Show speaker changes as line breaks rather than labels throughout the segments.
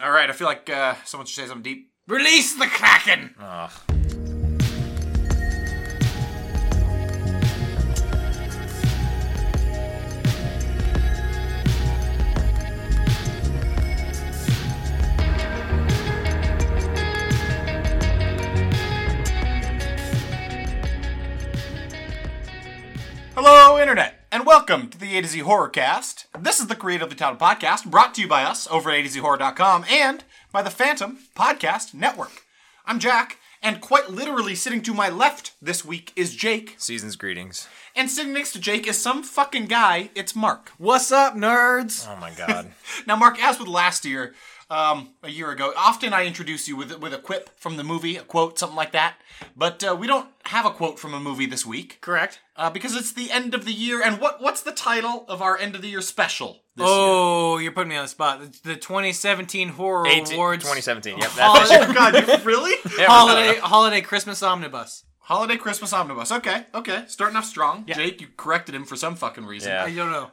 All right, I feel like uh, someone should say something deep. Release the kraken. Hello, Internet, and welcome to the A to Z Horrorcast. This is the Creatively Titled Podcast brought to you by us over at AtoZHorror.com and by the Phantom Podcast Network. I'm Jack, and quite literally sitting to my left this week is Jake,
Season's greetings.
and sitting next to Jake is some fucking guy, it's Mark.
What's up, nerds?
Oh my god.
Now, Mark, as with last year, um, a year ago, often I introduce you with, with a quip from the movie, a quote, something like that, but uh, we don't have a quote from a movie this week.
Correct.
Uh, because it's the end of the year, and what what's the title of our end of the year special? This
Oh, you're putting me on the spot. The, the 2017 Horror
18,
Awards
2017. Yep.
Oh,
That's
year? oh God, you, really?
holiday holiday Christmas omnibus.
Holiday Christmas Omnibus. Okay, okay, starting off strong. Jake, you corrected him for some fucking reason. Um,
I
Yeah.
don't know.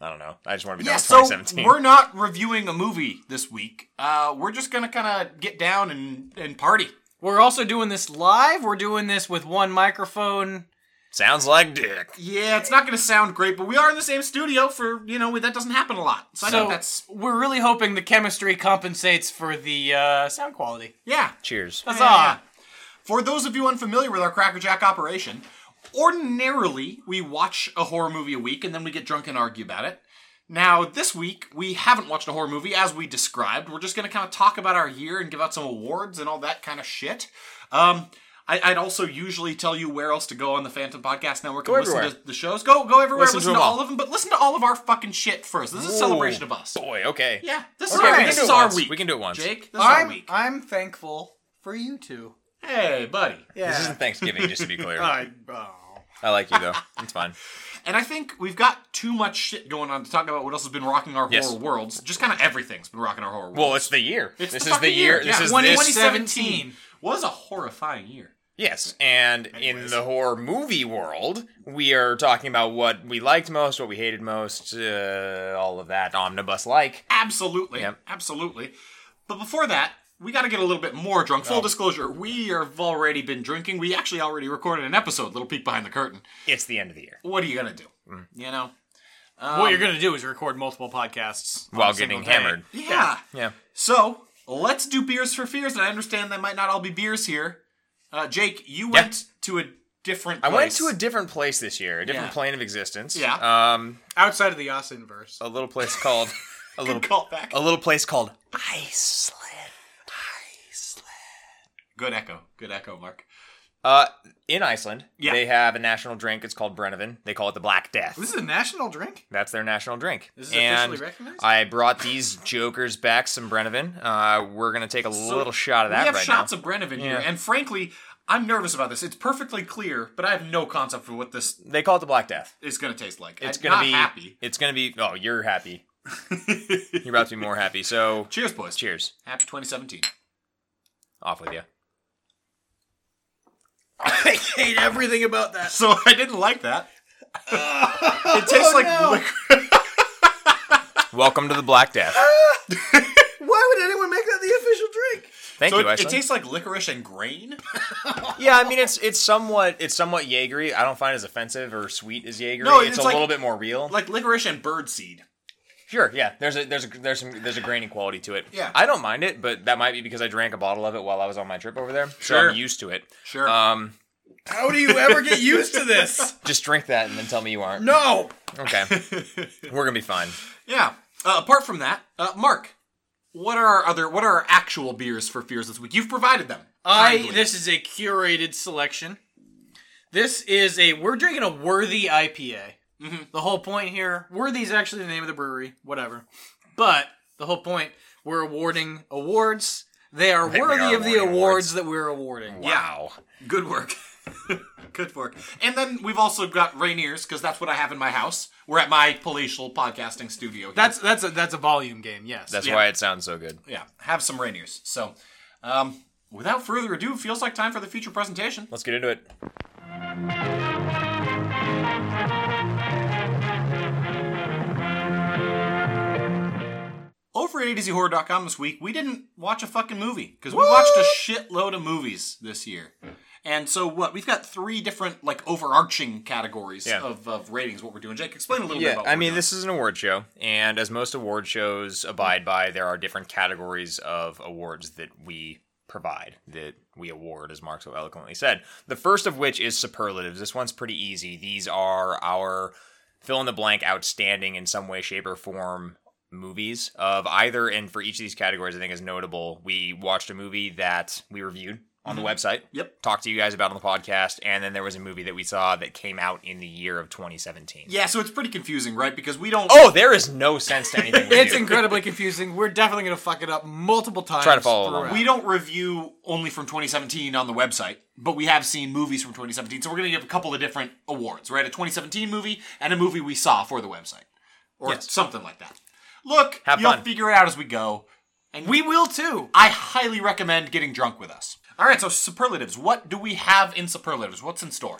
I don't know. I just want to be
Yeah,
done with
so
2017.
we're not reviewing a movie this week. Uh, we're just gonna kind of get down and and party.
We're also doing this live. We're doing this with one microphone.
Sounds like dick.
Yeah, it's not gonna sound great, but we are in the same studio for you know that doesn't happen a lot. So, I
So
think that's
we're really hoping the chemistry compensates for the uh, sound quality.
yeah.
Cheers.
Huzzah!
Yeah. For those of you unfamiliar with our Crackerjack operation, ordinarily we watch a horror movie a week and then we get drunk and argue about it. Now, this week we haven't watched a horror movie as we described. We're just going to kind of talk about our year and give out some awards and all that kind of shit. Um, I, I'd also usually tell you where else to go on the Phantom Podcast Network and listen
everywhere.
to the shows. Go go everywhere, listen,
Listen
to,
to them
all
all.
of them, but listen to all of our fucking shit first. This is a celebration of us.
Oh, Boy, okay.
Yeah, this
Okay,
is our,
we can
this
do
is
it
our
once.
week.
We can do it once.
Jake, this is our
I'm
week.
I'm thankful for you two.
Hey, buddy.
Yeah.
This isn't Thanksgiving, just to be clear.
I, oh.
I like you though. It's fine.
And I think we've got too much shit going on to talk about what else has been rocking our
Yes.
horror worlds. Just kind of everything's been rocking our horror worlds.
Well, it's the year.
It's
this
the
is the
fucking
year.
year,
This
yeah.
is
Twenty-
this.
2017.
was a horrifying year.
Yes, and in the horror movie world, we are talking about what we liked most, what we hated most, uh, all of that omnibus like.
Absolutely.
Yep.
Absolutely. But before that, we got to get a little bit more drunk.
Oh.
Full disclosure, we have already been drinking. We actually already recorded an episode, little peek behind the curtain.
It's the end of the year.
What are you going to do?
Mm.
You know?
what you're gonna do is record multiple podcasts on
While
a single
getting
day.
hammered.
Yeah.
Yeah.
So, let's do beers for fears. And I understand they might not all be beers here. Uh, Jake, you went to a different
I
place.
went to a different place this year, a different
Yeah.
plane of existence.
Yeah.
Um,
outside of the Austin verse.
a little place called a little
callback.
a little place called Iceland.
Good echo. Good echo, Mark.
Uh, in Iceland,
Yeah.
they have a national drink. It's called Brennivin. They call it the Black Death.
This is a national drink.
That's their national drink.
This is
and
officially recognized?
I brought these jokers back some Brennivin. Uh, we're gonna take a little shot of that
we have
right
shots
now.
of Brenovan here,
Yeah.
and frankly, I'm nervous about this. It's perfectly clear, but I have no concept for what this
they call it the Black Death.
is going to taste like.
It's
I'm
gonna
not
be
happy.
It's gonna be. Oh, you're happy. you're about to be more happy. So
Cheers, boys.
cheers.
Happy 2017.
Off with you.
I hate everything about that. Oh,
So I didn't like that. it tastes like
no.
liquor.
Welcome to the Black Death.
Why would anyone make that the official drink?
Thank
So
you,
it,
Iceland.
it tastes like licorice and grain.
Yeah, I mean it's it's somewhat it's somewhat Jaegery. I don't find it as offensive or sweet as Jaegery.
No,
it's,
it's
a
like-
little bit more real.
like licorice and bird seed.
sure, yeah. There's a there's a there's some there's a grainy quality to it.
Yeah.
I don't mind it, but that might be because I drank a bottle of it while I was on my trip over there. So
Sure.
I'm used to it.
Sure.
Um
How do you ever get used to this?
just drink that and then tell me you aren't.
No.
Okay. We're gonna be fine.
yeah. Uh, apart from that, uh, Mark, what are our other? What are our actual beers for fears this week? You've provided them.
I
Kindly.
this is a curated selection. This is a we're drinking a worthy IPA.
Mm-hmm.
The whole point here, worthy is actually the name of the brewery, whatever. But the whole point, we're awarding awards. They are
we
worthy
are
of the awards,
awarding awards.
that we're awarding.
Wow.
Good work. Good work. And then we've also got Rainier's because that's what I have in my house. We're at my palatial podcasting studio. Here.
That's that's a that's a volume game. Yes.
That's
Yeah.
why it sounds so good.
yeah. Have some Rainier's. So, um, without further ado, feels like time for the feature presentation.
Let's get into it.
over at ADZHorror.com this week, we didn't watch a fucking movie because we watched a shitload of movies this year. And so what? We've got three different like overarching categories
Yeah.
of, of ratings. What we're doing, Jake? Explain a little bit
Yeah,
about. what
I
we're
mean,
doing.
this is an award show, and as most award shows abide by, there are different categories of awards that we provide, that we award, as Mark so eloquently said. The first of which is superlatives. This one's pretty easy. These are our fill in the blank outstanding in some way, shape, or form movies of either, and for each of these categories, I think is notable. We watched a movie that we reviewed on the website.
Mm-hmm. Yep.
Talked to you guys about on the podcast, and then there was a movie that we saw that came out in the year of 2017.
Yeah, so it's pretty confusing, right? Because we don't.
Oh, there is no sense to anything. We
It's
do.
incredibly confusing. We're definitely going to fuck it up multiple times.
Try to follow along.
throughout.
We don't review only from 2017 on the website, but we have seen movies from 2017. So we're going to give a couple of different awards, right? A 2017 movie and a movie we saw for the website, or something like that. Look,
Have
you'll
fun.
figure it out as we go.
We will too.
I highly recommend getting drunk with us. All right, so superlatives. What do we have in superlatives? What's in store?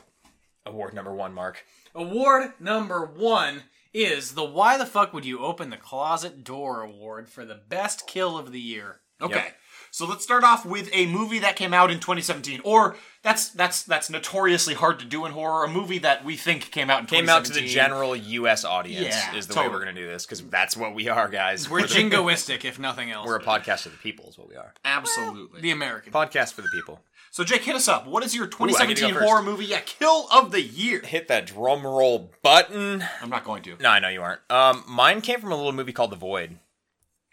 Award number one, Mark.
Award number one is the Why the Fuck Would You Open the Closet Door Award for the best kill of the year.
Okay. So let's start off with a movie that came out in 2017, or that's that's that's notoriously hard to do in horror. A movie that we think came out in
Came out to the
2017.
general U.S. audience
Yeah,
is the way
totally.
we're going to do this because that's what we are, guys.
We're
the-
jingoistic, if nothing else.
we're a podcast of the people, is what we are.
Absolutely.
the American.
Podcast for the people.
so Jake, hit us up. What is your
I get to go
2017
first.
horror movie? Yeah, kill of the year.
Hit that drum roll button.
I'm not going to.
No, I know you aren't. Um, mine came from a little movie called The Void.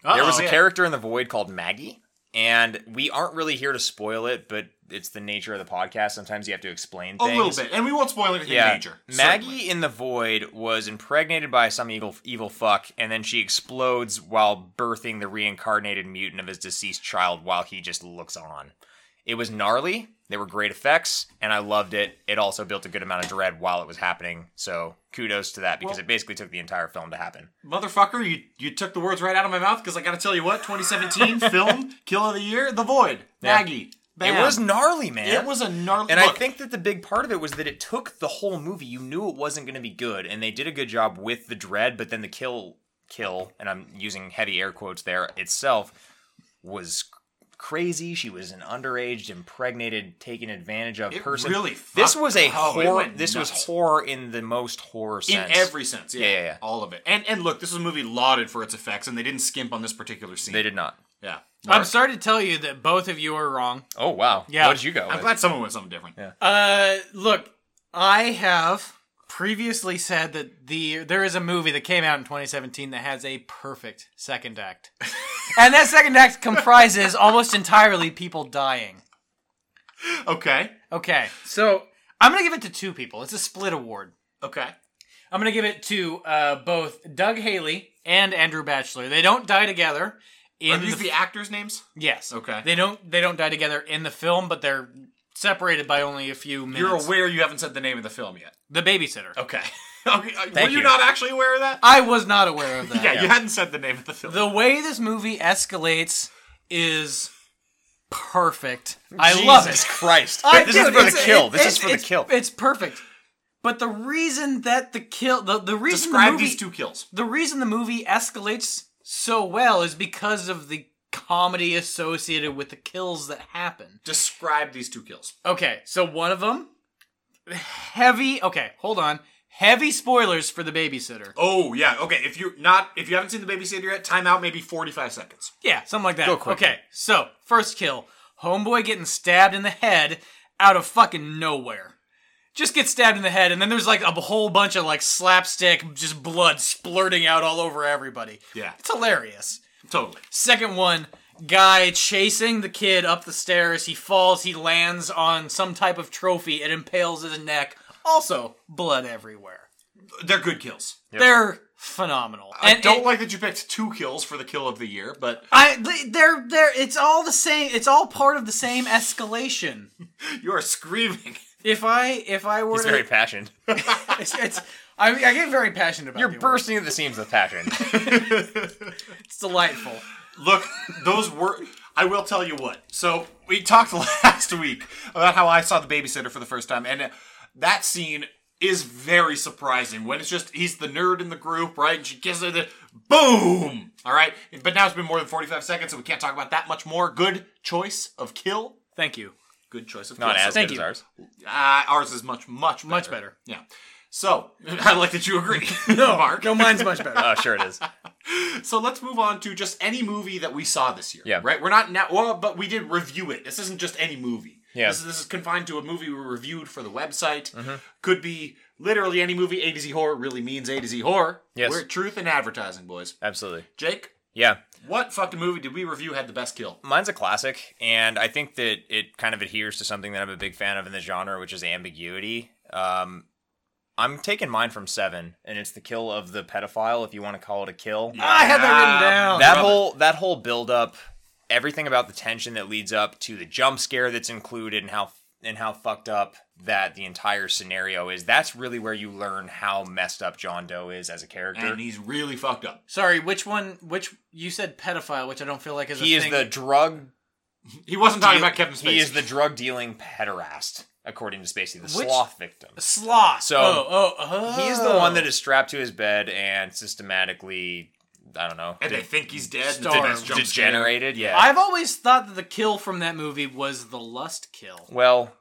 There was a
Uh-oh.
character in The Void called Maggie, and we aren't really here to spoil it, but it's the nature of the podcast. Sometimes you have to explain
A
things.
little bit, and we won't spoil anything major.
Maggie
certainly.
in the void was impregnated by some evil evil fuck, and then she explodes while birthing the reincarnated mutant of his deceased child while he just looks on. It was gnarly. They were great effects, and I loved it. It also built a good amount of dread while it was happening. So kudos to that because it basically took the entire film to happen.
motherfucker, you you took the words right out of my mouth because I got to tell you what 2017 film kill of the year, The Void,
Yeah.
Maggie. Bam.
It was gnarly, man.
It was a gnarly.
And I
look,
think that the big part of it was that it took the whole movie. You knew it wasn't going to be good, and they did a good job with the dread, but then the kill, kill, and I'm using heavy air quotes there itself was c- crazy. She was an underage, impregnated, taken advantage of
It
person.
really
this
fucked-
was a
oh, it
horror.
went
This was
nuts.
horror in the most horror sense.
in every sense, yeah,
Yeah, yeah, yeah.
all of it. And and look, this was a movie lauded for its effects, and they didn't skimp on this particular scene.
they did not.
Yeah,
I'm sorry to tell you that both of you are wrong.
Oh wow!
Yeah.
what did you go?
I'm
with?
glad someone went something different. Yeah.
Uh, look, I have previously said that the there is a movie that came out in 2017 that has a perfect second act, and that second act comprises almost entirely people dying.
Okay.
Okay, so I'm gonna give it to two people. It's a split award.
Okay.
I'm gonna give it to uh, both Doug Haley and Andrew Batchelor. They don't die together.
Are
In
these
the-
the actors' names?
yes,
Okay.
They don't they don't die together in the film, but they're separated by only a few minutes.
You're aware you haven't said the name of the film yet.
the babysitter.
Okay. okay. uh, Were
Thank
you,
you.
not actually aware of that?
I was not aware of that.
yeah, you hadn't said the name of the film.
The way this movie escalates is perfect. I
Jesus
love it.
Christ!
I
this
do.
is for the
It's-
kill.
it-
this is
it's-
for the
it's-
kill.
It's perfect. But the reason that the kill the, the reason the
Describe
movie,
these two kills.
the reason the movie escalates so well is because of the comedy associated with the kills that happen.
Describe these two kills.
Okay, so one of them heavy okay, hold on. Heavy spoilers for the babysitter.
Oh yeah, okay. If you're not, if you haven't seen the babysitter yet, time out maybe forty-five seconds.
Yeah, something like that.
Go quick.
Okay, so first kill, homeboy getting stabbed in the head out of fucking nowhere. Just gets stabbed in the head, and then there's like a whole bunch of like slapstick, just blood splurting out all over everybody.
Yeah.
it's hilarious.
Totally.
Second one, guy chasing the kid up the stairs. He falls. He lands on some type of trophy. It impales his neck. Also, blood everywhere.
They're good kills.
They're phenomenal.
I
And-
don't
and-
like that you picked two kills for the kill of the year, but
I they- they're they're it's all the same. It's all part of the same escalation.
you are screaming.
If I if I were
He's
to,
very passionate.
it's, it's- I I get very passionate about
You're
the award.
bursting at the seams with passion.
It's delightful.
Look, those were. I will tell you what. So we talked last week about how I saw the babysitter for the first time, and uh, that scene is very surprising when it's just he's the nerd in the group, right? And she kisses her. The, Boom! All right, but now it's been more than 45 seconds, so we can't talk about that much more. Good choice of kill.
Thank you.
Good choice of
Not
kill.
as
Thank
good
you.
as ours.
Uh, ours is much, much, better.
Much better.
Yeah. So I like that you agree, no, Mark.
No, mine's much better.
Oh, sure it is.
So let's move on to just any movie that we saw this year.
Yeah.
Right. We're not now. Well, but we did review it. This isn't just any movie.
Yeah. Mm-hmm.
This, this is confined to a movie we reviewed for the website. Could be literally any movie. A to Z horror really means A to Z horror.
Yes.
We're truth in advertising, boys.
Absolutely.
Jake,
Yeah.
what fucking movie did we review had the best kill?
Mine's a classic, and I think that it kind of adheres to something that I'm a big fan of in the genre, which is ambiguity. Um, I'm taking mine from Seven, and it's the kill of the pedophile, if you want to call it a kill.
I had that written down.
that whole that whole build up, everything about the tension that leads up to the jump scare that's included, and how and how fucked up that the entire scenario is. That's really where you learn how messed up John Doe is as a character.
And he's really fucked up.
Sorry, which one? Which you said pedophile, which I don't feel like is.
he
a
is
thing.
the drug
He wasn't talking about Kevin Spacey.
He is the drug dealing pederast, according to Spacey, the
Which-
sloth victim.
sloth.
So,
oh, oh, oh.
He is the one that is strapped to his bed and systematically, I don't know,
and they
de-
think he's dead. and
Starved.
then it's jump scare.
degenerated. Yeah.
I've always thought that the kill from that movie was the lust kill.
well,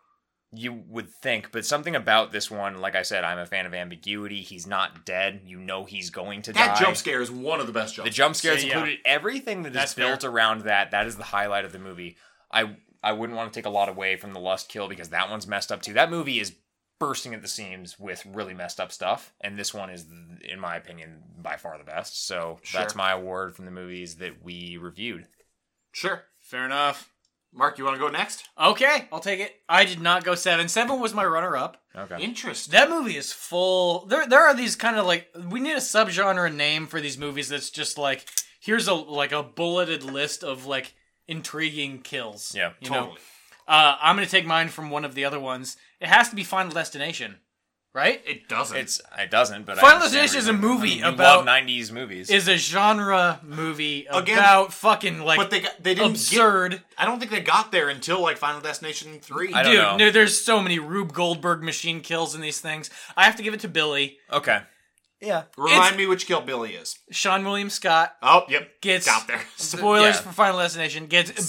you would think, but something about this one, like I said, I'm a fan of ambiguity. He's not dead. You know he's going to
That
die.
jump scare is one of the best jumps.
The jump scares
Yeah, yeah.
included everything that is
That's
built around that. That is the highlight of the movie. I I wouldn't want to take a lot away from the lust kill because that one's messed up too. That movie is bursting at the seams with really messed up stuff, and this one is, in my opinion, by far the best. So that's
Sure.
my award from the movies that we reviewed.
Sure.
Fair enough.
Mark, you want to go next?
Okay, I'll take it. I did not go seven. Seven was my runner up.
Okay.
Interesting.
That movie is full. There, there are these kind of like we need a subgenre name for these movies that's just like here's a like a bulleted list of like intriguing kills.
Yeah,
you know.
Totally.
Uh, I'm gonna take mine from one of the other ones. It has to be Final Destination, right?
It doesn't.
It's it doesn't, but I
Final
understand
Destination is a
where you're going.
movie
I mean, you
about-
love '90s movies.
Is a genre movie about
Again,
fucking like
but they got, they didn't get,
absurd.
I don't think they got there until like Final Destination 3.
I don't
Dude,
know.
no, there's so many Rube Goldberg machine kills in these things. I have to give it to Billy.
okay. Yeah.
Remind
it's-
me which Kill Billy is.
Sean William Scott
Oh, yep.
gets
Got there.
spoilers
Yeah.
for Final Destination. Gets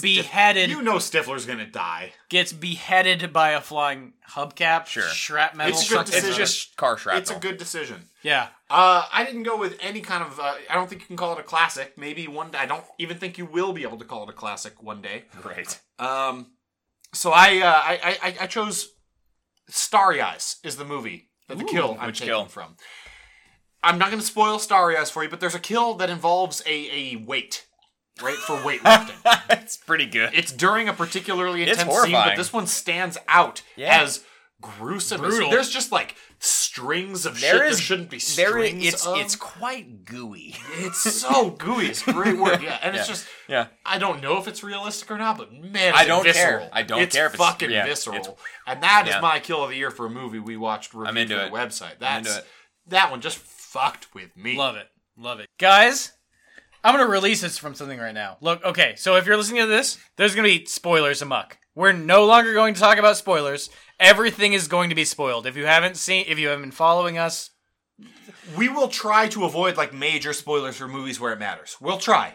beheaded.
You know Stifler's going to die.
gets beheaded by a flying hubcap.
Sure.
Shrapnel.
It's a good
sucks him
decision.
It's
up.
just car shrapnel.
It's a good decision.
yeah.
Uh, I didn't go with any kind of. Uh, I don't think you can call it a classic. Maybe one. I don't even think you will be able to call it a classic one day.
great.
Um, so I, uh, I, I- I, I chose Starry Eyes is the movie that the kill I'm
which
taking
kill?
from. I'm not going to spoil Starry Eyes for you, but there's a kill that involves a a weight, right for weightlifting.
it's pretty good.
it's during a particularly intense scene, but
horrifying.
this one stands out
Yeah.
as gruesome. as-
Brutal.
There's just like strings of shit there shouldn't be strings
there is- it's
of.
it's quite gooey.
It's so gooey. It's a great word. Yeah, and it's
Yeah.
just
Yeah.
I don't know if it's realistic or not, but man,
I
it's
don't
visceral.
care. I don't
it's
care if it's-
fucking
yeah,
visceral.
it's-
and that is
yeah.
my kill of the year for a movie we watched. Reviewed
I'm into
for
it.
The website. That's
into it.
that one just fucked with me.
Love it. Love it. Guys, I'm going to release this from something right now. Look, okay, so if you're listening to this, there's going to be spoilers amok. We're no longer going to talk about spoilers. Everything is going to be spoiled. If you haven't seen, if you have been following us,
We will try to avoid like major spoilers for movies where it matters. We'll try.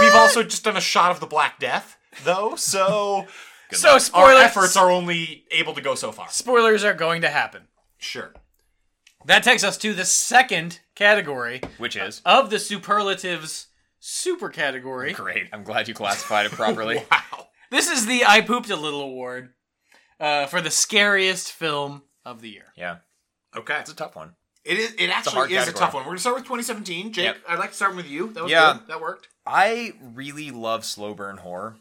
We've also just done a shot of the Black Death, though, so
so
our
spoilers,
efforts are only able to go so far.
spoilers are going to happen.
Sure.
That takes us to the second category
Which is
of the superlatives super category.
great. I'm glad you classified it properly.
Wow.
This is the I Pooped a Little Award uh, for the scariest film of the year.
yeah.
Okay.
It's a tough one.
It is. It actually
hard
is a
category.
tough one. We're gonna start with 2017. Jake,
Yep.
I'd like to start with you. That was
Yeah.
good. That worked.
I really love slow burn horror.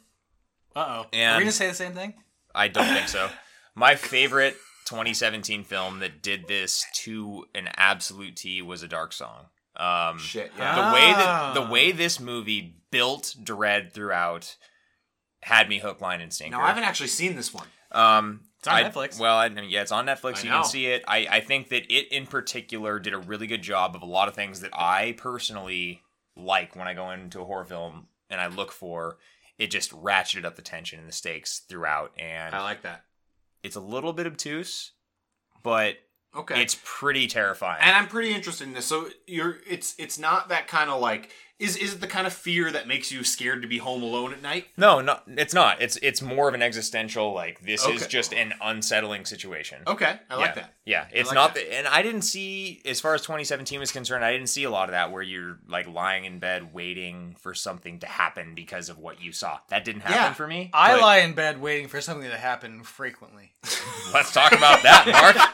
Uh oh. Are
And-
we gonna say the same thing?
I don't think so. My favorite 2017 film that did this to an absolute T was A Dark Song. Um,
Shit.
the
Yeah.
way that the
Ah.
way this movie built dread throughout had me hook, line, and sinker.
No, I haven't actually seen this one.
Um,
It's on
I-
Netflix.
Well, I, mean, yeah, it's on Netflix.
I
you
know.
can see it. I, I think that it in particular did a really good job of a lot of things that I personally like when I go into a horror film and I look for. It just ratcheted up the tension and the stakes throughout, and
I like that.
it's a little bit obtuse, but
Okay.
It's pretty terrifying.
and I'm pretty interested in this. So you're it's it's not that kind of like is is it the kind of fear that makes you scared to be home alone at night?
no, no, it's not. It's it's more of an existential like this is
Okay.
just an unsettling situation.
Okay, I like
yeah.
that.
Yeah, it's
like
not. The, and I didn't see, as far as 2017 was concerned, I didn't see a lot of that where you're like lying in bed waiting for something to happen because of what you saw. That didn't happen
Yeah.
for me.
I
but
lie in bed waiting for something to happen frequently.
Let's talk about that, Mark.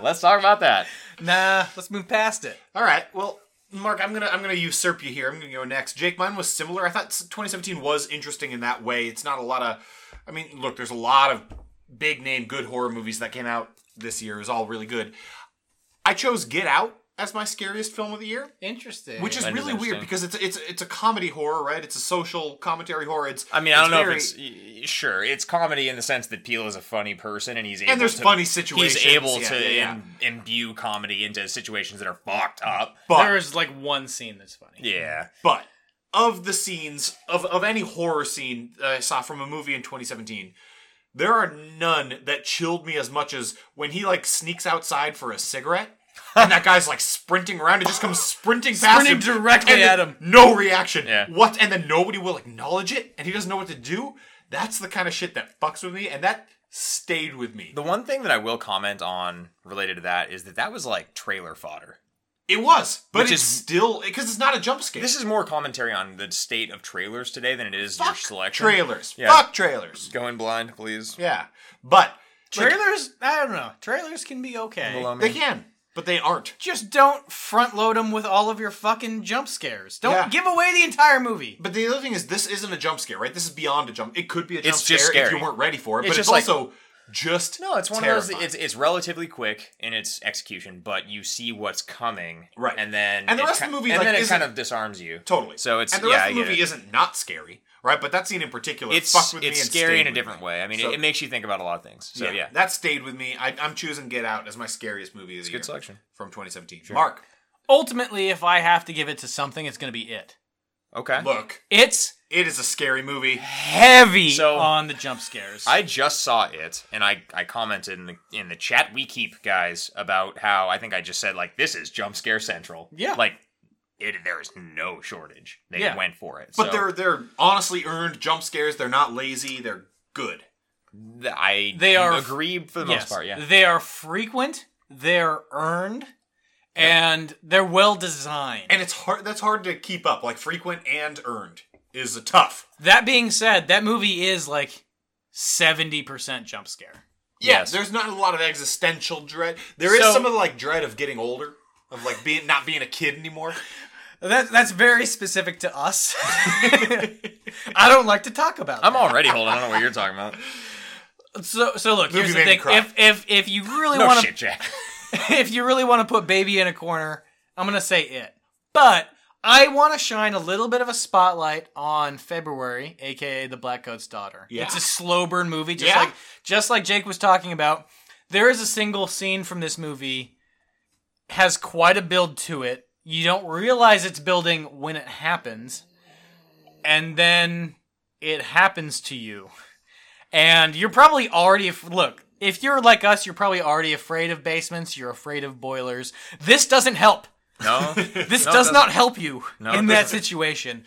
let's talk about that.
nah, let's move past it.
All right. Well, Mark, I'm gonna I'm gonna usurp you here. I'm gonna go next. Jake, mine was similar. I thought s- 2017 was interesting in that way. It's not a lot of, I mean, look, there's a lot of big name good horror movies that came out this year. It was all really good. I chose Get Out as my scariest film of the year,
Interesting.
which is
That is
really weird
interesting.
because it's it's it's a comedy horror, right? It's a social commentary horror. It's
I mean, I don't know
very-
if it's y- y- sure. It's comedy in the sense that Peel is a funny person, and he's able
and there's
to,
funny
he's
situations.
able
Yeah,
to
yeah, yeah.
im- imbue comedy into situations that are fucked up.
but
there's like one scene that's funny.
Yeah,
But of the scenes of of any horror scene that I saw from a movie in 2017, there are none that chilled me as much as when he like sneaks outside for a cigarette. and that guy's like sprinting around and just comes sprinting past
Sprinting
him
directly
and
at
then
him.
No reaction.
Yeah.
What? And then nobody will acknowledge it, and he doesn't know what to do. That's the kind of shit that fucks with me, and that stayed with me.
the one thing that I will comment on related to that is that that was like trailer fodder.
It was, but
Which
it's
is-
still because it's not a jump scare.
This is more commentary on the state of trailers today than it is your
fuck
selection.
trailers.
Yeah.
Fuck trailers.
Going blind, please.
Yeah, but like,
Trailers, I don't know. Trailers can be okay.
Below me.
They can, but they aren't.
Just don't front load them with all of your fucking jump scares. Don't
Yeah.
give away the entire movie.
But the other thing is, this isn't a jump scare, right? This is beyond a jump. It could be a jump
It's
scare
just
if you
scary.
weren't ready for it,
It's
but it's
just like-
also just
No, it's one of
terrifying.
those. It's it's relatively quick in its execution, but you see what's coming,
Right.
And then
And the
it
rest
ki-
of the movie,
and
like,
then it
isn't-
kind of disarms you
totally
So it's
and the
yeah,
rest
I
of the
get
movie
it.
isn't not scary, right? But that scene in particular
It's
fucked with me.
it's
and
scary
stayed
in a
with
different
me.
way. I mean,
So-
it, it makes you think about a lot of things. So yeah,
that stayed with me. I, I'm choosing Get Out as my scariest movie of the year.
good selection.
from 2017. Mark,
Ultimately, if I have to give it to something, it's going to be it.
Okay.
look,
It's
it is a scary movie.
heavy
So-
on the jump scares.
I just saw it, and I, I commented in the in the chat we keep, guys, about how I think I just said like this is jump scare central.
Yeah.
like it, there is no shortage. They
Yeah.
went for it.
But
so
they're they're honestly earned jump scares. They're not lazy. They're good.
th- I
They are-
agree for the most part. Yeah,
They are frequent, they're earned, and they're well designed.
and it's hard that's hard to keep up like frequent and earned is a tough
that being said, that movie is like 70% jump scare.
yeah
Yes.
there's not a lot of existential dread There is
So-
some of the like dread of getting older of like being not being a kid anymore
That, that's very specific to us. I don't like to talk about
I'm already holding on to what you're talking about.
So so look, here's
Movie
the
made me
thing.
cry.
If if if you really
No
want
shit,
to
Jack.
if you really want to put baby in a corner, I'm going to say it. But I want to shine a little bit of a spotlight on February, aka The Black Coat's Daughter.
Yeah.
It's a slow burn movie just
Yeah.
like just like Jake was talking about. There is a single scene from this movie has quite a build to it. You don't realize it's building when it happens. And then it happens to you. And you're probably already af- look. If you're like us, you're probably already afraid of basements. You're afraid of boilers. This doesn't help.
No,
This
No, it
does
doesn't.
not help you
it
in that situation.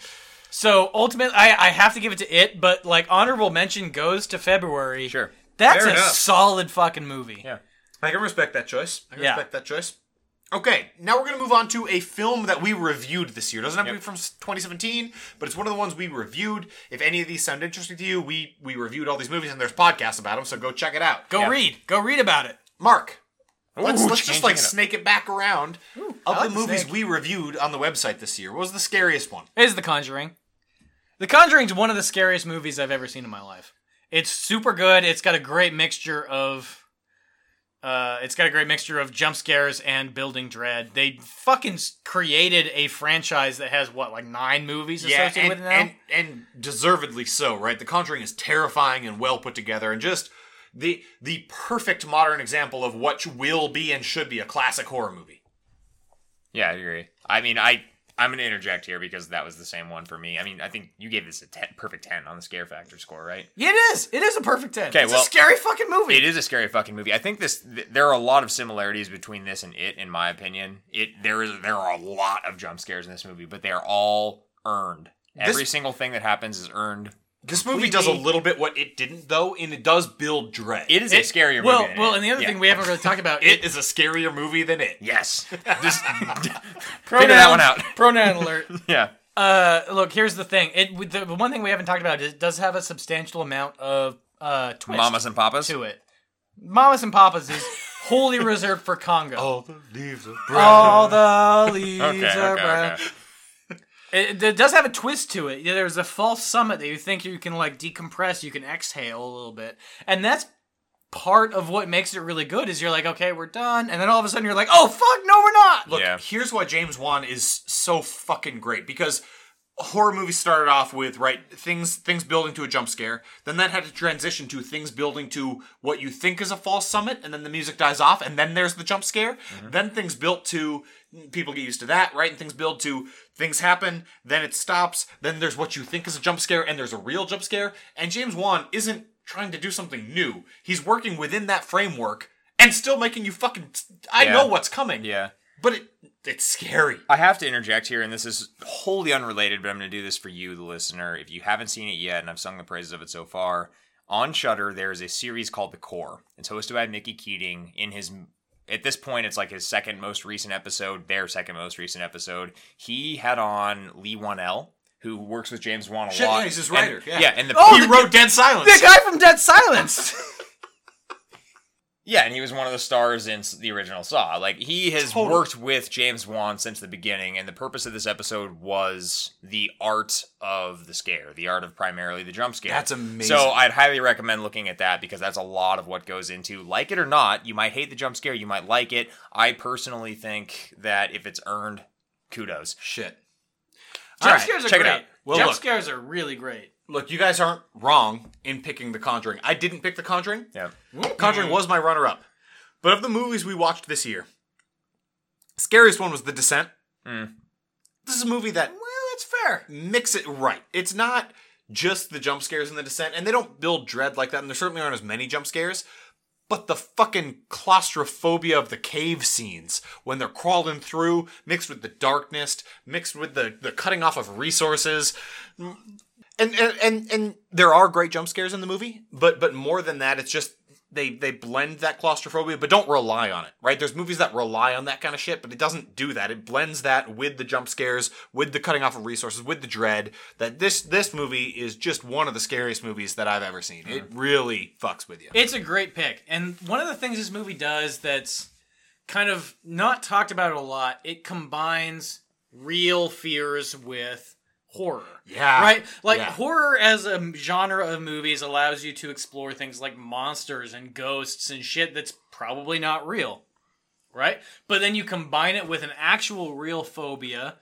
So ultimately, I, I have to give it to it. But like honorable mention goes to February.
Sure.
that's
Fair
a
enough.
solid fucking movie.
Yeah.
i can respect that choice i can
Yeah.
respect that choice okay now we're gonna move on to a film that we reviewed this year doesn't have to be from s- 2017 but it's one of the ones we reviewed if any of these sound interesting to you we we reviewed all these movies and there's podcasts about them so go check it out
Go
Yeah.
read. Go read about it.
mark Let's,
Ooh,
let's just
changing
like
it up.
snake it back around. of
I like
the
the
movies
snake.
we reviewed on the website this year, what was the scariest one?
It Is The Conjuring. The Conjuring's one of the scariest movies I've ever seen in my life. It's super good. It's got a great mixture of uh it's got a great mixture of jump scares and building dread. They fucking s- created a franchise that has what like 9 movies associated
and,
with it now.
and and deservedly so, right? The Conjuring is terrifying and well put together, and just the the perfect modern example of what will be and should be a classic horror movie.
Yeah, I agree. I mean, I I'm going to interject here because that was the same one for me. I mean, I think you gave this a 10, perfect 10 on the scare factor score, right?
Yeah, it is. It is a perfect 10.
Okay,
it's
well-
a scary fucking movie.
It is a scary fucking movie. I think this th- there are a lot of similarities between this and it in my opinion. It there is there are a lot of jump scares in this movie, but they are all earned.
This-
Every single thing that happens is earned.
This movie does a little bit what it didn't though, and it does build dread.
It is a scarier
well,
movie. than
well,
It.
and the other
Yeah.
thing we haven't really talked about
it is a scarier movie than it.
Yes. Just figure that one out.
pronoun alert.
Yeah.
Uh, look, here's the thing. It with the one thing we haven't talked about is it does have a substantial amount of uh twist
Mamas and papas.
to it. Mamas and papas is wholly reserved for Congo.
All the leaves are
All the leaves
Oh, Okay,
are
okay,
brown.
okay.
It, it does have a twist to it. Yeah, There's a false summit that you think you can like decompress, you can exhale a little bit, and that's part of what makes it really good. Is you're like, okay, we're done, and then all of a sudden you're like, oh fuck, no, we're not.
Look,
Yeah.
here's why James Wan is so fucking great because horror movies started off with right things things building to a jump scare, then that had to transition to things building to what you think is a false summit, and then the music dies off, and then there's the jump scare.
Mm-hmm.
Then things built to people get used to that, right? And things build to things happen, then it stops, then there's what you think is a jump scare, and there's a real jump scare. And James Wan isn't trying to do something new. He's working within that framework and still making you fucking I
Yeah.
know what's coming.
Yeah.
But it it's scary.
I have to interject here, and this is wholly unrelated, but I'm going to do this for you, the listener. If you haven't seen it yet, and I've sung the praises of it so far, on Shudder there is a series called The Core. It's hosted by Mickey Keating. In his, at this point, it's like his second most recent episode, their second most recent episode. He had on Lee One L, who works with James Wan a
Shit,
lot.
yeah, he's his writer,
And-
yeah.
and the
Oh,
he
the-
wrote Dead Silence.
The guy from Dead Silence.
Yeah, and he was one of the stars in s- the original Saw. Like he has
Totally.
worked with James Wan since the beginning, and the purpose of this episode was the art of the scare, the art of primarily the jump scare.
That's amazing.
So I'd highly recommend looking at that because that's a lot of what goes into like it or not. You might hate the jump scare, you might like it. I personally think that if it's earned, kudos.
Shit.
Jump
right,
scares are
check it out.
great.
Well,
Jump
look.
scares are really great.
Look, you guys aren't wrong in picking The Conjuring. I didn't pick The Conjuring.
Yeah.
Conjuring was my runner up. But of the movies we watched this year, scariest one was The Descent.
Mm.
This is a movie that
Well, that's fair.
mix it right. It's not just the jump scares in The Descent, and they don't build dread like that, and there certainly aren't as many jump scares. But the fucking claustrophobia of the cave scenes when they're crawling through, mixed with the darkness, mixed with the, the cutting off of resources. And, and and and there are great jump scares in the movie, but but more than that, it's just they they blend that claustrophobia, but don't rely on it, right? There's movies that rely on that kind of shit, but it doesn't do that. It blends that with the jump scares, with the cutting off of resources, with the dread. That this this movie is just one of the scariest movies that I've ever seen. It really fucks with you.
It's a great pick. And one of the things this movie does that's kind of not talked about a lot, it combines real fears with horror.
Yeah.
Right? Like
Yeah.
horror as a genre of movies allows you to explore things like monsters and ghosts and shit that's probably not real. Right? But then you combine it with an actual real phobia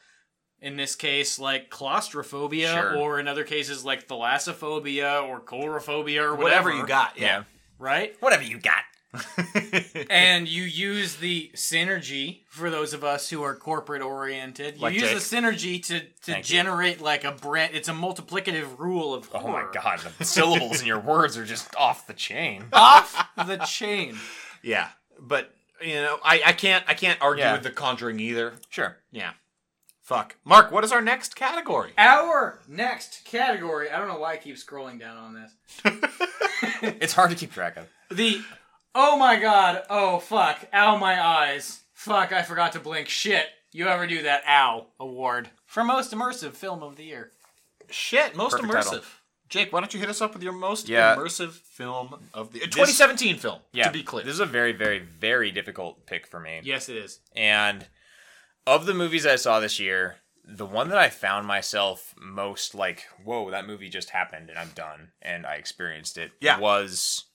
in this case, like claustrophobia,
Sure.
or in other cases, like thalassophobia or coulrophobia or
Whatever
whatever,
you got, yeah.
right?
Whatever you got.
and you use the synergy for those of us who are corporate oriented. You
Like
use
Jake.
the synergy to to
Thank you.
generate like a brand. It's a multiplicative rule of
Oh my
horror.
god, the syllables in your words are just off the chain.
off the chain.
Yeah. But you know, I, I can't I can't argue
Yeah.
with the conjuring either.
Sure.
Yeah. Fuck. Mark, what is our next category?
Our next category. I don't know why I keep scrolling down on this.
It's hard to keep track of.
The oh my god, oh fuck, ow my eyes, fuck, I forgot to blink. Shit, you ever do that? Ow award for most immersive film of the year.
Shit, most
Perfect
immersive.
title.
Jake, why don't you hit us up with your most
Yeah.
immersive film of the 2017 film?
Yeah.
to be clear.
This is a very, very, very difficult pick for me.
Yes, it is.
And of the movies I saw this year, the one that I found myself most like, whoa, that movie just happened and I'm done and I experienced it
Yeah.
was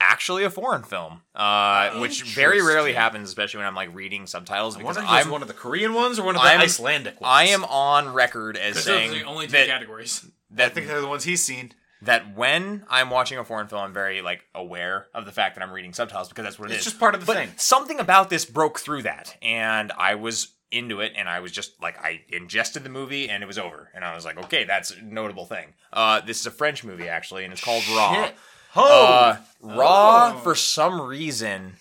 actually a foreign film, uh, which very rarely
Interesting.
happens, especially when I'm like reading subtitles
I
because
wonder if it was
I'm,
one of the Korean ones or one of the
I'm-
Icelandic ones.
I am on record as
Those
saying
are the only two
that,
categories.
I
that
think they're the ones he's seen.
that when I'm watching a foreign film, I'm very like aware of the fact that I'm reading subtitles because that's what it
It's
is.
just part of the
But
thing.
Something about this broke through that, and I was into it, and I was just like, I ingested the movie, and it was over, and I was like, okay, that's a notable thing. Uh, this is a French movie actually, and it's called Raw.
Shit. Oh.
Uh, Raw, for some reason,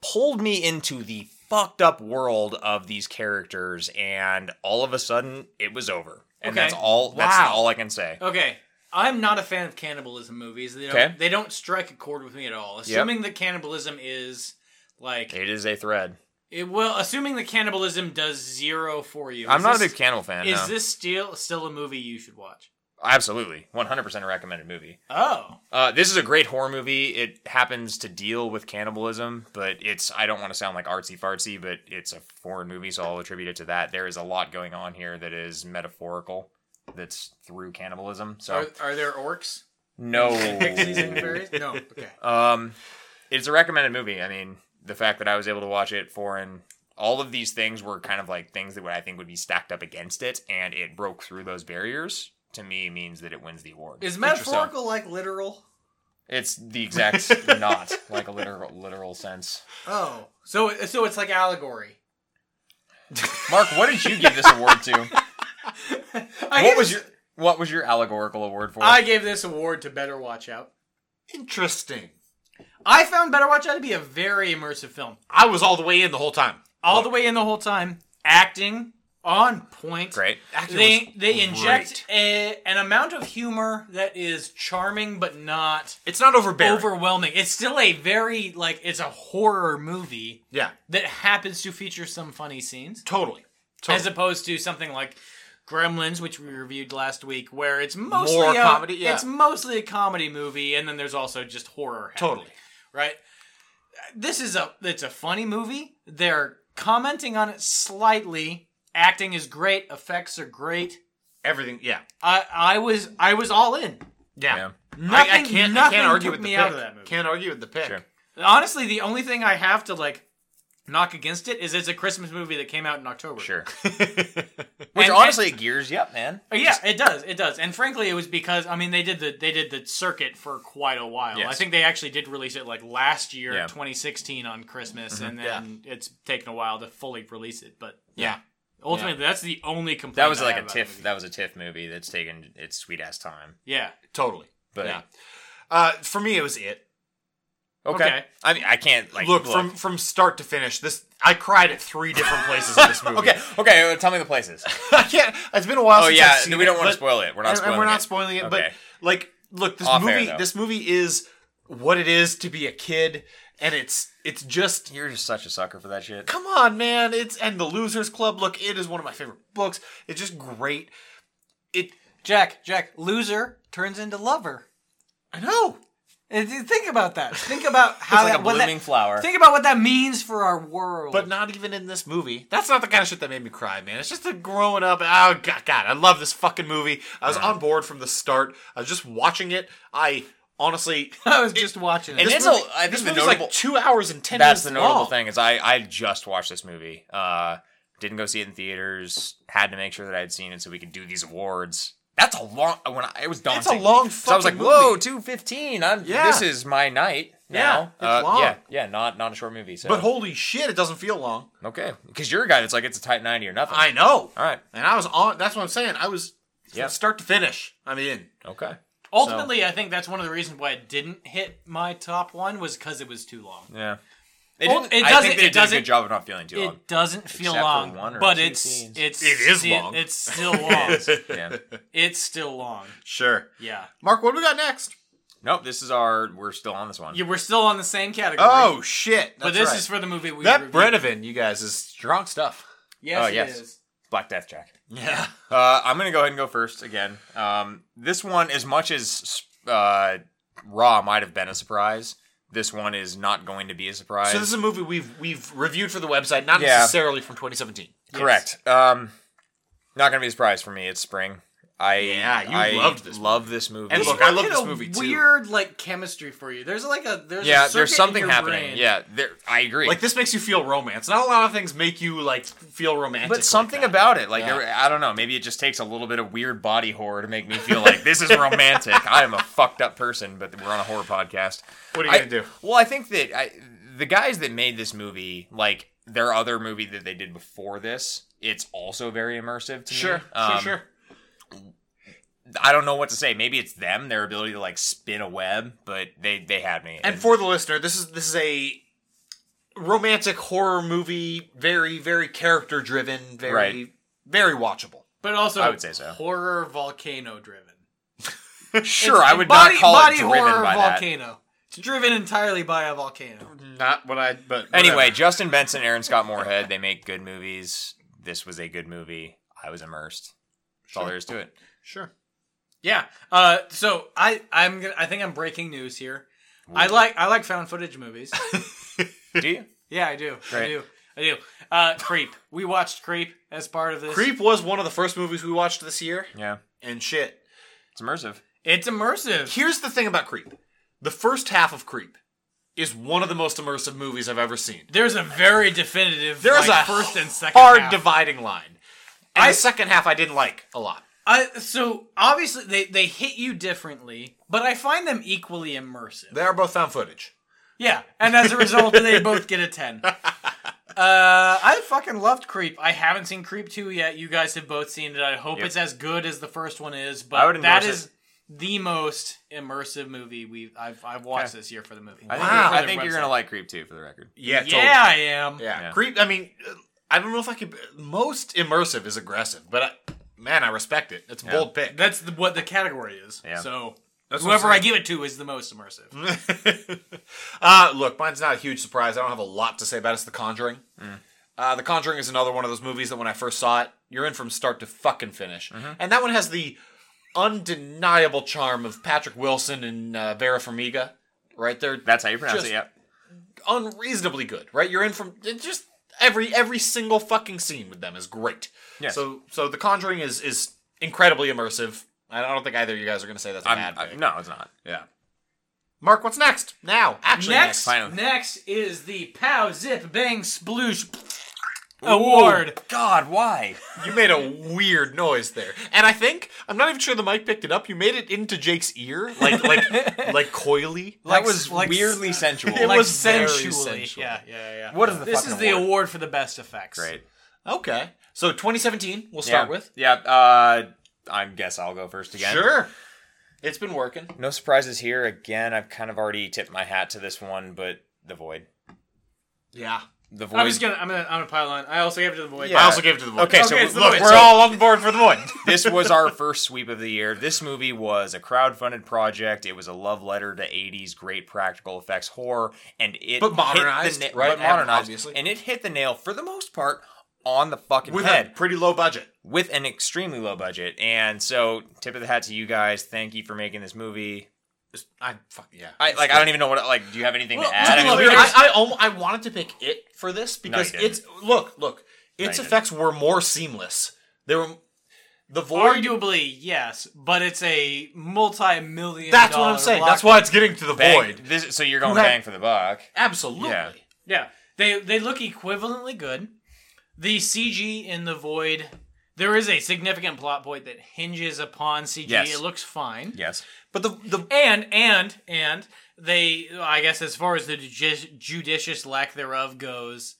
pulled me into the fucked up world of these characters, and all of a sudden, it was over. And
Okay.
that's all. That's
Wow.
all I can say.
Okay. I'm not a fan of cannibalism movies. They don't,
Okay.
they don't strike a chord with me at all. Assuming that cannibalism is like
It is a thread.
it well, assuming that cannibalism does zero for you.
I'm
Is
not a
this-
big Cannibal fan.
Is
no.
this still still a movie you should watch?
Absolutely, 100% a recommended movie.
Oh,
Uh, this is a great horror movie. It happens to deal with cannibalism, but it's I don't want to sound like artsy fartsy, but it's a foreign movie, so I'll attribute it to that. There is a lot going on here that is metaphorical, that's through cannibalism. So
are, are there orcs?
no,
Pixies and fairies? No. Okay.
um, it's a recommended movie. I mean, the fact that I was able to watch it foreign, all of these things were kind of like things that would, I think would be stacked up against it, and it broke through those barriers. To me, means that it wins the award.
Is
Interesting.
metaphorical like literal?
It's the exact not like a literal literal sense.
Oh, so so it's like allegory.
Mark, what did you give this award to?
I
What
gave this-
was your what was your allegorical award for?
I gave this award to Better Watch Out.
Interesting.
I found Better Watch Out to be a very immersive film.
I was all the way in the whole time.
All the way in the whole time, acting on point.
Great.
They they inject a, an amount of humor that is charming but not
It's not overbearing.
overwhelming. It's still a very like it's a horror movie
yeah,
that happens to feature some funny scenes.
totally.
as opposed to something like Gremlins, which we reviewed last week, where it's mostly
More
a,
comedy, yeah.
It's mostly a comedy movie, and then there's also just horror. happening,
Totally.
right. This is a it's a funny movie. They're commenting on it slightly. Acting is great. Effects are great.
Everything. Yeah.
I I was I was all in.
Yeah.
Yeah.
Nothing,
I, I can't. I
nothing
can't argue
took
with the
me
pick.
out of that movie.
Can't argue with the pick.
Sure.
Honestly, the only thing I have to like knock against it is it's a Christmas movie that came out in October.
sure. Which
And-
honestly it gears you up, man.
Uh, Yeah, it does. It does. And frankly, it was because I mean they did the they did the circuit for quite a while.
Yes.
I think they actually did release it like last year,
Yeah.
2016, on Christmas,
Mm-hmm.
and then it's taken a while to fully release it. But
Yeah.
ultimately, that's the only complaint.
That was
I
like
have
a
about the
tiff
movie.
that was a tiff movie that's taken its sweet ass time.
Yeah.
Totally.
But
Yeah. Uh, for me, it was it.
okay.
Okay.
I mean I can't like
Look, from from start to finish, this I cried at three different places in this movie.
Okay, okay, uh, tell me the places.
I can't. It's been a while.
Oh
since
yeah,
I've seen
we don't want
but-
to spoil it. We're not
and,
spoiling
and we're not
it.
spoiling it.
Okay.
But like, look, this
Off air,
movie.
though.
this movie is what it is to be a kid, and it's it's just
You're just such a sucker for that shit.
come on, man. It's and the Losers Club. Look, it is one of my favorite books. It's just great. It.
Jack, Jack, loser turns into lover.
I know.
And th- Think about that. Think about how
It's like
that,
a
what that-
blooming flower.
Think about what that means for our world.
But not even in this movie. That's not the kind of shit that made me cry, man. It's just a growing up. Oh god, god, I love this fucking movie. I was on board from the start. I was just watching it. I honestly,
I was just watching it.
And
this
it's
movie,
a I
this
think the
movie's
notable
like two hours and ten minutes
that's the notable
long.
thing is I I just watched this movie. Uh, didn't go see it in theaters. Had to make sure that I had seen it so we could do these awards. That's a long when I, it was daunting.
It's a long
So I was like,
fucking
whoa,
movie."
two fifteen. I'm
Yeah.
this is my night. Now.
Yeah, it's
Uh,
long.
Yeah, yeah, not not a short movie. So
But holy shit, it doesn't feel long.
okay, because you're a guy that's like it's a tight ninety or nothing.
I know.
All right,
And I was on. That's what I'm saying. I was from
Yeah.
start to finish. I'm in.
okay,
Ultimately, I think that's one of the reasons why it didn't hit my top one was because it was too long.
yeah. It,
Well,
didn't,
it
I
doesn't-
think
it
they did a
doesn't-
good job of not feeling too long.
It doesn't feel
Except for
long,
one or
but
two
it's
scenes.
it's
It is
sti-
long.
It's still long.
yeah.
it's still long.
Sure.
Yeah.
Mark, what do we got next?
Nope. This is our. We're still on this one.
yeah, we're still on the same category.
Oh shit!
but
That's
this
right.
is for the movie we
that
reviewed.
Brenovan, you guys, is strong stuff.
Yes,
Oh,
it
yes.
is.
Black Death Jack.
Yeah.
Uh, I'm gonna go ahead and go first again. Um, this one, as much as uh, Raw might have been a surprise, this one is not going to be a surprise.
So this is a movie we've we've reviewed for the website, not
Yeah.
necessarily from 2017.
correct. Um, not gonna be a surprise for me. It's spring. I
Yeah, you
I
loved this
Love this movie.
And look,
It's
I love
got
this
a
movie, too.
Weird like chemistry for you. There's like a there's a
yeah,
circuit
there's something
in your
happening.
brain.
Yeah, there. I agree.
Like this makes you feel romance. Not a lot of things make you like feel romantic.
but something
like that.
about it, like
Yeah.
there, I don't know, maybe it just takes a little bit of weird body horror to make me feel like this is romantic. I am a fucked up person, but we're on a horror podcast.
What are you
I-
gonna do?
Well, I think that I, the guys that made this movie, like their other movie that they did before this, it's also very immersive to me.
Sure,
Um,
sure,
I don't know what to say. Maybe it's them, their ability to like spin a web, but they they had me.
And for the listener, this is this is a romantic horror movie, very very character driven, very
Right.
very watchable.
But also,
I would say so.
horror volcano driven.
sure,
It's
I would
body,
not call
body
it driven
horror
by that.
volcano. It's driven entirely by a volcano.
Not what I. But
Anyway, Justin Benson, Aaron Scott Moorhead, they make good movies. This was a good movie. I was immersed. That's all there is to it.
sure.
Yeah. Uh, so I I'm gonna, I think I'm breaking news here. I like I like found footage movies.
Do you?
yeah, I do. I
Great.
do. I do. Uh, Creep. We watched Creep as part of this.
Creep was one of the first movies we watched this year,
Yeah,
and shit.
it's immersive.
It's immersive.
Here's the thing about Creep: the first half of Creep is one of the most immersive movies I've ever seen.
There's a very definitive.
There's
like,
a
first and second
hard
half.
dividing line, and the second half I didn't like a lot.
I, so obviously they they hit you differently, but I find them equally immersive.
They are both found footage.
Yeah, and as a result, they both get a ten. Uh, I fucking loved Creep. I haven't seen Creep two yet. You guys have both seen it. I hope it's as good as the first one is.
I would
But that
endorse
is the most immersive movie we I've I've watched this year for the movie.
I think,
Wow.
you're,
For
I
their
think you're
website.
gonna like Creep too, for the record.
Yeah,
Yeah, I am.
Yeah.
Yeah.
Creep. I mean, uh, I don't know if I could. Most immersive is aggressive, but I, man, I respect it. It's a bold pick.
That's the, what the category is.
Yeah.
So
what I'm
whoever I
saying.
give it to is the most immersive.
uh, look, mine's not a huge surprise. I don't have a lot to say about it. It's The Conjuring. Uh, the Conjuring is another one of those movies that when I first saw it, you're in from start to fucking finish. And that one has the undeniable charm of Patrick Wilson and uh, Vera Farmiga, right? They're
That's how you pronounce
Just-
it. Yep.
unreasonably good, right? You're in from it just every every single fucking scene with them is great.
Yes.
So so The Conjuring is is incredibly immersive. I don't think either of you guys are going to say that's a
I'm,
bad
I,
pick.
no, it's not.
Yeah. Mark, what's next? Now, actually,
Next,
next.
finally.
next is the Pow Zip Bang Sploosh Award.
God, why?
You made a weird noise there, and I think I'm not even sure the mic picked it up. You made it into Jake's ear, like like like coyly.
That
Like-
was
like-
weirdly sensual.
It
like
was very
sensually.
sensual.
Yeah, yeah, yeah.
What is the
This
fucking
is the
award?
award for the best effects.
Great.
Okay, so 2017, we'll
Yeah.
start with.
Yeah. Uh, I guess I'll go first again.
Sure, it's been working.
No surprises here. Again, I've kind of already tipped my hat to this one, but the void.
Yeah,
The void.
I'm just gonna, I'm gonna, I'm gonna pile on. I also gave it to the void.
Yeah.
I also gave it to the void.
Okay, so
Okay, it's the
look,
void.
we're
So-
all
on board for the void.
this was our first sweep of the year. This movie was a crowdfunded project. It was a love letter to 80s great practical effects horror, and it
But
hit
modernized,
the na-
right?
But modernized,
Obviously.
and it hit the nail for the most part on the fucking
with
head
a pretty low budget.
with an extremely low budget. And so, tip of the hat to you guys. Thank you for making this movie.
I fuck yeah.
I like. I don't even know what. Like, do you have anything
Well,
to add? I mean,
look,
we
here's-
were just-
I, I, almo- I wanted to pick it for this because
didn't.
it's look look its
you didn't.
effects were more seamless. They were the void.
Arguably, yes, but it's a multi-million.
that's what
dollar
I'm saying.
block-
That's why it's getting to the
bang,
void.
this, so you're going
Right.
bang for the buck.
Absolutely.
Yeah.
Yeah, they they look equivalently good. The CG in the void. There is a significant plot point that hinges upon CG.
Yes.
It looks fine.
Yes.
But the the
And and and they, I guess, as far as the judi- judicious lack thereof goes,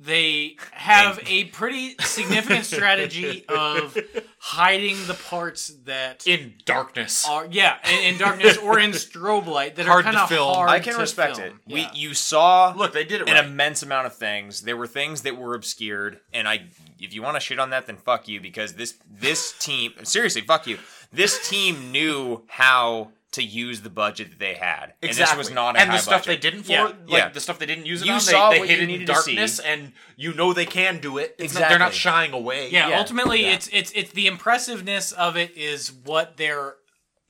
they have a pretty significant strategy of hiding the parts that
in darkness.
are yeah in, in darkness or in strobe light that
Hard
are
to
kind of
film.
hard.
I can
to
respect
film.
it.
Yeah.
We you saw
look, they did it
an
right.
immense amount of things. There were things that were obscured, and I, if you want to shit on that, then fuck you because this this team seriously fuck you. This team knew how to use the budget that they had, and this was not a
and
high
the stuff
budget.
they didn't for
Yeah,
like
yeah.
the stuff they didn't use it
You
on.
saw
they, they
what
hit
you
it in
needed to see.
darkness, and you know they can do it. It's not, they're not
Exactly.
shying away.
yeah,
Yeah.
ultimately
Yeah.
it's it's it's the impressiveness of it is what they're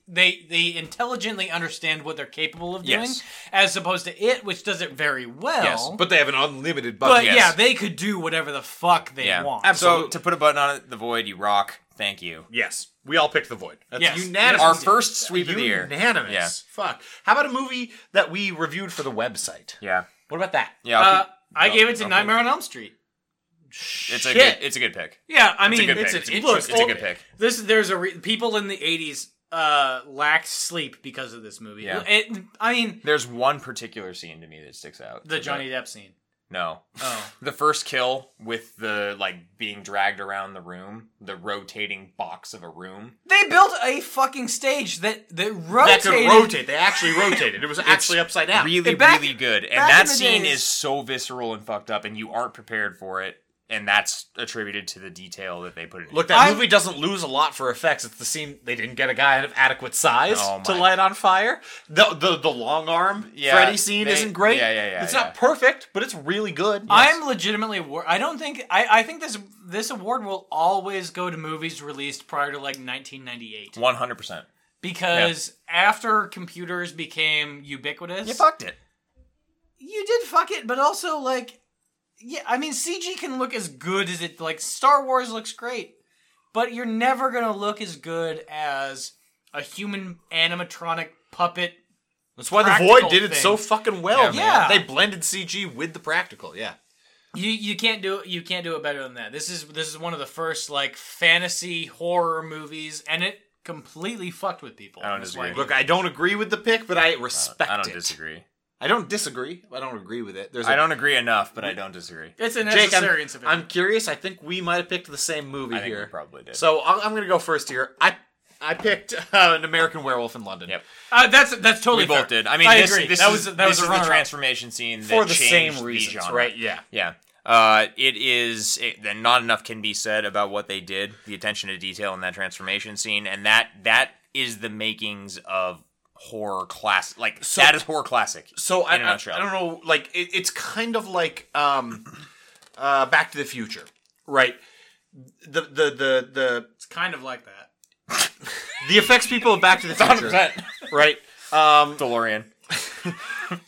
they they intelligently understand what they're capable of doing
Yes.
as opposed to it which does it very well
Yes,
but they have an unlimited
but
budget.
yes.
yeah they could do whatever the fuck they
yeah.
want
So
Absolutely.
to put a button on it, the void, you rock. Thank you.
Yes, we all picked the void. That's
Yes.
unanimous.
Our first sweep of the year.
Unanimous.
Yeah.
Fuck. How about a movie that we reviewed for the website?
Yeah.
What about that?
Yeah. I'll
uh, I
I'll-
gave it to
I'll
Nightmare on Elm Street
keep- it's a
Shit.
good. It's a good pick.
yeah I
It's
mean
a good
it's
pick.
an
It's a-
interesting-
It's a good pick.
oh, This there's a re- people in the 80s uh lacked sleep because of this movie
Yeah.
It- I mean
There's one particular scene to me that sticks out.
the Johnny Depp scene
No.
Oh.
The first kill with the like being dragged around the room, the rotating box of a room.
They built a fucking stage that that rotated.
That could rotate. They actually rotated. It was actually upside down.
Really,
And back-
really good. And
back in
that
the
scene
days-
is so visceral and fucked up, and you aren't prepared for it. And that's attributed to the detail that they put it.
Look, that
I-
movie doesn't lose a lot for effects. It's the scene they didn't get a guy of adequate size
Oh,
to
my-
light on fire. The the, the long arm
Yeah,
Freddy scene
they-
isn't great.
yeah, yeah, yeah,
It's
yeah.
not perfect, but it's really good.
I'm legitimately. Wor- I don't think. I, I think this this award will always go to movies released prior to like 1998
one hundred percent.
because after computers became ubiquitous,
You fucked it.
you did fuck it, but also like, yeah, I mean, CG can look as good as it like Star Wars looks great, but you're never gonna look as good as a human animatronic puppet.
That's why the
practical
Void did it so
thing.
fucking well.
Yeah,
man.
man.
they blended CG with the practical. Yeah,
You you can't do you can't do it better than that. This is this is one of the first like fantasy horror movies, and it completely fucked with people.
I don't
It's
disagree.
like-
look, I don't agree with the pick, but I respect
Uh, I don't
it.
disagree.
I don't disagree. I don't agree with it. There's a
I don't agree enough, but I don't disagree.
it's a
Jake,
necessary
I'm,
incident.
I'm curious. I think we might have picked the same movie
I think
here.
we probably did.
So I'm, I'm going to go first here. I I picked uh, an American Werewolf in London.
Yep.
Uh, that's that's totally
we both
fair.
did. I mean, this,
agree.
this
that
is,
was that
this
was a
is the
runner-up.
transformation scene
for
that
the same
changed the
reasons,
genre.
right? Yeah.
Yeah. Uh, it is. It, then not enough can be said about what they did, the attention to detail in that transformation scene, and that that is the makings of horror class. Like that is horror classic.
So I,
in a
I, I
nutshell.
don't know. Like it, it's kind of like um, uh, Back to the Future, right? The the the the
It's kind of like that.
the effects people of Back to the Future,
100%.
right? Um,
DeLorean,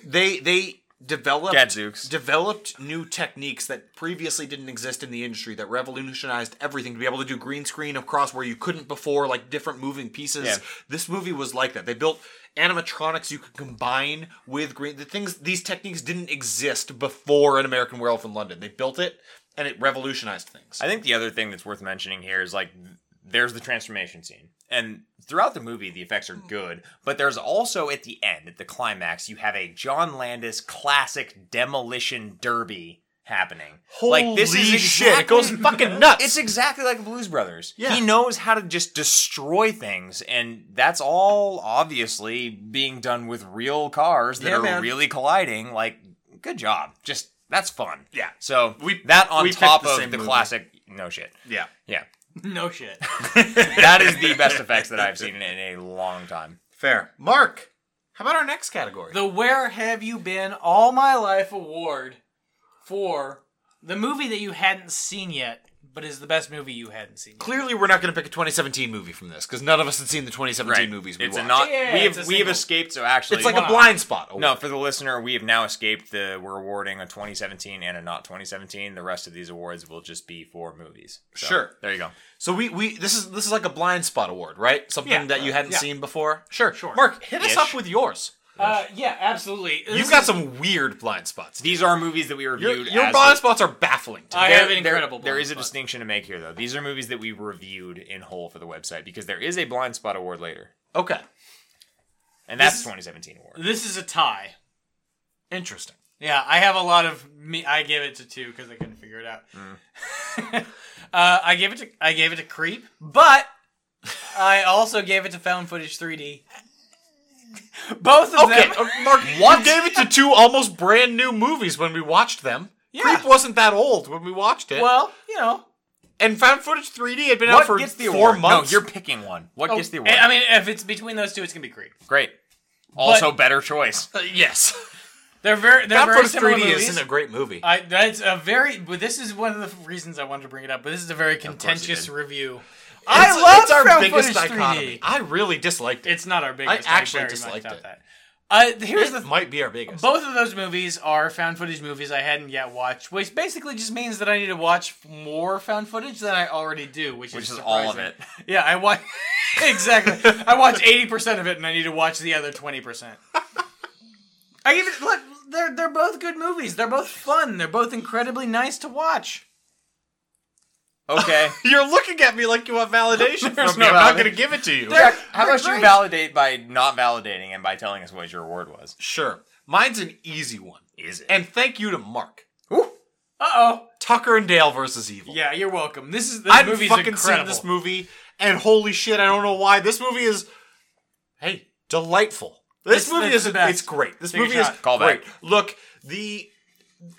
they they developed
Gadzooks.
developed new techniques that previously didn't exist in the industry that revolutionized everything to be able to do green screen across where you couldn't before like different moving pieces
Yeah.
this movie was like that they built animatronics you could combine with green the things these techniques didn't exist before an american werewolf in london they built it and it revolutionized things
I think the other thing that's worth mentioning here is like th- there's the transformation scene. And throughout the movie the effects are good, but there's also at the end, at the climax, you have a John Landis classic demolition derby happening. like this is
Holy shit, it
exactly-
goes fucking nuts.
It's exactly like the Blues Brothers.
Yeah.
He knows how to just destroy things and that's all obviously being done with real cars that
Yeah,
are
man.
really colliding. Like good job. Just that's fun.
Yeah.
So
We-
that on
we picked
top
the
of
same
the
movie.
classic no shit.
yeah
Yeah.
No shit.
that is the best effects that I've seen in a long time.
fair mark how about our next category
the Where Have You Been All My Life award for the movie that you hadn't seen yet, but is the best movie you hadn't seen. Yet.
clearly we're not going to pick a 2017 movie from this because none of us had seen the 2017 movies we
It's a
watched.
not.
Yeah,
we have
it's a
we have
single.
escaped. So actually,
it's like
Wow.
a blind spot award.
no for the listener, we have now escaped the. We're awarding a 2017 and a not 2017. The rest of these awards will just be for movies. So,
Sure.
There you go.
So we we this is this is like a blind spot award, right? Something
Yeah.
that you hadn't
Yeah.
seen before. Sure,
Sure.
Mark, hit us
Ish.
up with yours.
Uh, yeah, absolutely. This
You've got
is-
some weird blind spots. dude.
These are movies that we
your,
reviewed.
your
as
blind
the-
spots are baffling. To me.
I
There-
have an
there-
incredible.
there
blind
is a
spot.
distinction to make here, though. These are movies that we reviewed in whole for the website because there is a blind spot award later,
okay,
and that's 2017 award.
This is a tie.
interesting.
Yeah, I have a lot of me. I gave it to two because I couldn't figure it out.
Mm.
uh, I gave it to I gave it to Creep, but I also gave it to Found Footage 3D. Both of
Okay,
them.
uh, Mark, you gave it to two almost brand new movies when we watched them.
Yeah.
Creep wasn't that old when we watched it.
Well, you know,
and found footage 3D had been out
What
for
gets the
four
award?
months.
No, you're picking one. What gets the award?
I mean, if it's between those two, it's gonna be Creep.
Great. Also, better choice.
Uh, yes,
They're very they're
found
very
footage
similar
3D
movies.
isn't a great movie.
I, that's a very. But this is one of the reasons I wanted to bring it up. But this is a very contentious
did.
review.
It's-
love
it's our
found
biggest
footage 3D.
dichotomy. I really disliked it.
It's not our biggest. I
actually
very much
disliked
doubt
it.
That. Uh, here's the
It might be our biggest.
Both of those movies are found footage movies I hadn't yet watched, which basically just means that I need to watch more found footage than I already do, which,
Which
is,
is all of
surprising.
it.
Yeah, I watch exactly. I watch eighty percent of it, and I need to watch the other twenty percent. I even look. They're they're both good movies. They're both fun. They're both incredibly nice to watch.
Okay.
You're looking at me like you want validation
There's
from me. I'm
no
not
validation.
going to give it to you.
They're-
How
they're
about you
great.
validate by not validating and by telling us what your award was?
Sure. Mine's an easy one.
Is it?
And thank you to Mark.
Ooh,
Uh oh.
Tucker and Dale versus Evil.
Yeah, you're welcome. This is this
I'd
movie's
fucking
incredible.
seen this movie, and holy shit, I don't know why this movie is. Hey, delightful. This
It's-
movie
it's
is
the best.
it's great. This
a
movie is
shot.
Call
great.
back.
Look, the,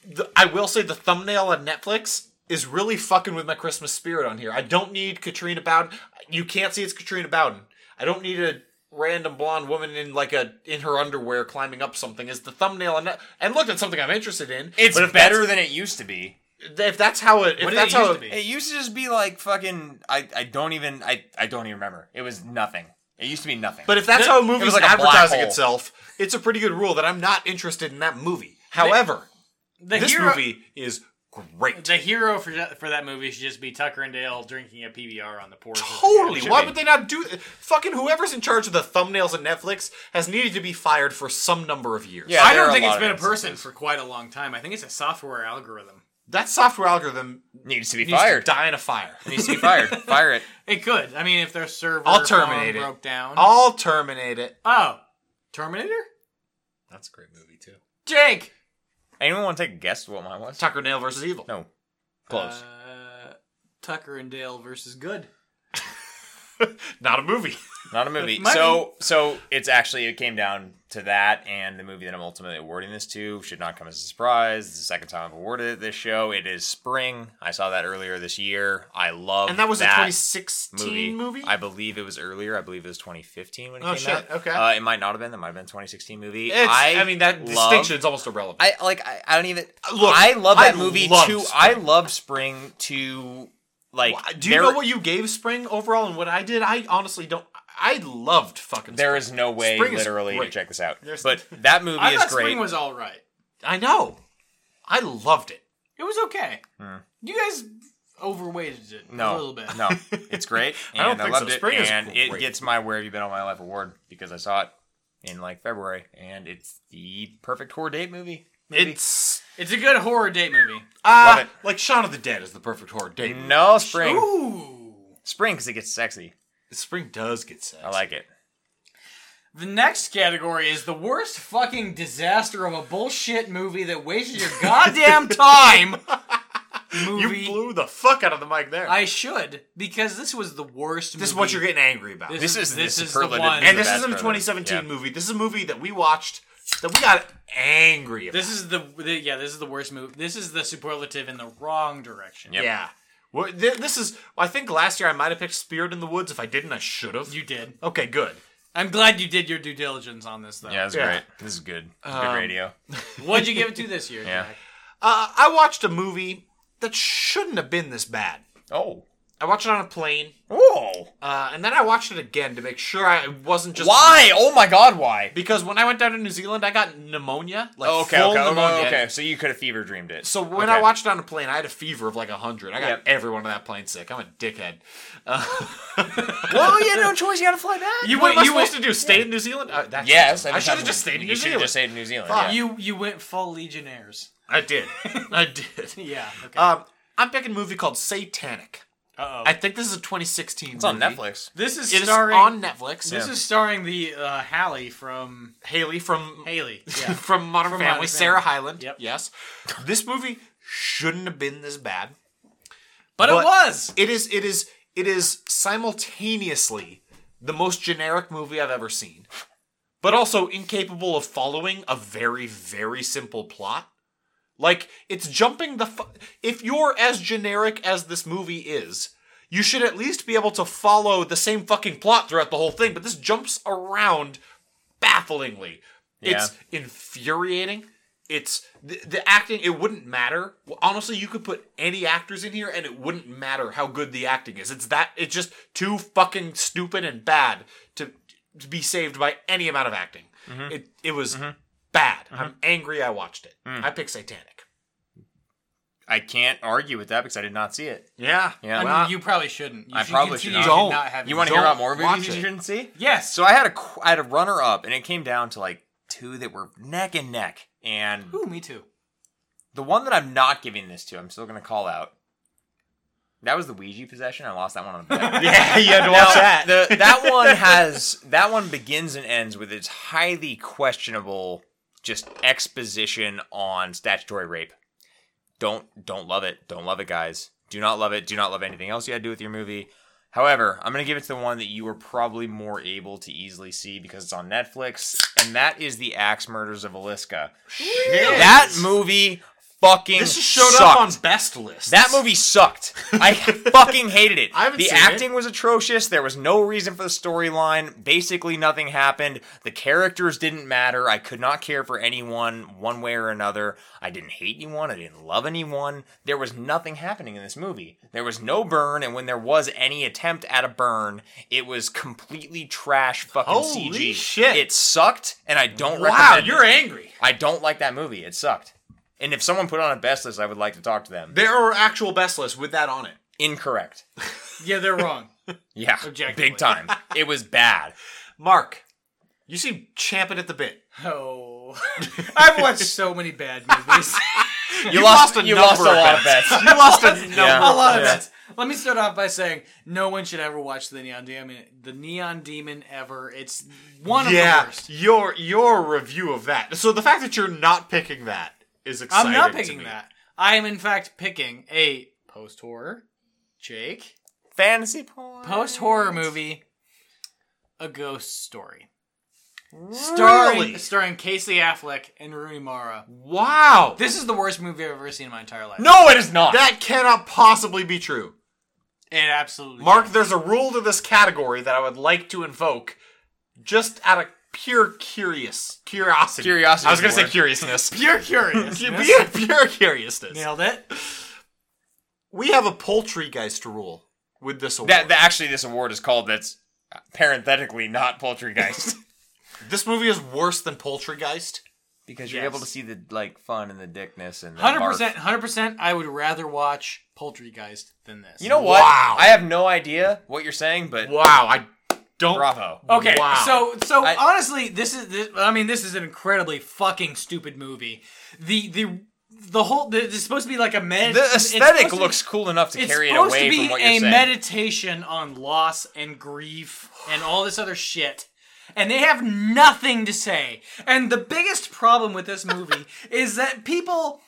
the I will say the thumbnail on Netflix is really fucking with my Christmas spirit on here. I don't need Katrina Bowden. You can't see it's Katrina Bowden. I don't need a random blonde woman in like a in her underwear climbing up something. Is the thumbnail on Net- and look, it's something I'm interested in.
It's
but if
better than it used to be.
that's- if that's how it if
did it
that's how
used to be?
It used to just be like fucking. I, I don't even. I, I don't even remember. It was nothing. It used to be nothing.
But if that's
It
how a movie's
was like a black
advertising
hole.
itself, it's a pretty good rule that I'm not interested in that movie. However,
the
this
hero,
movie is great.
The hero for that, for that movie should just be Tucker and Dale drinking a PBR on the porch.
Totally.
should
Why
be.
would they not do Fucking whoever's in charge of the thumbnails on Netflix has needed to be fired for some number of years.
Yeah.
I
there are
don't
a
think
lot
it's
of
been a person
instances.
for quite a long time. I think it's a software algorithm.
That software algorithm
needs to be
needs
fired.
to die in a fire.
needs to be fired. Fire it.
It could. I mean, if their server
I'll terminate
phone
it.
broke down.
I'll terminate it.
oh, Terminator.
That's a great movie too.
Jake.
Anyone want to take a guess what mine was?
Tucker Nail versus Evil.
No. Close.
Uh, Tucker and Dale versus Good.
Not a movie.
Not a movie.
might
So so it's actually it came down to that and the movie that I'm ultimately awarding this to should not come as a surprise. It's the second time I've awarded it this show. It is spring. I saw that earlier this year. I love
And that was a
that
2016
movie.
movie.
I believe it was earlier. I believe it was 2015 when it
Oh,
came
shit.
out.
Okay.
Uh, it might not have been. That might have been 2016 movie.
It's-
I
I, mean that
love-
distinction is almost irrelevant.
I like. I, I don't even
Look,
I love that
I
movie
love
too.
spring.
I love spring to like.
Wh- do you
there-
know what you gave Spring overall and what I did? I honestly don't. I loved fucking.
There
Spring.
is no way,
Spring is
literally, to
great.
check this out.
There's-
but that movie
I
is
thought
great.
Spring was all right.
I know. I loved it.
It was okay.
Hmm.
You guys overweighted it
no,
a little bit.
no, it's great. And
I
I,
don't think so.
loved it.
Spring is
and it
great.
gets my "Where Have You Been All My Life" award because I saw it in like February, and it's the perfect horror date movie. Maybe.
It's
It's a good horror date movie.
uh,
Love
like Shaun of the Dead is the perfect horror date.
no spring,
Ooh.
spring because it gets sexy.
Spring does get sexy.
I like it.
The next category is the worst fucking disaster of a bullshit movie that wasted your goddamn time.
You
movie.
blew the fuck out of the mic there.
I should because this was the worst.
this is
movie.
what you're getting angry about.
This
this
is the
is the
superlative.
one.
and
the
this
best
isn't a
brother.
2017
Yeah.
movie. This is a movie that we watched that we got angry about.
This is the, the yeah. This is the worst movie. This is the superlative in the wrong direction.
Yep.
Yeah. Well, th- this is. I think last year I might have picked Spirit in the Woods. If I didn't, I should have.
You did.
Okay, good.
I'm glad you did your due diligence on this though.
Yeah, it's
Yeah.
great. This is good. It's good
Um,
radio.
What'd you give it to this year?
Yeah.
Jack?
Uh, I watched a movie that shouldn't have been this bad.
Oh,
I watched it on a plane,
oh,
uh, and then I watched it again to make sure I wasn't just
why? Oh my God, why?
Because when I went down to New Zealand, I got pneumonia, like
Oh, Okay,
full
okay,
pneumonia.
okay, okay. So you could have fever dreamed it.
So when
Okay.
I watched it on a plane, I had a fever of like hundred. I got
Yep.
everyone on that plane sick. I'm a dickhead. Uh,
well, you had no choice. You had to fly back.
you
What
what
am
am
I
I supposed
supposed
to do? Stay in New Zealand? Uh, that's
yes,
I
mean,
should have
that-
just stayed in New
You should
Zealand.
have just stayed in New Zealand.
Fuck.
yeah.
You you went full Legionnaires.
I did. I did.
Yeah. Okay.
Um, I'm picking a movie called Satanic.
Uh
I think this is a 2016.
It's on
movie.
Netflix.
This is
It is
starring
on Netflix.
This is starring the uh, Hallie from
Haley from
Haley. Yeah.
from Modern Family,
From Modern Family.
Sarah Hyland.
Yep.
Yes. This movie shouldn't have been this bad. But-
but, it was.
It is it is it is simultaneously the most generic movie I've ever seen. But also incapable of following a very very simple plot. Like it's jumping the fu- if you're as generic as this movie is, you should at least be able to follow the same fucking plot throughout the whole thing, but this jumps around bafflingly. It's infuriating. It's the, the acting. It wouldn't matter. Well, honestly, you could put any actors in here, and it wouldn't matter how good the acting is. It's that. It's just too fucking stupid and bad to, to be saved by any amount of acting.
Mm-hmm.
It it was bad. I'm angry. I watched it.
Mm.
I picked Satanic.
I can't argue with that because I did not see it.
Yeah.
Yeah.
I
well,
mean, you probably shouldn't. You
I
should
probably
continue
should not.
to
Don't.
not have
You
it.
want to hear
Don't
about more
watch
movies you
it.
shouldn't see?
Yes.
So I had a qu- I had a runner up, and it came down to like two that were neck and neck, and
Ooh, me too.
the one that I'm not giving this to, I'm still gonna call out. That was the Ouija possession. I lost that one on the bet.
yeah. You had to
Now,
watch that.
The, that one has that one begins and ends with its highly questionable just exposition on statutory rape. Don't don't love it. Don't love it, guys. Do not love it. Do not love anything else you had to do with your movie. However, I'm gonna give it to the one that you were probably more able to easily see because it's on Netflix, and that is the Axe Murders of Aliska. That movie fucking
This just showed
sucked.
up on best list.
That movie sucked. I fucking hated it.
haven't
the
seen it.
acting was atrocious. There was no reason for the storyline. Basically, nothing happened. The characters didn't matter. I could not care for anyone one way or another. I didn't hate anyone. I didn't love anyone. There was nothing happening in this movie. There was no burn, and when there was any attempt at a burn, it was completely trash fucking
Holy
CG.
shit.
It sucked, and I don't
Wow,
recommend
you're
it.
angry.
I don't like that movie. It sucked. And if someone put on a best list, I would like to talk to them.
There are actual best lists with that on it.
Incorrect.
Yeah, they're wrong.
Yeah,
Objectively.
big time. It was bad.
Mark, you seem champing at the bit.
oh, I've watched so many bad movies.
You, lost,
lost a
you lost a
number of
lot of bets.
You lost a number.
Yeah.
a lot of
Yeah.
that. Let me start off by saying no one should ever watch the Neon Demon, the Neon Demon ever. It's one of the
Yeah,
worst.
your your review of that. So the fact that you're not picking that is exciting.
I'm not
to
picking
me.
that. I am in fact picking a post horror, Jake,
Fantasy porn.
post horror movie, a ghost story,
Really?
starring starring Casey Affleck and Rooney Mara.
Wow,
This is the worst movie I've ever seen in my entire life.
No, it is not.
that cannot possibly be true.
it absolutely.
Mark, there's a rule to this category that I would like to invoke, just out of pure curious curiosity.
Curiosity
I was gonna
is the
say
word.
curiousness.
you're curious.
pure, pure curiousness.
Nailed it.
We have a poultrygeist rule with this award.
That, that actually, this award is called. That's parenthetically not Poultrygeist
this movie is worse than Poultrygeist.
because
you're able to
see the like fun and the dickness and
Hundred percent, hundred percent. I would rather watch Poultrygeist than this.
You know what?
Wow.
I have no idea what you're saying, but
Wow, I don't.
bravo.
Okay,
Wow.
so so
I-
honestly, this is this, I mean, this is an incredibly fucking stupid movie. The the the whole the, it's supposed to be like a med.
The
it's
aesthetic
supposed to be-
looks cool enough to
It's
carry it
supposed
away
to be
from what you're
a
saying.
meditation on loss and grief and all this other shit. And they have nothing to say. And the biggest problem with this movie is that people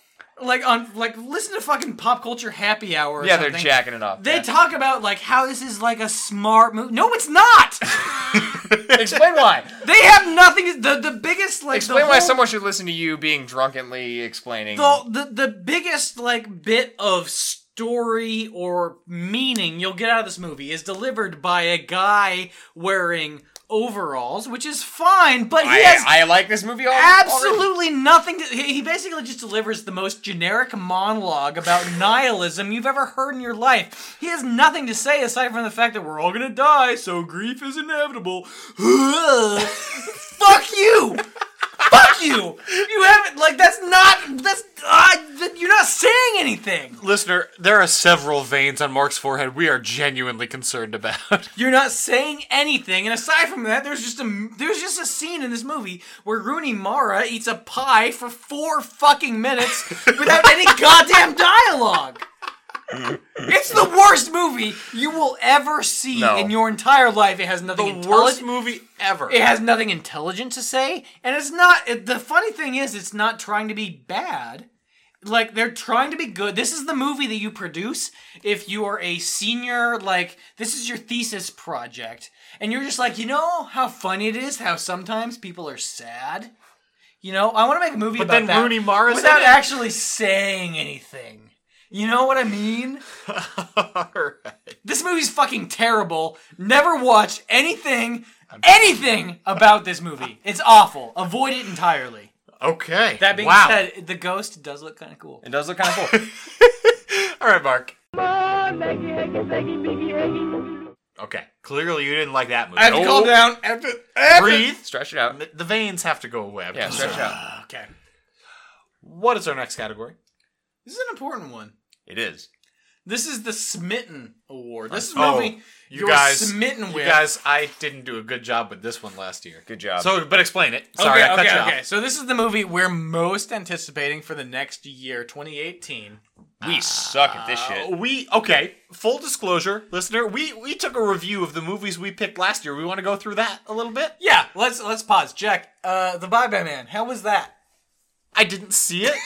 like on like listen to fucking pop culture happy hour. Or
yeah, they're
something.
jacking it off.
They
Yeah.
talk about like how this is like a smart movie. No, it's not.
Explain why.
They have nothing. The the biggest like
Explain
the
why
whole-
someone should listen to you being drunkenly explaining.
the, the the biggest like bit of story or meaning you'll get out of this movie is delivered by a guy wearing overalls, which is fine, but he
I,
has.
I like this movie al- already.
Absolutely nothing. To, he he basically just delivers the most generic monologue about nihilism you've ever heard in your life. He has nothing to say aside from the fact that we're all gonna die, so grief is inevitable. Fuck you! Fuck you! You haven't like that's not that's uh, that- you're not saying anything.
Listener, there are several veins on Mark's forehead we are genuinely concerned about.
You're not saying anything. And aside from that, there's just a there's just a scene in this movie where Rooney Mara eats a pie for four fucking minutes without any goddamn dialogue. It's the worst movie you will ever see
No.
in your entire life. It has nothing
the
intelligent.
worst movie ever.
It has nothing intelligent to say, and it's not. It, the funny thing is, it's not trying to be bad. Like they're trying to be good. This is the movie that you produce if you are a senior. Like this is your thesis project, and you're just like, you know how funny it is how sometimes people are sad. You know, I want to make a movie
But
about
then
that
Rooney Mara's
without
in it?
actually saying anything. You know what I mean? This movie's fucking terrible. Never watch anything, anything about this movie. It's awful. Avoid it entirely.
okay.
That being
wow.
said, the ghost does look kind of cool.
It does look kind of cool.
All right, Mark.
Leggy, leggy, leggy, biggy, leggy.
Okay. Clearly, you didn't like that movie.
I have to calm down.
Breathe.
stretch it out.
The- The veins have to go away. I'm
Yeah,
concerned.
stretch it out.
Okay.
What is our next category?
This is an important one.
It is.
This is the Smitten Award. This is a
Oh,
movie
you
you're
guys-
smitten
You
with.
guys, I didn't do a good job with this one last year.
Good job.
So, but explain it. Sorry,
okay,
I cut
okay,
you off.
okay. So this is the movie we're most anticipating for the next year, 2018.
we suck at this
Oh,
shit.
Uh, We okay. Full disclosure, listener, we we took a review of the movies we picked last year. We want to go through that a little bit.
Yeah, let's let's pause. Jack, uh, the Bye Bye Man. How was that?
I didn't see it.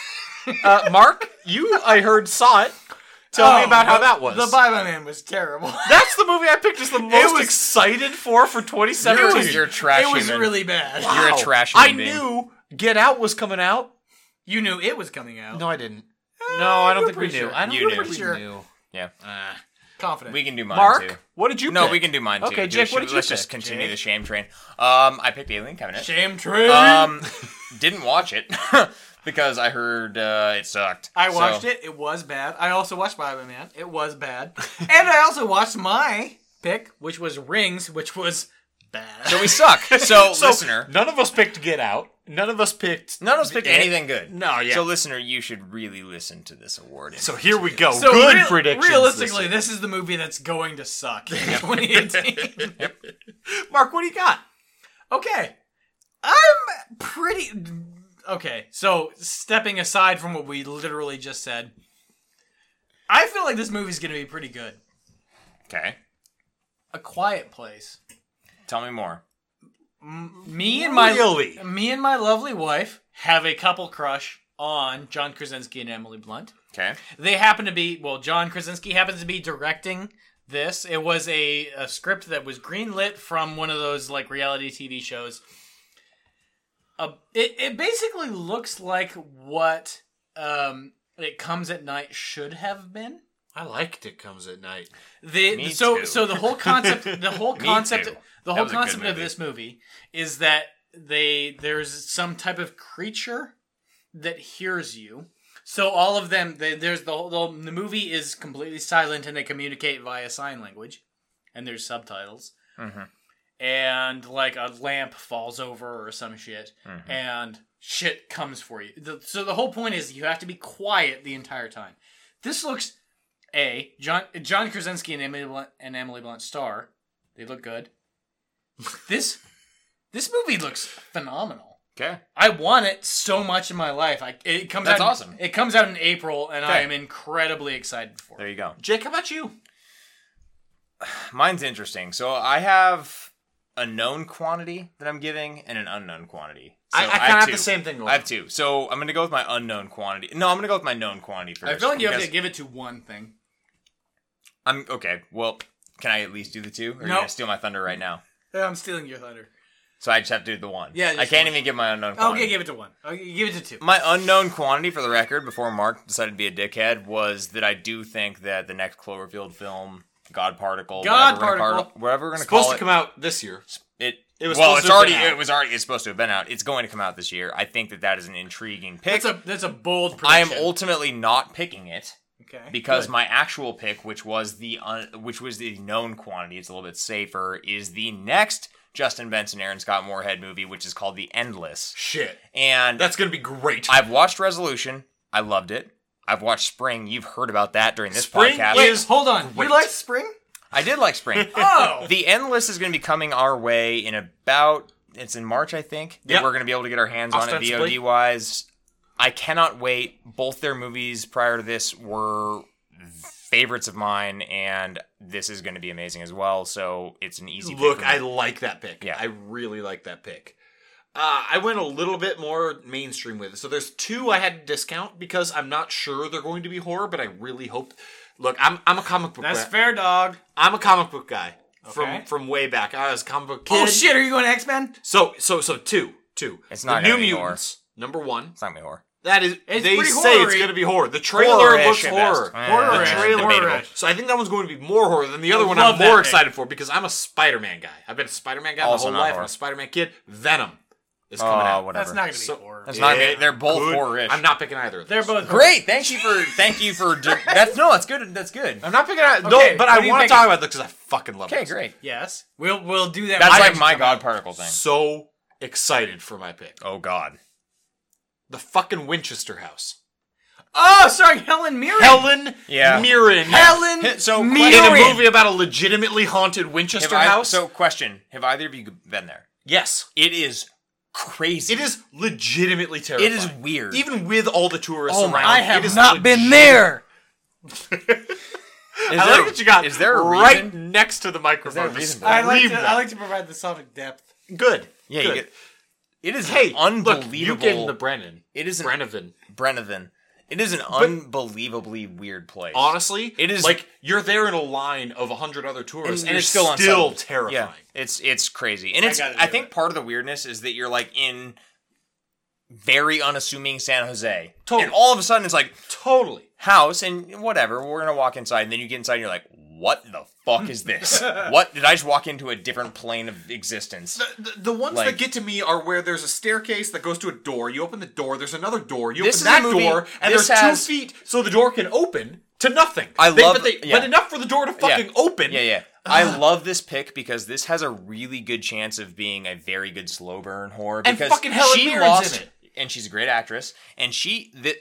Uh, Mark, you I heard saw it. Tell me
Oh,
about how that was.
The Bible Man was terrible.
That's the movie I picked as the most
was-
excited for for 2017.
You're- you're trash
it was
human.
really bad.
You're a
Wow.
trash
I
human being.
knew Get Out was coming out.
You knew it was coming out.
No, I didn't. No, I don't
you
think
were
we knew.
pretty sure.
I don't
You
think
knew.
we
Sure.
knew.
Yeah.
Uh, Confident.
We can do mine too.
Mark, what did you
No,
pick?
we can do mine too.
Okay,
Do-
Jake, what did you
Let's just
pick,
continue
Jake?
the shame train. Um, I picked Alien Cabinet.
Shame train.
Um, didn't watch it because I heard uh, it sucked.
I watched it. It was bad. I also watched Bible Man. It was bad. and I also watched my pick, which was Rings, which was bad.
So we suck. So, listener,
None of us picked Get Out. None of us picked.
none of us picked anything good.
No, yeah.
So listener, you should really listen to this award.
So here we go.
So
Oh, Good
real-
predictions. this
Realistically,
week.
this, is the movie that's going to suck in 2018.
Mark, what do you got?
okay, I'm pretty okay. So stepping aside from what we literally just said, I feel like this movie's going to be pretty good.
okay,
A Quiet Place.
tell me more.
Me and my
Really?
me and my lovely wife have a couple crush on John Krasinski and Emily Blunt.
Okay,
they happen to be well john krasinski happens to be directing this it was a, a script that was greenlit from one of those like reality tv shows uh, it, it basically looks like what um, it comes at night should have been
I liked It Comes at Night.
the
Me
so
too.
so the whole concept the whole
Me
concept
too.
the
That
whole
was a good
concept of
movie.
this movie is that they there's some type of creature that hears you. So all of them they, there's the whole the, the movie is completely silent and they communicate via sign language and there's subtitles.
Mhm.
And like a lamp falls over or some shit
Mm-hmm.
and shit comes for you. The, so the whole point is you have to be quiet the entire time. This looks a John John Krasinski and Emily Blunt, and Emily Blunt star. They look good. This this movie looks phenomenal.
okay,
I want it so much in my life. I, it comes
That's
out.
awesome.
It comes out in April, and I
Okay.
am incredibly excited for
there
it.
you go.
Jake, how about you?
Mine's interesting. So I have a known quantity that I'm giving and an unknown quantity. So
I, I kind of
have
have
two.
the same thing. going
I have two. So I'm gonna go with my unknown quantity. No, I'm gonna go with my known quantity first.
I feel like you have
because
to give it to one thing.
I'm okay. Well, can I at least do the two? Or are you
No.
gonna steal my thunder right now?
I'm stealing your thunder.
So I just have to do the one.
Yeah,
I
just
can't
one.
even give my unknown. Quantity.
Okay, give it to one. Okay, give it to two.
My unknown quantity for the record before Mark decided to be a dickhead was that I do think that the next Cloverfield film, God Particle,
God
whatever we're gonna
Particle.
call- whatever we're gonna
supposed
call
to
it,
come out this year.
It,
It was
well,
supposed
it's
to have
already
been out.
it was already it's supposed to have been out. It's going to come out this year. I think that that is an intriguing pick.
That's a that's a bold
I am
prediction.
ultimately not picking it
Okay.
because my actual pick, which was the un, which was the known quantity, it's a little bit safer, is the next Justin Benson, Aaron Scott Moorhead movie, which is called The Endless.
Shit.
And
That's going to be great.
I've watched Resolution. I loved it. I've watched Spring. You've heard about that during this
Spring
podcast.
Wait,
is
hold on.
great.
You like spring?
I did like Spring.
Oh,
the Endless is going to be coming our way in about it's in March, I think. that
Yep.
We're going to be able to get our hands on it
Ostensibly.
VOD wise. I cannot wait. Both their movies prior to this were favorites of mine, and this is going to be amazing as well. So it's an easy pick
Look,
for me.
I like that pick.
Yeah.
I really like that pick. Uh, I went a little bit more mainstream with it. So there's two I had to discount because I'm not sure they're going to be horror, but I really hope. Look, I'm I'm a comic book.
that's
guy.
fair, dog.
I'm a comic book guy
Okay.
from from way back. I was a comic book kid.
Oh shit, are you going to X Men?
So so so two two.
It's not
the
gonna
New
be horror.
Mutants. Number one.
it's not going to be horror.
That is.
It's
they
pretty
say it's
horror-y.
going to be horror. The trailer looks
Horror-ish at best.
horror.
Eh,
Horror-ish.
that's
Trailer-
debatable.
Horror-ish.
So I think that one's going to be more horror than the other one.
Love
I'm more
that pick.
excited for because I'm a Spider-Man guy. I've been a Spider-Man guy
Also
my
not
whole life.
horror.
I'm a Spider-Man kid. Venom is
Oh,
coming out.
whatever.
That's not going to be
So-
horror.
That's not.
It
They're both
could-
horror-ish.
I'm not picking either. Of
They're
those.
both
Great. Thank you for. Thank you for. di- that's no. That's good. That's good.
I'm not picking either.
Okay,
no, but
what do
I
you
want to
picking?
talk about it because I fucking love.
Okay.
this.
Great.
Yes, we'll we'll do that.
That's
when
like
it
my
comes
God
out.
particle thing.
So excited for my pick.
Oh God.
The fucking Winchester House.
Oh, sorry, Helen Mirren.
Helen
Yeah.
Mirren.
Helen.
Hit- So
in
question-
a movie about a legitimately haunted Winchester
Have I-
house.
So, question: Have either of you been there?
yes,
It is crazy.
it is legitimately terrifying.
It is weird.
even with all the tourists
Oh my-
around.
I
it is legit-
there.
Is
I
there-
like that you got.
Is there a
right
reason?
next to the
there a
microphone?
reason
Just
for that?
I like
leave
to,
that.
I like to provide the sonic depth.
good.
Yeah, you
good.
get, it is
hey,
unbelievable.
Look, you gave him the Brennan.
it is an,
Brennan.
Brenovan. It is an unbelievably weird place.
Honestly,
It is-
like you're there in a line of a hundred other tourists, and,
you're
it's
still
still,
on
still
something.
terrifying.
yeah, it's it's crazy, and it's
gotta
I,
do
think part of the weirdness is that you're like in very unassuming San Jose,
Totally.
and all of a sudden it's like
Totally.
house and whatever. We're gonna walk inside, and then you get inside, and you're like, what the fuck is this? what did I just walk into a different plane of existence?
The, the ones
Like-
that get to me are where there's a staircase that goes to a door. You open the door, there's another door. You
This
open
is
that
a movie-
door, and
this
there's
has-
two feet, so the door can open to nothing.
I
They-
love-
but, they,
yeah.
but enough for the door to fucking
Yeah.
open.
Yeah, yeah. I love this pick because this has a really good chance of being a very good slow burn horror.
And
Because
fucking Helen
she
Mirren's
lost,
in it.
and she's a great actress. And she the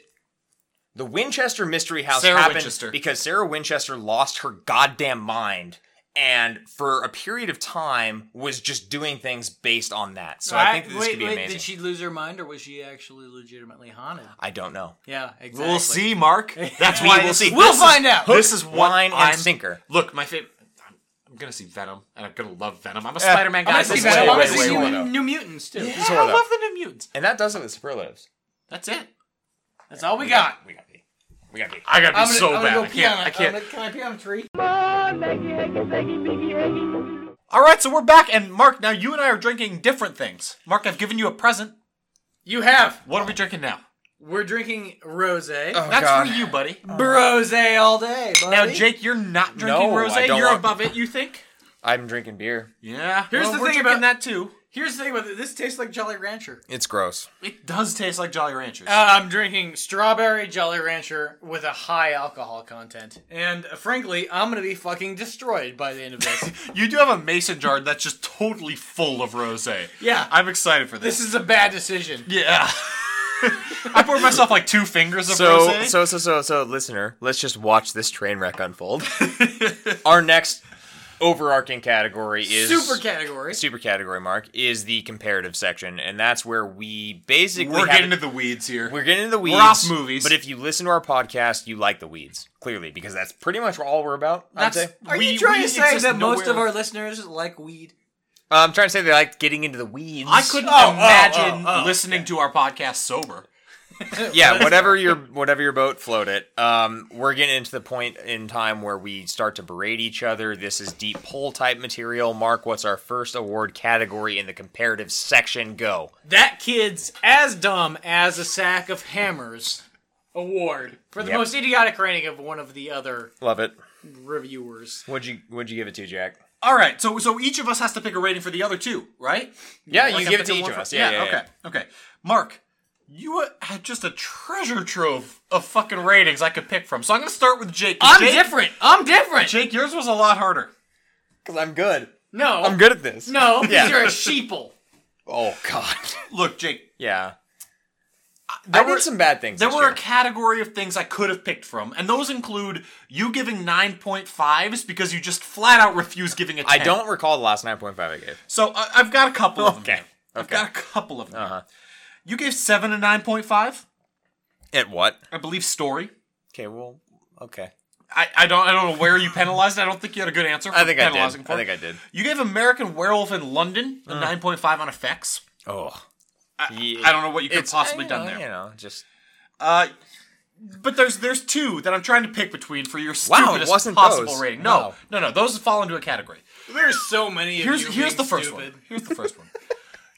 the Winchester Mystery House
Sarah
happened
Winchester.
because Sarah Winchester lost her goddamn mind. And for a period of time, was just doing things based on that. So I, think that this
wait,
could be
wait,
amazing.
Did she lose her mind, or was she actually legitimately haunted?
I don't know.
Yeah, exactly.
We'll see, Mark. That's
We
why
will
this-
see.
We'll find out.
This is what
Wine
I'm,
and sinker.
Look, my favorite. I'm, I'm gonna see Venom, and I'm gonna love Venom. I'm a
Eh,
Spider-Man
I'm
guy.
I
gonna
so
see
Wait,
that.
wait,
I want
wait,
to
wait,
see
hold
New,
up.
New Mutants too.
Yeah, I
Hold up.
love the New Mutants.
And that does it with superlatives.
That's it.
That's all we got.
We got to be. We got to be.
I gotta be
I'm gonna,
so
I'm
bad.
gonna go
I
pee
can't.
on
I
it.
can't.
I'm gonna- can I pee on a tree?
Come on, Maggie, Maggie, Maggie, Maggie, Maggie.
All right, so we're back, and Mark, now you and I are drinking different things. Mark, I've given you a present.
You have.
What are we drinking now?
We're drinking rosé.
That's for you, buddy.
Uh, Brosé all day, buddy.
Now, Jake, you're not drinking
No, I
rosé.
don't
You're
want-
above it. You think?
I'm drinking beer.
Yeah.
Here's
well,
the
we're
thing
drinking
about-
that too.
Here's the thing about it. This tastes like Jolly Rancher.
It's gross.
It does taste like Jolly Ranchers.
Uh, I'm drinking strawberry Jolly Rancher with a high alcohol content, and uh, frankly, I'm gonna be fucking destroyed by the end of this.
you do have a mason jar that's just totally full of rosé.
Yeah.
I'm excited for this.
this is a bad decision.
yeah. I poured myself like two fingers of
So,
rosé.
so, so, so, so, listener, let's just watch this train wreck unfold. Our next overarching category is
Super category.
super category. Mark is the comparative section, and that's where we basically
we're
have-
getting into the weeds here.
we're getting into the weeds.
off movies.
but if you listen to our podcast, you like the weeds clearly because that's pretty much all we're about. I'd
That's-
say.
Are
We-
you trying
we
to say
exist
that most of
nowhere.
our listeners like weed?
Uh, I'm trying to say they like getting into the weeds.
I couldn't
Oh, oh,
imagine
oh, oh.
listening to our podcast sober.
yeah, whatever your whatever your boat, float it. Um, we're getting into the point in time where we start to berate each other. This is deep poll type material. Mark, what's our first award category in the comparative section? Go.
That kid's as dumb as a sack of hammers award for the
Yep.
most idiotic rating of one of the other
Love it.
reviewers.
Would you Would you give it to Jack?
All right, so so each of us has to pick a rating for the other two, right?
Yeah,
Like
you
I'm
give it to
picking
each
one
of
for-
us. Yeah, yeah,
okay, okay. Mark, you uh, had just a treasure trove of fucking ratings I could pick from. So I'm gonna start with Jake. 'cause
I'm
Jake,
different. I'm different.
Jake, yours was a lot harder.
Because I'm good.
No,
I'm good at this.
No,
Yeah.
you're a sheeple.
Oh God.
Look, Jake,
yeah.
there
I
were-
did some bad things.
There
this
were
year.
a category of things I could have picked from, and those include you giving 9.5s because you just flat out refuse giving a 10.
I don't recall the last nine point five I gave.
So I I've got a couple of them.
Okay,
here. I've
okay.
got a couple of them.
Uh-huh.
You gave 7 and 9.5,
At what?
I believe, story.
Okay. Well. Okay.
I, I don't I don't know where you penalized. I don't think you had a good answer. For
I think I did. I
penalizing for it.
think I Mm. did.
You gave American Werewolf in London a 9.5 on effects.
Oh.
I,
Yeah.
I don't know what you could have
It's-
possibly
I
done
know,
there.
You know, just
Uh, but there's there's two that I'm trying to pick between for your
Wow, it
stupidest
wasn't
possible
those.
rating.
Wow.
No, no, no. Those fall into a category.
There's so many of
Here's
you.
here's
being
the first
stupid.
one. Here's the first one.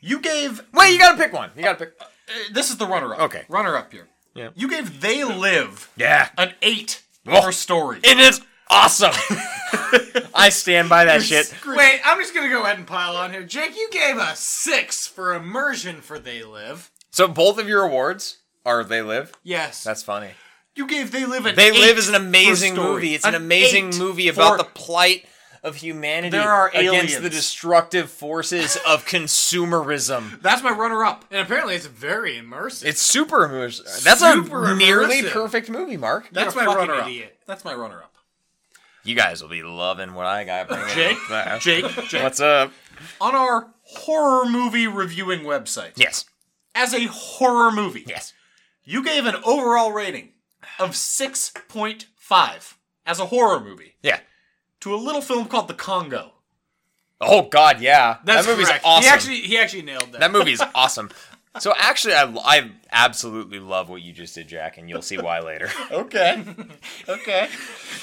You gave
wait. You gotta pick one. You gotta pick.
uh, this is the runner up.
Okay.
runner up here.
Yeah.
You gave They Live
Yeah.
an eight
Oh.
for story.
It is awesome. I stand by that shit.
Wait, I'm just gonna go ahead and pile on here. Jake, you gave a six for immersion for They Live.
So both of your awards are They Live.
Yes.
That's funny.
You gave They Live an
They
eight
Live is an
for
amazing
story.
movie. It's an,
An
amazing
eight
movie about
for-
the plight of humanity
There are
against the
aliens.
destructive forces of consumerism.
That's my runner up.
and apparently it's very immersive.
It's super immersive. That's
Super
a nearly
immersive.
perfect movie, Mark.
That's
You're a
my
fucking
runner up.
idiot.
That's my runner up.
You guys will be loving what I got. bringing
Jake,
up.
Jake, Jake.
What's up?
On our horror movie reviewing website,
Yes.
as a horror movie,
Yes.
You gave an overall rating of 6.5 as a horror movie
Yeah.
to a little film called The Congo.
Oh God, yeah.
That's
that movie's
correct.
awesome.
He actually he actually nailed that.
That movie is awesome. So actually, I, I absolutely love what you just did, Jack, and you'll see why later.
Okay. okay.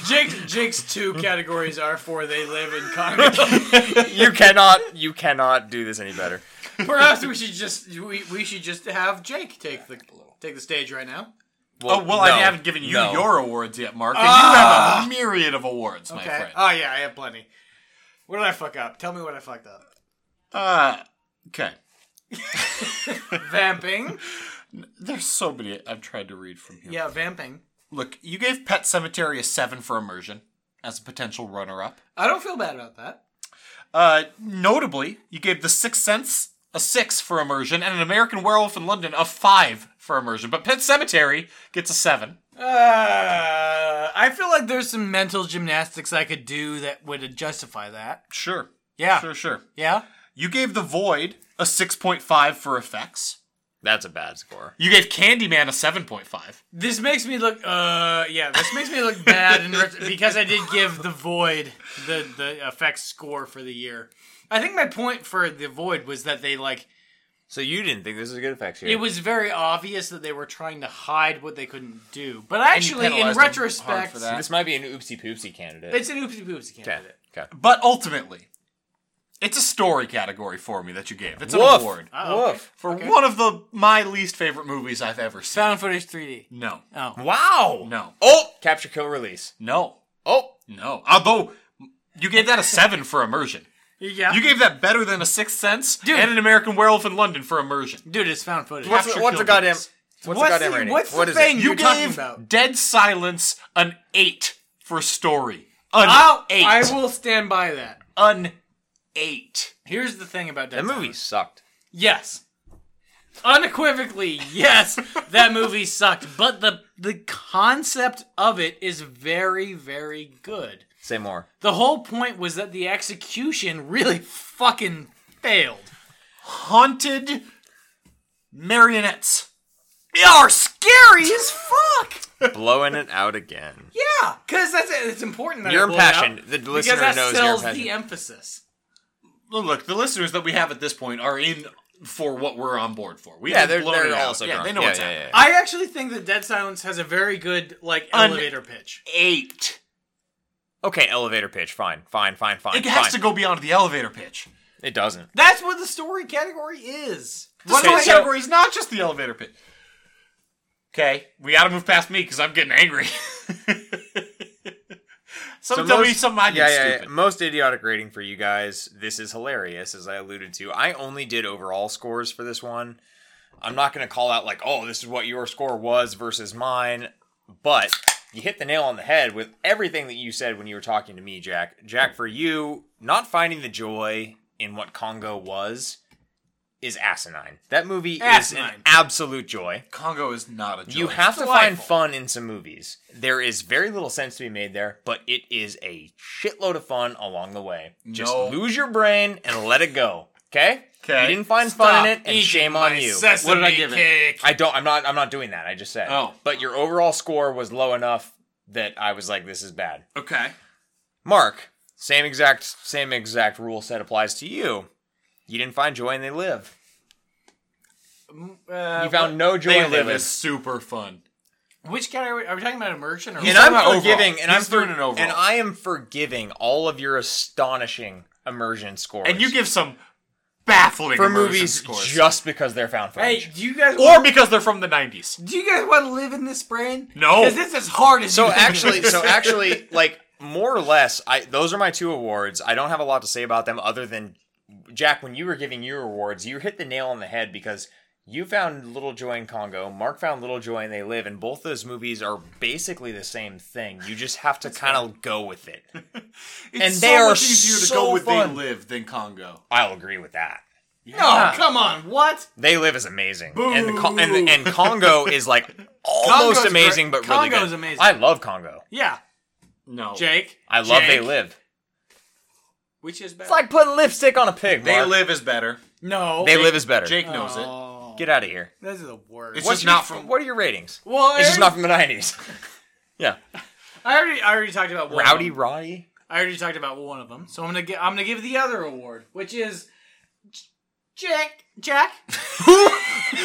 Jake, Jake's two categories are for they live in comedy.
you cannot, you cannot do this any better.
Perhaps we should just we, we should just have Jake take the take the stage right now.
Oh, well, I
no,
haven't given you
no.
your awards yet, Mark. And you have a myriad of awards, my
Okay.
friend.
Oh yeah, I have plenty. What did I fuck up? Tell me what I fucked up.
Uh, okay.
Vamping.
There's so many I've tried to read from here.
Yeah, vamping.
Look, you gave Pet Cemetery a seven for immersion as a potential runner-up.
I don't feel bad about that.
Uh, notably, you gave The Sixth Sense a six for immersion and An American Werewolf in London a five for immersion. But Pet Cemetery gets a seven.
Uh, I feel like there's some mental gymnastics I could do that would justify that.
Sure.
Yeah.
Sure, sure.
Yeah.
You gave The Void a 6.5 for effects.
That's a bad score.
You gave Candyman a 7.5.
This makes me look. Uh, yeah. This makes me look bad in ret- because I did give the void the the effects score for the year. I think my point for the void was that they like
So you didn't think this was a good effects here?
it was very obvious that they were trying to hide what they couldn't do. But actually, in
penalized them hard
retrospect,
for that.
This might be an oopsie poopsie candidate.
it's an oopsie poopsie
okay.
candidate.
okay.
But ultimately, it's a story category for me that you gave. It's an
Woof.
award
Oh, okay.
Woof.
for one of the my least favorite movies I've ever seen.
Found footage 3D.
No.
Oh,
Wow.
No.
Oh, capture kill release.
No.
Oh,
No. Although you gave that a 7 for immersion.
yeah.
You gave that better than a Sixth Sense
Dude.
and an American Werewolf in London for immersion.
Dude, it's found footage.
what's,
Capture
the, what's
kill
the goddamn?
release.
What's,
What's
the goddamn
the-
rating?
what's the
What is
thing?
It?
You
You're talking
gave
about-
Dead Silence an 8 for story. An
I'll,
8.
I will stand by that.
An 8.
Here's the thing about Dead
That movie
Silence.
sucked.
Yes. Unequivocally, yes, that movie sucked. But the the concept of it is very, very good.
Say more.
The whole point was that the execution really fucking failed.
haunted marionettes. They are scary as fuck.
Blowing it out again.
Yeah, because that's it. It's important that I
You're
blow it out,
impassioned. The listener
because that
knows you're
sells
impassioned.
the emphasis.
Well, look, the listeners that we have at this point are in for what we're on board for. We
Yeah,
have
they're,
blown
they're
it out.
also
yeah,
drunk.
they know
yeah,
what's
yeah,
happening.
yeah,
I actually think that Dead Silence has a very good like
Un-
elevator pitch.
Eight.
yeah. Okay, elevator pitch. Fine, fine, fine, fine.
It has
fine.
to go beyond the elevator pitch.
It doesn't.
That's what the story category is.
The
Okay,
story
so-
category is not just the elevator pitch. Okay, we gotta move past me because I'm getting angry. Someone tell me something I did
yeah, yeah, yeah.
stupid.
Most idiotic rating for you guys. This is hilarious, as I alluded to. I only did overall scores for this one. I'm not going to call out like, oh, this is what your score was versus mine, but you hit the nail on the head with everything that you said when you were talking to me, Jack. Jack, for you, not finding the joy in what Congo was is asinine. That movie is an
Asinine.
absolute joy.
Congo is not a joke.
You have to find
Delightful.
fun in some movies. There is very little sense to be made there, but it is a shitload of fun along the way. Just
No.
lose your brain and let it go. Okay?
'Kay.
You didn't find
Stop
fun in it, and
eating
shame on
my
you.
Sesame
What did I give it?
cake.
I don't. I'm not. I'm not doing that. I just said.
Oh.
But your overall score was low enough that I was like, this is bad.
okay.
Mark, same exact same exact rule set applies to you. You didn't find joy in They Live.
Uh,
You found no joy
They
in They
live is
Live.
super fun.
Which category are we talking about? Immersion or
And
talking
I'm
about overall.
forgiving, and
He's
I'm for-
doing an overall.
and I am forgiving all of your astonishing immersion scores.
And you give some baffling
for
immersion
movies
scores.
just because they're found
hey,
footage.
do you guys
or because they're from the 90s.
do you guys want to live in this brain?
No.
because this is hard as
so
you
actually, so actually, like more or less, I those are my two awards. I don't have a lot to say about them other than Jack. When you were giving your awards, you hit the nail on the head because you found Little Joy in Congo. Mark found Little Joy and They Live, and both those movies are basically the same thing. You just have to kind of go with it.
It's
And
so
they are
much easier to
so
go with
fun.
They Live than Congo.
I'll agree with that.
no, come on, what?
They Live is amazing, and the Con- and, the- and Congo is like almost
Congo's
amazing,
great.
but really
Congo's
good.
amazing.
I love Congo.
Yeah,
No.
Jake.
I love
Jake,
They Live.
Which is better?
It's like putting lipstick on a pig.
They
Mark.
Live is better.
no,
They Live is better.
Jake knows it.
Oh,
get out of here.
this is the worst.
It's
What's
just
your-
not from.
What are your ratings?
well,
It's just
I-
not from the nineties. yeah,
I already, I already talked about one of
Rowdy
them.
Roddy.
I already talked about one of them, so I'm gonna give, I'm gonna give the other award, which is J- Jack, Jack,
Who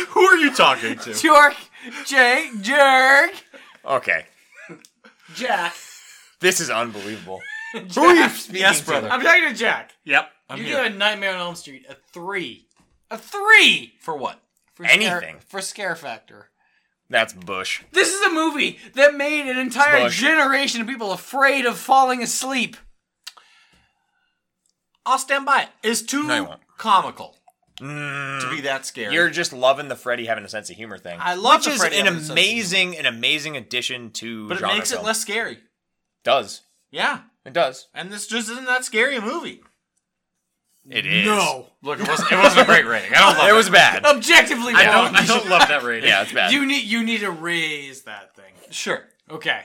Who are you talking to?
Jork, Jake, Jerk,
Okay,
Jack.
this is unbelievable.
Who are you speaking
Yes,
to?
brother.
I'm talking to Jack.
Yep. I'm
you
here.
do a Nightmare on Elm Street, a three, a three
For what?
for
Anything.
scare, for scare factor.
That's Bush.
This is a movie that made an entire
Smush.
generation of people afraid of falling asleep.
I'll stand by it. Mm. It's too
No, you won't.
comical to be that scary.
You're just loving the Freddy having a sense of humor thing.
I love
which
the
is
Freddy
an
having a sense of
amazing, an amazing addition to.
but it
genre
makes it
film.
less scary.
Does
Yeah.
it does?
And this just isn't that scary a movie.
It is.
Look, it wasn't, it wasn't a great rating. I don't love
it was bad.
objectively
I
wrong.
don't, I don't love that rating.
yeah, it's bad.
you need you need to raise that thing.
Sure.
Okay,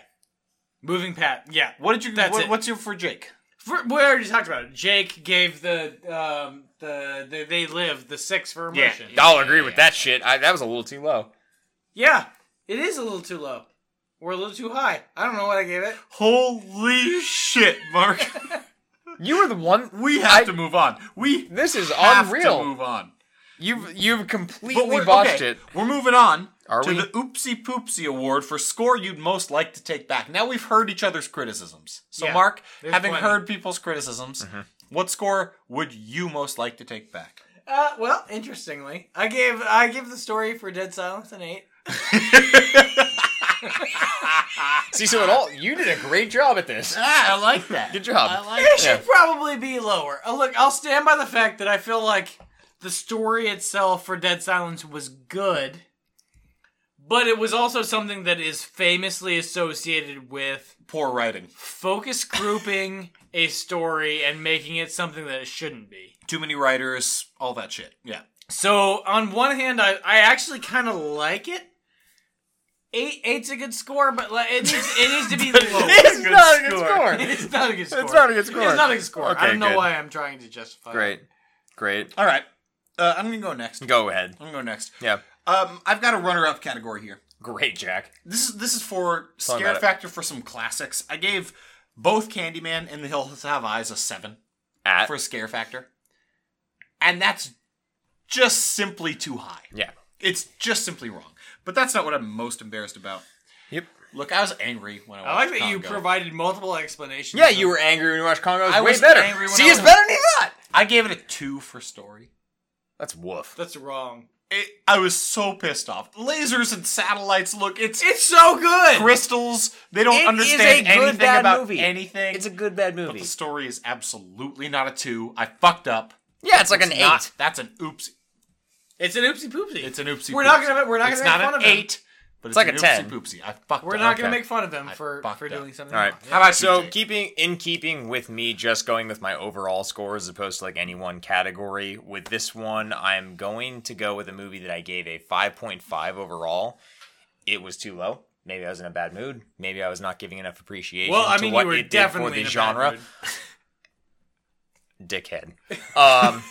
moving pat. Yeah,
What did you?
That's
what-
it.
What's your for Jake?
For, we already talked about it. Jake gave the um the, the they live the six for immersion.
I'll agree with that shit. I, that was a little too low.
Yeah, it is a little too low. We're a little too high. I don't know what I gave it.
Holy shit, Mark!
You were the one.
We have to move on. We
This is
have
unreal.
to move on.
You've you've completely
We
botched it.
We're moving on
Are
to
we?
the Oopsie Poopsie Award for score you'd most like to take back. Now we've heard each other's criticisms. So,
Yeah,
Mark,
there's
having
plenty.
heard people's criticisms,
Mm-hmm.
what score would you most like to take back?
Uh, well, interestingly, I gave I give the story for Dead Silence an eight.
See, so it all you did a great job at this.
Ah, I like that.
Good job.
It
Yeah.
should probably be lower. Uh, look, I'll stand by the fact that I feel like the story itself for Dead Silence was good, but it was also something that is famously associated with
Poor writing.
focus grouping a story and making it something that it shouldn't be.
Too many writers. All that shit. Yeah.
So on one hand, I, I actually kind of like it. Eight eight's a good score, but like, it, needs, it needs to be lower.
It's not a good score.
It's not a good score.
It's not a good score.
It's not a good score.
Okay,
I don't know
good.
why I'm trying to justify. it.
Great, great.
All right. Uh, I'm gonna go next. I'm
Go ahead.
gonna go next.
Yeah,
Um, I've got a runner-up category here.
great, Jack.
This is this is for
Tell me
scare
about it.
factor for some classics. I gave both Candyman and The Hills Have Eyes a seven.
At
for scare factor. And that's just simply too high.
yeah,
It's just simply wrong. But that's not what I'm most embarrassed about.
yep.
Look, I was angry when I
I
watched
like that you
Congo.
provided multiple explanations.
Yeah, you were angry when you watched Congo. It was
I
way
was
better.
angry when
See,
I
it's
was-
better than you thought.
I gave it a two for story.
That's woof.
That's wrong.
It, I was so pissed off. Lasers and satellites. Look, it's
It's so good.
crystals. They don't
It is
understand
a good,
anything
bad
about
movie.
anything.
It's a good bad
the
movie.
story is absolutely not a two. I fucked up.
Yeah, it's like an
Not-
eight.
that's an oops.
It's an oopsie poopsie.
It's an oopsie.
We're not
poopsie.
gonna- we're not
It's
gonna make
not
fun
an
of him.
eight, but it's,
like
an
a
Oopsie
10.
poopsie. I fucked
we're
up.
not gonna
okay.
make fun of him for
fucked
for
up.
doing something.
All right.
wrong.
How about you,
So
Jake?
keeping in keeping with me just going with my overall score as opposed to like any one category, with this one I'm going to go with a movie that I gave a 5.5 overall. It was too low. Maybe I was in a bad mood. Maybe I was not giving enough appreciation
Well, I
to
mean,
what
you were
it did for
definitely
the
in a bad
genre.
mood.
Dickhead. Um,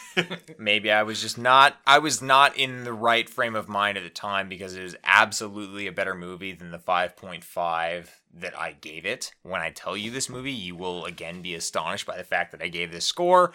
maybe I was just not I was not in the right frame of mind at the time because it is absolutely a better movie than the 5.5 that I gave it. When I tell you this movie, you will again be astonished by the fact that I gave this score.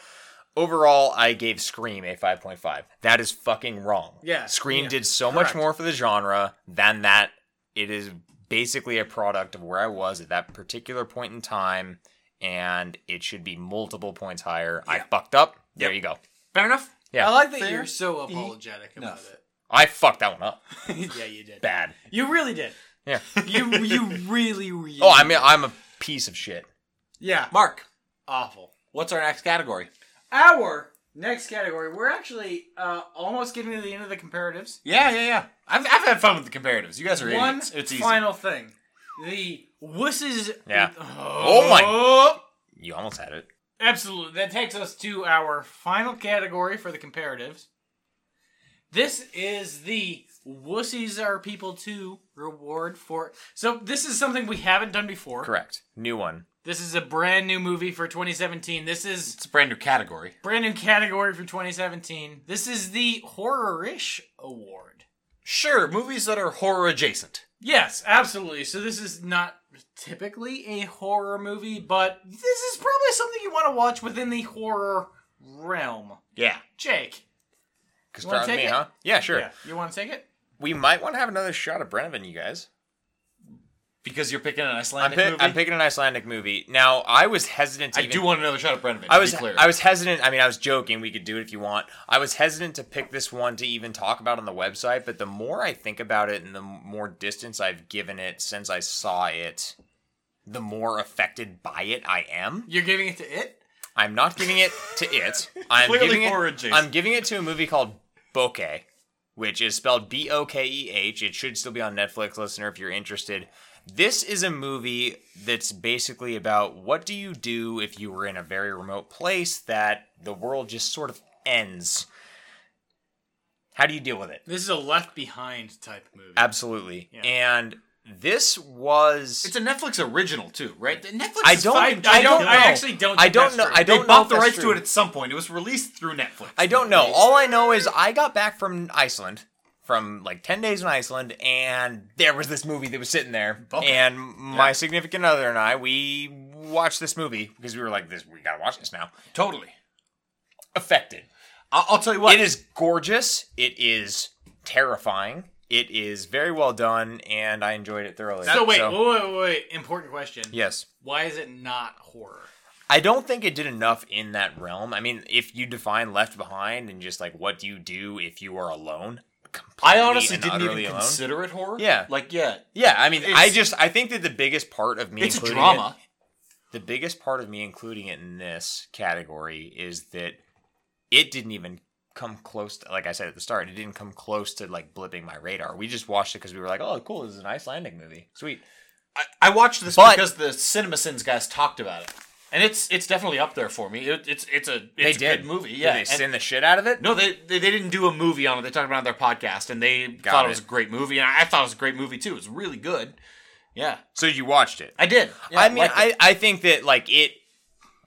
Overall, I gave Scream a 5.5. That is fucking wrong.
Yeah,
Scream
yeah,
did so much
correct.
more for the genre than that. It is basically a product of where I was at that particular point in time and it should be multiple points higher. I fucked up. There you go.
Fair enough.
Yeah.
I like that you're so apologetic about
enough.
I fucked that one up
it. yeah, you did.
bad.
You really did.
Yeah.
You you really really.
Oh, I mean, I'm a piece of shit.
yeah,
Mark,
awful.
what's our next category?
Our next category, we're actually uh, almost getting to the end of the comparatives.
Yeah, yeah, yeah. I've, I've had fun with the comparatives. You guys are
One
idiots. It's easy.
final thing: the wusses.
Yeah.
Oh,
Oh my- You almost had it.
Absolutely. That takes us to our final category for the comparatives. This is the wussies are people to reward for. So this is something we haven't done before.
Correct. New one.
This is a brand new movie for 2017. This is
It's a brand new category.
brand new category for 2017. This is the horror-ish award.
Sure, movies that are horror adjacent.
Yes, absolutely. So this is not typically a horror movie, but this is probably something you want to watch within the horror realm.
Yeah.
Jake,
Because
Wanna
start with
take
me,
it?
huh? Yeah, sure.
Yeah. You want to take it?
We might want to have another shot of Brenovan, you guys.
Because you're picking an
I'm,
Icelandic
pick-
movie.
I'm picking an Icelandic movie. Now, I was hesitant. To
I
even-
do want another shot of Brenovan.
I was
to be clear.
I was hesitant. I mean, I was joking. We could do it if you want. I was hesitant to pick this one to even talk about on the website, but the more I think about it and the more distance I've given it since I saw it, the more affected by it I am.
You're giving it to it?
I'm not giving it to it. I'm
Clearly
giving it,
horror adjacent.
I'm giving it to a movie called Bokeh, which is spelled B O K E H. It should still be on Netflix, listener, if you're interested. This is a movie that's basically about what do you do if you were in a very remote place that the world just sort of ends? How do you deal with it?
This is a left behind type movie.
Absolutely.
Yeah.
And this was
It's a Netflix original too, right? Netflix.
I
is
don't
fucking-
I don't
I
know.
actually don't
I
think
don't
that's
know
true.
I
They
don't know if
bought the
that's
rights
true.
to it at some point. It was released through Netflix.
I don't know. All I know is I got back from Iceland from like 10 days in Iceland and there was this movie that was sitting there and my significant other and I we watched this movie because we were like this we got to watch this now.
Totally.
Affected.
I'll, I'll tell you what.
It is gorgeous. It is terrifying. It is very well done and I enjoyed it thoroughly.
so wait, wait, wait, wait. Important question.
Yes.
Why is it not horror?
I don't think it did enough in that realm. I mean, if you define left behind and just like what do you do if you are alone?
I honestly
completely and
didn't even
utterly alone?
consider it horror.
Yeah.
Like yeah.
Yeah, I mean, I
It's-
just I think that the biggest part of me
It's a
including
drama.
it- the biggest part of me including it in this category is that it didn't even come close to like I said at the start, it didn't come close to like blipping my radar. We just watched it cuz we were like, "Oh, cool, this is an Icelandic movie." Sweet.
I, I watched this
But-
because the CinemaSins guys talked about it, and it's it's definitely up there for me. It, it's it's a it's
they
a
did.
good movie.
Did
Yeah.
they
and-
sin the shit out of it?
no, they, they they didn't do a movie on it. They talked about it on their podcast, and they thought it. was
it.
a great movie, and I, I thought it was a great movie too. It was really good. Yeah,
So you watched it.
I did. Yeah,
I mean,
liked it.
I, I think that like it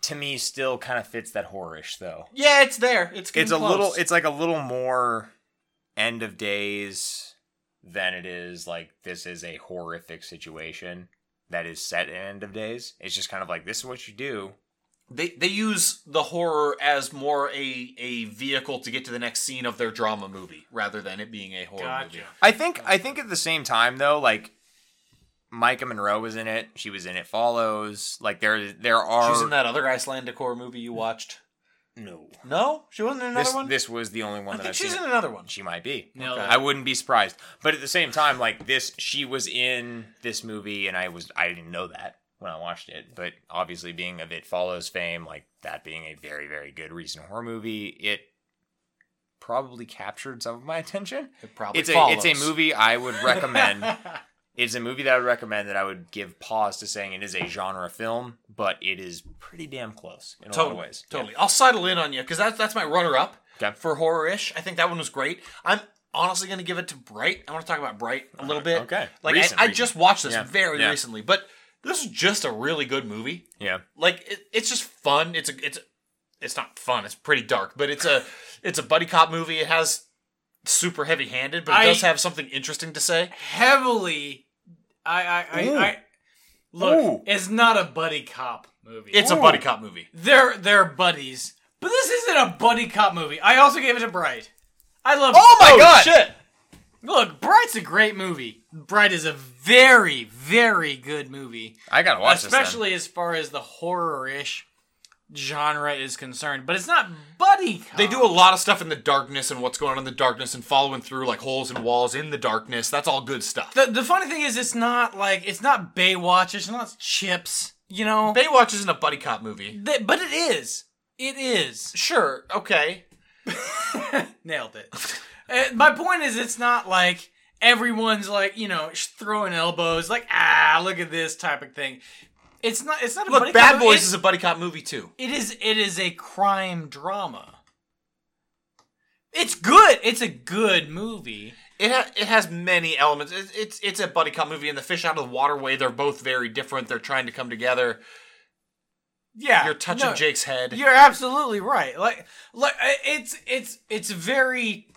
to me still kind of fits that horrorish though.
yeah, it's there. It's
It's a
getting
little.
close.
It's like a little more end of days than it is like this is a horrific situation that is set in end of days. It's just kind of like this is what you do.
they they use the horror as more a a vehicle to get to the next scene of their drama movie rather than it being a horror
Gotcha.
movie.
I think. I think at the same time though, like. Micah Monroe was in it. She was in It Follows. Like there, there are
She's in that other Icelandic horror movie you watched.
no.
No, she wasn't in another
This,
one.
this was the only one
I
that
think
I've
she's
seen.
in another one.
She might be.
No.
I wouldn't be surprised. But at the same time, like this, she was in this movie, and I was I didn't know that when I watched it. But obviously, being of It Follows fame, like that being a very very good recent horror movie, it probably captured some of my attention.
It probably
It's a
follows.
it's a movie I would recommend. it's a movie that I would recommend that I would give pause to saying it is a genre film, but it is pretty damn close in a
Totally,
lot of ways.
totally. I'll sidle in on you because that's that's my runner up
Okay.
for horror ish. I think that one was great. I'm honestly going to give it to Bright. I want to talk about Bright a little bit.
okay.
like
Recent,
I, I
recent.
just watched this
Yeah,
very
yeah.
recently, but this is just a really good movie.
Yeah.
like it, it's just fun. It's a it's a, it's not fun. It's pretty dark, but it's a it's a buddy cop movie. It has super heavy handed, but it
I-
does have something interesting to say.
Heavily. I. I. I,
Ooh.
I look,
Ooh.
it's not a buddy cop movie.
It's a buddy cop movie.
they're they're buddies, but this isn't a buddy cop movie. I also gave it to Bright. I love.
Oh my god!
Shit.
Look, Bright's a great movie. Bright is a very very good movie.
I gotta watch this. then.
especially as far as the horror-ish genre is concerned. But it's not buddy cop.
They do a lot of stuff in the darkness and what's going on in the darkness and following through like holes and walls in the darkness. That's all good stuff.
The, the funny thing is, it's not like it's not Baywatch. It's not Chips. You know,
Baywatch isn't a buddy cop movie.
Th- but it is. It is
Sure, okay.
nailed it. Uh, my point is, it's not like everyone's like you know sh- throwing elbows, like ah, look at this type of thing. It's not. It's not a
Look,
buddy
Bad
cop.
Boys
It-
is a buddy cop movie too.
It is it is a crime drama. It's good. It's a good movie.
It ha- it has many elements. It's, it's it's a buddy cop movie and the fish out of the waterway. They're both very different. They're trying to come together.
Yeah,
You're touching
no,
Jake's head.
You're absolutely right. Like like I- it's it's it's very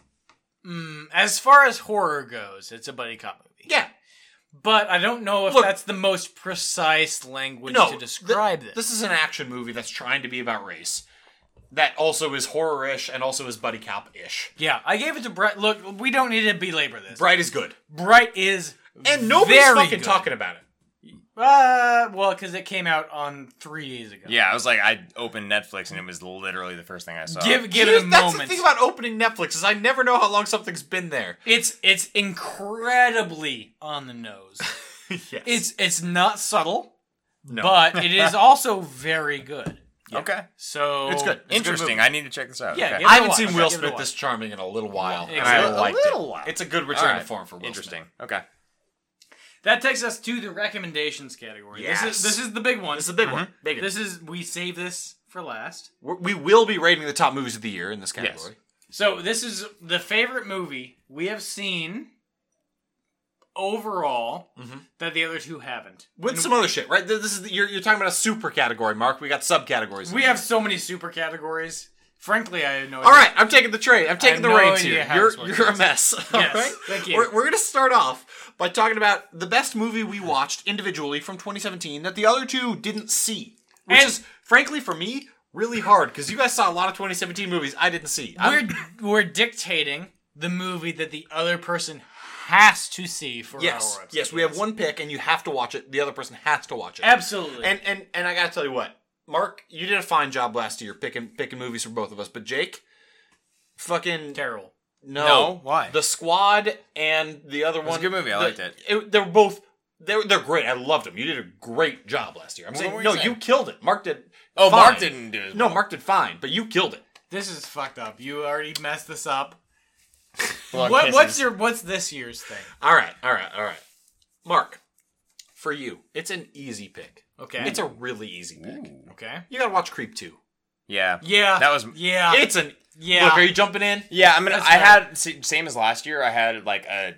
mm, as far as horror goes, it's a buddy cop movie.
yeah,
But I don't know if
Look-
that's the most precise language to
th-
describe this.
This is an action movie that's trying to be about race. that also is horror-ish and also is buddy cop-ish.
Yeah, I gave it to Bright. Look, we don't need to belabor this.
Bright is good,
Bright is
and nobody's
very
fucking
good.
talking about it.
Uh, well, because it came out on three days ago.
Yeah, I was like, I opened Netflix and it was literally the first thing I saw.
Give give
Here's-
it a
that's
moment.
the thing about opening Netflix is I never know how long something's been there.
it's it's incredibly on the nose.
Yes.
It's it's not subtle,
No.
but it is also very good.
okay, Oh,
So
It's good. It's a good
interesting.
movie.
I need to check this out.
Yeah,
Okay.
give it
I
a
haven't
watch.
seen
Okay,
Will
give it a
Smith
watch.
this charming in a little while, and
exactly.
I
A
liked
little
it.
while.
It's a good
All
return
right.
to form for Will
Interesting.
Smith.
Okay.
That takes us to the recommendations category. This
Yes.
is this is the big one. Uh-huh.
This is a big one. Big
This is we save this for last.
one. We will be rating the top movies of the year in this category.
So this is the favorite movie we have seen overall
Mm-hmm.
that the other two haven't.
With some other shit, right? Th- This is the, you're, you're talking about a super category, Mark. We got subcategories. in
We
here.
have so many super categories. Frankly, I have no idea.
All right, I'm taking the trade. I'm
have
taking the
no
reins
idea
here.
how
You're,
this works.
you're a mess. All
Yes,
right?
thank you.
We're, we're going to start off by talking about the best movie we watched individually from 2017 that the other two didn't see, which
And-
is frankly for me really hard because you guys saw a lot of 2017 movies I didn't see. I'm-
We're we're dictating the movie that the other person has to see for
yes,
our episode.
yes, we have one pick and you have to watch it. The other person has to watch it.
Absolutely.
And and and I gotta tell you what, Mark, you did a fine job last year picking picking movies for both of us, but Jake, fucking
terrible.
No.
No? Why?
The Squad and the other one.
a good movie. I
the-
liked it.
They were both. They're they're great. I loved them. You did a great job last year. I'm saying
were you
no,
saying?
you killed it. Mark did.
Oh,
fine.
Mark didn't do it.
No, Mark did fine, but you killed it.
This is fucked up. You already messed this up.
Well,
What,
kisses.
what's your what's this year's thing?
All right, all right, all right. Mark, for you, it's an easy pick.
Okay.
It's a really easy pick.
okay.
You gotta watch Creep Two.
Yeah.
Yeah.
That was.
yeah.
It's an
Uh, yeah.
look. Are you jumping in?
Yeah, I mean,
That's
I
fair.
had had sa- same as last year. I had like a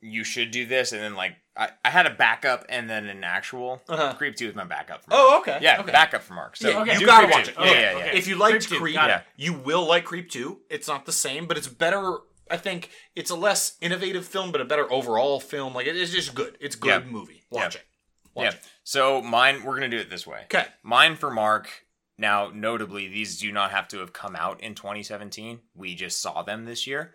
you should do this, and then like I, I had a backup, and then an actual
Uh-huh.
creep two is my backup. For Mark.
Oh, okay,
Yeah,
okay.
backup for Mark. So
Yeah, okay.
You
do
gotta
Creep
watch
two.
it.
Yeah,
Okay,
yeah, yeah.
okay.
If you liked
Creep 2,
Creep,
got
it.
you will like Creep 2. It's not the same, but it's better. I think it's a less innovative film, but a better overall film. Like it- it's just good. It's good
Yeah.
movie. Watch
Yeah.
it.
yeah. So mine, we're gonna do it this way.
Okay.
Mine for Mark. Now, notably, these do not have to have come out in 2017. We just saw them this year.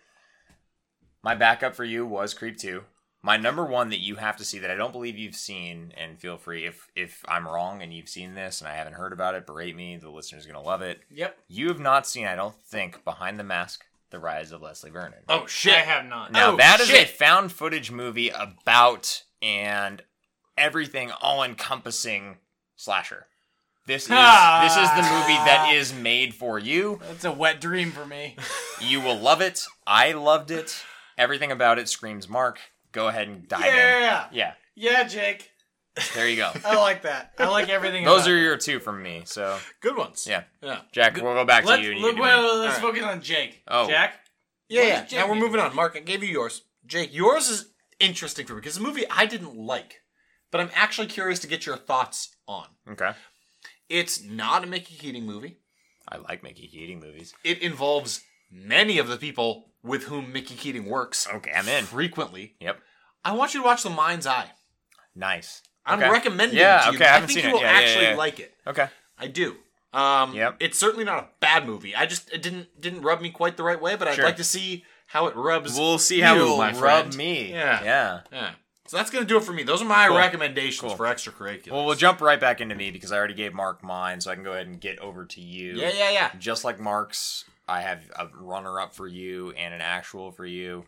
My backup for you was Creep 2. My number one that you have to see that I don't believe you've seen, and feel free if if I'm wrong and you've seen this and I haven't heard about it, berate me. The listener's gonna love it.
Yep.
You have not seen, I don't think, Behind the Mask: The Rise of Leslie Vernon.
Oh shit!
I have not.
Now
Oh,
that is
shit.
a found footage movie about and everything all encompassing slasher. This is this is the movie
Ah.
that is made for you.
That's a wet dream for me.
You will love it. I loved it. Everything about it screams Mark. Go ahead and dive
Yeah.
in. Yeah.
Yeah, Jake.
There you go.
I like that. I like everything.
Those
about
are
it.
your two from me. So
Good ones.
yeah,
yeah,
Jack, we'll go back
Let's
to you. and you
look.
can do
well,
mine.
let's
All
focus on Jake.
Oh.
Jack.
yeah.
did
yeah.
Jake
Now we're
do?
moving on. Mark, I gave you yours. Jake, yours is interesting for me because it's a movie I didn't like, but I'm actually curious to get your thoughts on.
Okay.
It's not a Mickey Keating movie.
I like Mickey Keating movies.
It involves many of the people with whom Mickey Keating works
Okay, I'm in.
frequently.
Yep.
I want you to watch The Mind's Eye.
Nice.
I'm
Okay.
recommending it
Yeah,
to you.
okay, I
I,
haven't
think
seen
you
it.
will
Yeah, yeah,
actually
yeah.
like it.
Okay.
I do. Um,
Yep.
It's certainly not a bad movie. I just it didn't didn't rub me quite the right way, but
Sure.
I'd like to see how it rubs.
We'll see how
you,
it will
my
rub
friend.
me.
Yeah.
Yeah.
Yeah. So that's gonna do it for me. Those are my recommendations
Cool.
for extracurriculars.
Well, we'll jump right back into me because I already gave Mark mine, so I can go ahead and get over to you.
yeah, yeah, yeah.
Just like Mark's, I have a runner up for you and an actual for you.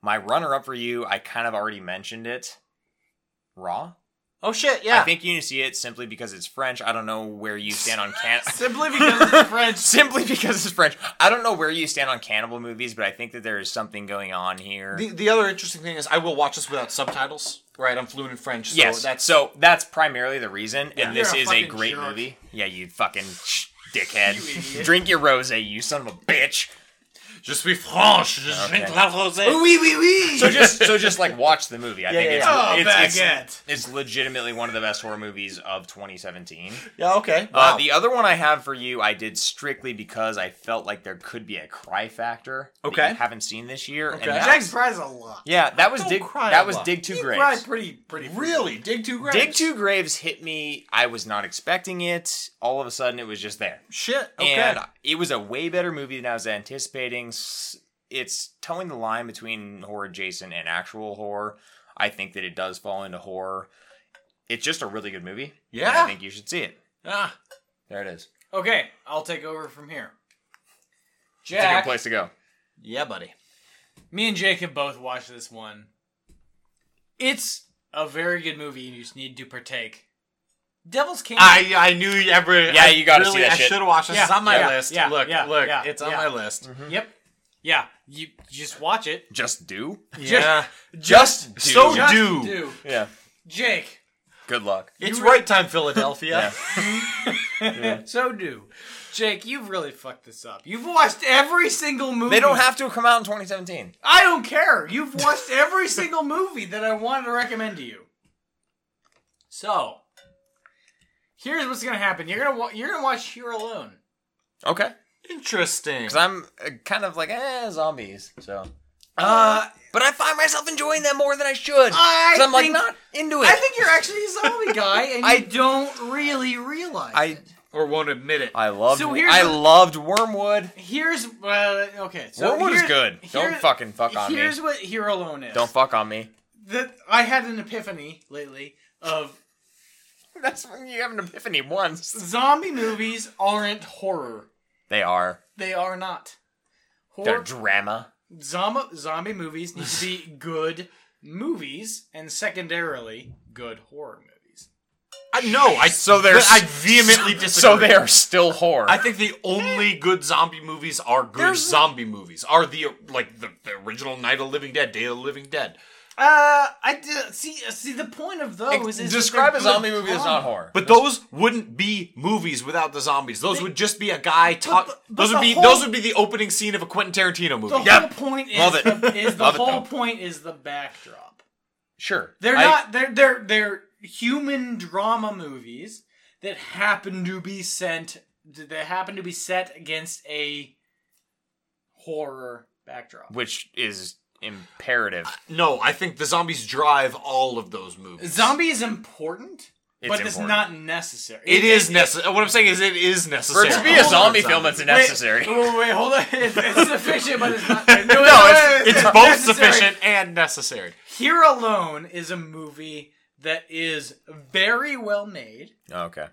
My runner up for you, I kind of already mentioned it. Raw?
Oh shit, yeah.
I think you need to see it simply because it's French. I don't know where you stand on can
Simply because it's French.
simply because it's French. I don't know where you stand on cannibal movies, but I think that there is something going on here.
the, the other interesting thing is I will watch this without subtitles. Right, I'm fluent in French, so
yes,
that's
so that's primarily the reason, and this
You're a
is a
fucking
great
jerk.
movie. Yeah, you fucking dickhead. Drink your rosé, you son of a bitch.
just be French. Just drink
Okay.
la rosé.
Oui, oui, oui.
So just so just like watch the movie. I think
yeah,
it's,
yeah. Oh,
it's,
baguette.
it's it's legitimately one of the best horror movies of 2017.
Yeah, okay.
Uh,
Wow.
the other one I have for you, I did strictly because I felt like there could be a cry factor. that
Okay.
you haven't seen this year. and
Okay.
that-
Jack cries a lot.
yeah, that was
don't
dig.
cry
That
a
was
lot.
dig two
He
graves.
cried pretty, pretty.
really, dig two graves.
Dig Two Graves hit me. I was not expecting it. All of a sudden, it was just there.
shit. Okay.
And It was a way better movie than I was anticipating. S- It's towing the line between horror adjacent and actual horror. I think that it does fall into horror. It's just a really good movie. and
Yeah.
I think you should see it.
Ah,
There it is.
Okay, I'll take over from here.
It's a good
Jack,
place to go.
yeah, buddy.
me and Jake have both watched this one. It's a very good movie, and you just need to partake. Devil's Candy.
I I knew every.
Yeah,
I
you gotta see
really,
that
I
shit.
should have watched this.
Yeah,
It's on my
yeah,
list.
yeah,
look,
yeah,
look,
yeah,
it's on
yeah. Mm-hmm.
my list.
Yep. Yeah, you you just watch it.
Just do.
Yeah,
Just do.
So
Oh,
Just
do.
do.
yeah.
Jake.
Good luck.
it's right time, Philadelphia.
So do. Jake, you've really fucked this up. You've watched every single movie.
They don't have to come out in 2017.
I don't care. You've watched every single movie that I wanted to recommend to you. So, here's what's gonna happen. You're gonna wa- you're gonna watch Here Alone.
Okay.
Interesting.
Because I'm uh, kind of like, eh, zombies. So.
Uh,
But I find myself enjoying them more than I should.
I
'Cause I'm like
think-
not into it.
I think you're actually a zombie guy, and
I-
you don't really realize.
I
Or won't admit it.
I loved.
So here's
I
the-
loved Wormwood.
here's uh, okay. So
Wormwood is
here-
good.
here-
don't fucking fuck on me.
Here's what Here Alone is.
Don't fuck on me.
That I had an epiphany lately of
That's when you have an epiphany once.
zombie movies aren't horror.
They are.
They are not.
They're
Horror
drama.
zombie zombie movies need to be good movies and secondarily good horror movies.
I, no, I
So they're.
I vehemently disagree.
So they are still horror.
I think the only good zombie movies are good zombie movies. Are the like the, the original Night of the Living Dead, Day of the Living Dead.
Uh, I d- see. See, the point of those is that
Describe
they're
a zombie
good
movie that's
drama.
not horror.
But those wouldn't be movies without the zombies. Those would just be a guy talk.
but- but
those
the
would be
whole-
those would be the opening scene of a Quentin Tarantino
The
movie.
Yep.
whole point is
Love it.
the, is the
Love it,
whole
though.
point is the backdrop.
sure.
They're
I-
not. They're they're they're human drama movies that happen to be sent. That happen to be set against a horror backdrop.
Which is imperative.
No, I think the zombies drive all of those movies.
Zombie is important,
It's
but it's
important.
not necessary.
It is necessary. What I'm saying is, it is
For
necessary.
it to be a zombie film, it's
Wait,
necessary.
Wait, wait, hold on. It's, it's sufficient, but it's not. No,
No,
it's-
it's, it's
not
both
necessary.
sufficient and necessary.
Here Alone is a movie that is very well made,
Okay.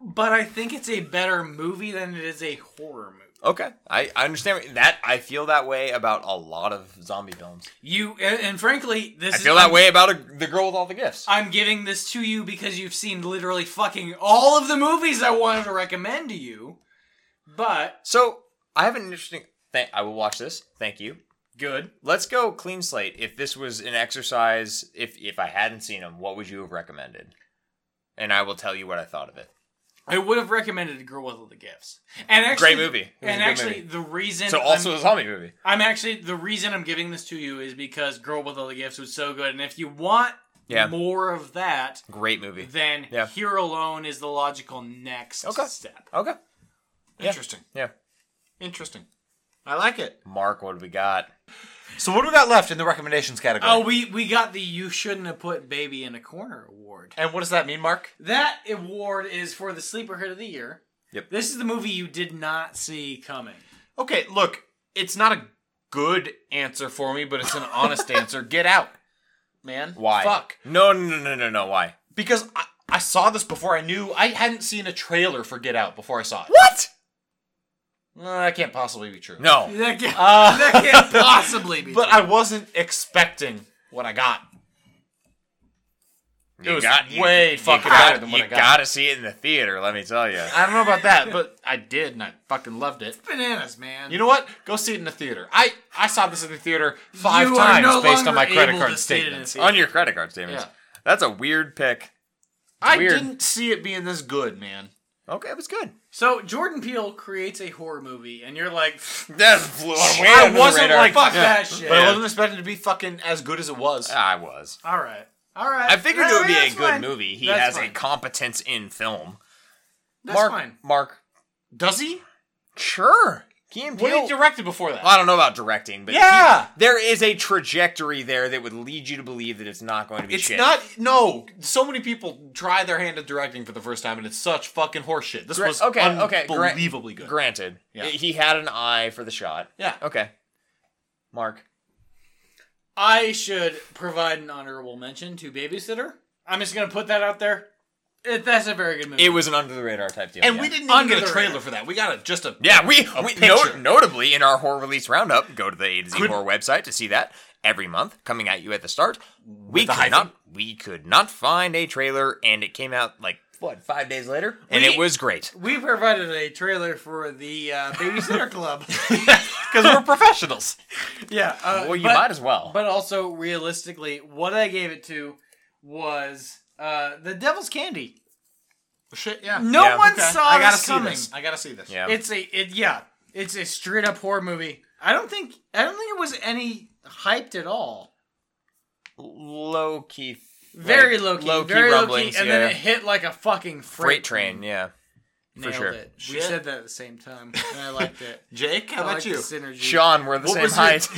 but I think it's a better movie than it is a horror movie.
Okay. I, I understand what- that. I feel that way about a lot of zombie films.
You and, and frankly, this
I
is
feel that way about a, the girl with all the gifts.
I'm giving this to you because you've seen literally fucking all of the movies I wanted to recommend to you. But
So I have an interesting thing. I will watch this. Thank you.
good.
Let's go clean slate. If this was an exercise, if if I hadn't seen them, what would you have recommended? And I will tell you what I thought of it.
I would have recommended A Girl with All the Gifts. And actually,
Great movie. It was a
And
good
actually,
movie.
the reason
So
I'm-
also a zombie movie.
I'm actually the reason I'm giving this to you is because Girl with All the Gifts was so good, and if you want
Yeah.
more of that,
Great movie.
then
Yeah.
Here Alone is the logical next
Okay.
step.
Okay.
Interesting.
Yeah.
Interesting. I like it.
Mark, what have we got?
So what do we got left in the recommendations category?
Oh, we we got the "You Shouldn't Have Put Baby in a Corner" award.
and what does that mean, Mark?
That award is for the sleeper hit of the year.
Yep.
This is the movie you did not see coming.
Okay, look, it's not a good answer for me, but it's an honest answer. Get out, man.
Why?
Fuck.
No, no, no, no, no. Why?
Because I, I saw this before I knew. I hadn't seen a trailer for Get Out before I saw it.
What?
Uh, that can't possibly be true.
No.
That can't,
Uh,
that can't possibly be.
But I wasn't expecting what I got.
You
was
you-
way
you
fucking
got-
better than what
you
I got.
gotta see it in the theater. Let me tell you.
I don't know about that, but I did, and I fucking loved it.
bananas, man.
You know what? Go see it in the theater. I, I saw this in the theater five
You are
times
no
based on my
longer
credit
able
card
to see it in the
statements.
theater.
On your credit card statements.
Yeah.
That's a weird pick.
I
Weird.
didn't see it being this good, man.
Okay, it was good.
so Jordan Peele creates a horror movie, and you're like,
That flew away
I
under the
wasn't
radar.
like-
fuck
Yeah.
that shit.
But I
Yeah.
wasn't expecting it to be fucking as good as it was.
I was.
All right. All right.
I figured it would be
Yeah,
a
that's
good
fine.
movie. He
That's
has a
fine.
competence in film.
That's
Mark,
fine.
Mark,
Does he?
sure. He and
What did
Peele-
he directed before that?
Well, I don't know about directing, but he-
Yeah!
there is a trajectory there that would lead you to believe that it's not going to be
It's
shit.
not. No, so many people try their hand at directing for the first time, and it's such fucking horseshit. This
Gra-
was
okay, okay, gra-
unbelievably good.
granted.
Yeah.
He had an eye for the shot.
Yeah.
Okay. Mark.
I should provide an honorable mention to Babysitter. I'm just gonna put that out there. It, that's a very good movie.
It was an under the radar type deal.
and
yeah.
we didn't even
Under
get a
the
trailer
radar.
for that. We got a, just a
Yeah, we, we
picture.
no, notably in our horror release roundup, go to the A to Z
Could-
horror website to see that every month coming at you at the start. We
the
could
hyphen?
not we could not find a trailer, and it came out like what five days later, and
We-
it was great.
we provided a trailer for the uh, Babysitter Club.
because we're professionals.
yeah. Uh,
Well, you
but-
might as well.
But also realistically, what I gave it to was uh, the Devil's Candy.
Shit, yeah.
No
Yeah.
one
Okay.
saw
I gotta
this
see
coming.
this. I gotta see this.
yeah,
It's a it yeah. It's a straight up horror movie. I don't think I don't think it was any hyped at all.
low key,
Very low key,
low-key
very low key,
rumblings,
and
yeah.
then it hit like a fucking freight,
freight train. Yeah,
Nailed
sure.
it. We
Shit.
said that at the same time, and I liked it.
Jake, how
I
about
liked
you?
The synergy.
Sean, we're the same
was your-
height.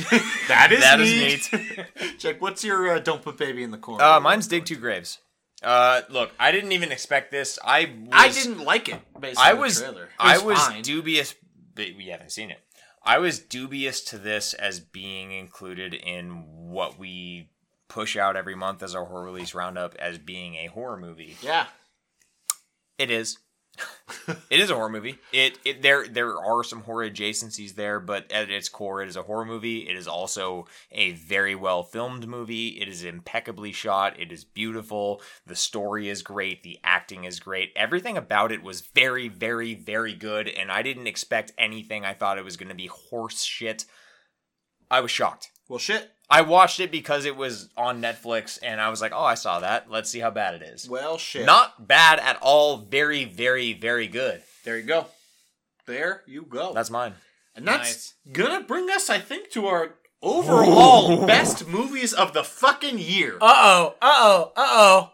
That is
That is
neat. Jake, what's your uh, don't put baby in the corner?
uh, mine's dig two graves. Uh, look, I didn't even expect this. I was,
I didn't like it. Based
I
on
was,
The trailer. It
I was
fine.
dubious. But we haven't seen it. I was dubious to this as being included in what we push out every month as our horror release roundup as being a horror movie.
Yeah.
It is. it is a horror movie. It, it there there are some horror adjacencies there, but at its core, it is a horror movie. It is also a very well filmed movie. It is impeccably shot. It is beautiful. The story is great. The acting is great. Everything about it was very, very, very good. And I didn't expect anything. I thought it was going to be horse shit. I was shocked.
Well, shit.
I watched it because it was on Netflix, and I was like, "Oh, I saw that. Let's see how bad it is."
Well, shit.
Not bad at all. Very, very, very good.
there you go. There you go.
That's mine.
and that's gonna bring us, I think, to our overall best movies of the fucking year.
Uh oh. Uh oh. Uh oh.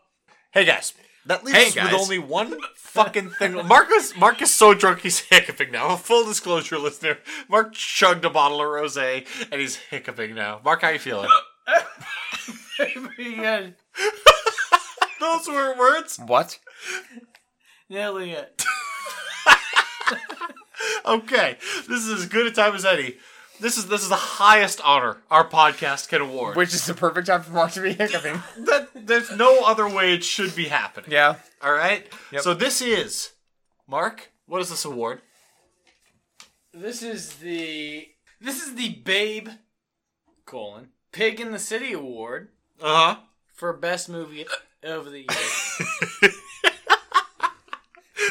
hey guys. That leaves
Hey,
us
guys.
with only one fucking thing. Marcus, Mark is so drunk he's hiccuping now. Full disclosure, listener. Mark chugged a bottle of rosé and he's hiccuping now. Mark, how you feeling?
Pretty good.
Those were words
What?
Nailing it.
Okay, this is as good a time as any. This is this is the highest honor our podcast can award.
Which is the perfect time for Mark to be hiccuping.
That there's no other way it should be happening.
yeah.
All right. So this is Mark. What is this award?
This is the this is the Babe colon Pig in the City award
Uh huh.
for best movie of the year.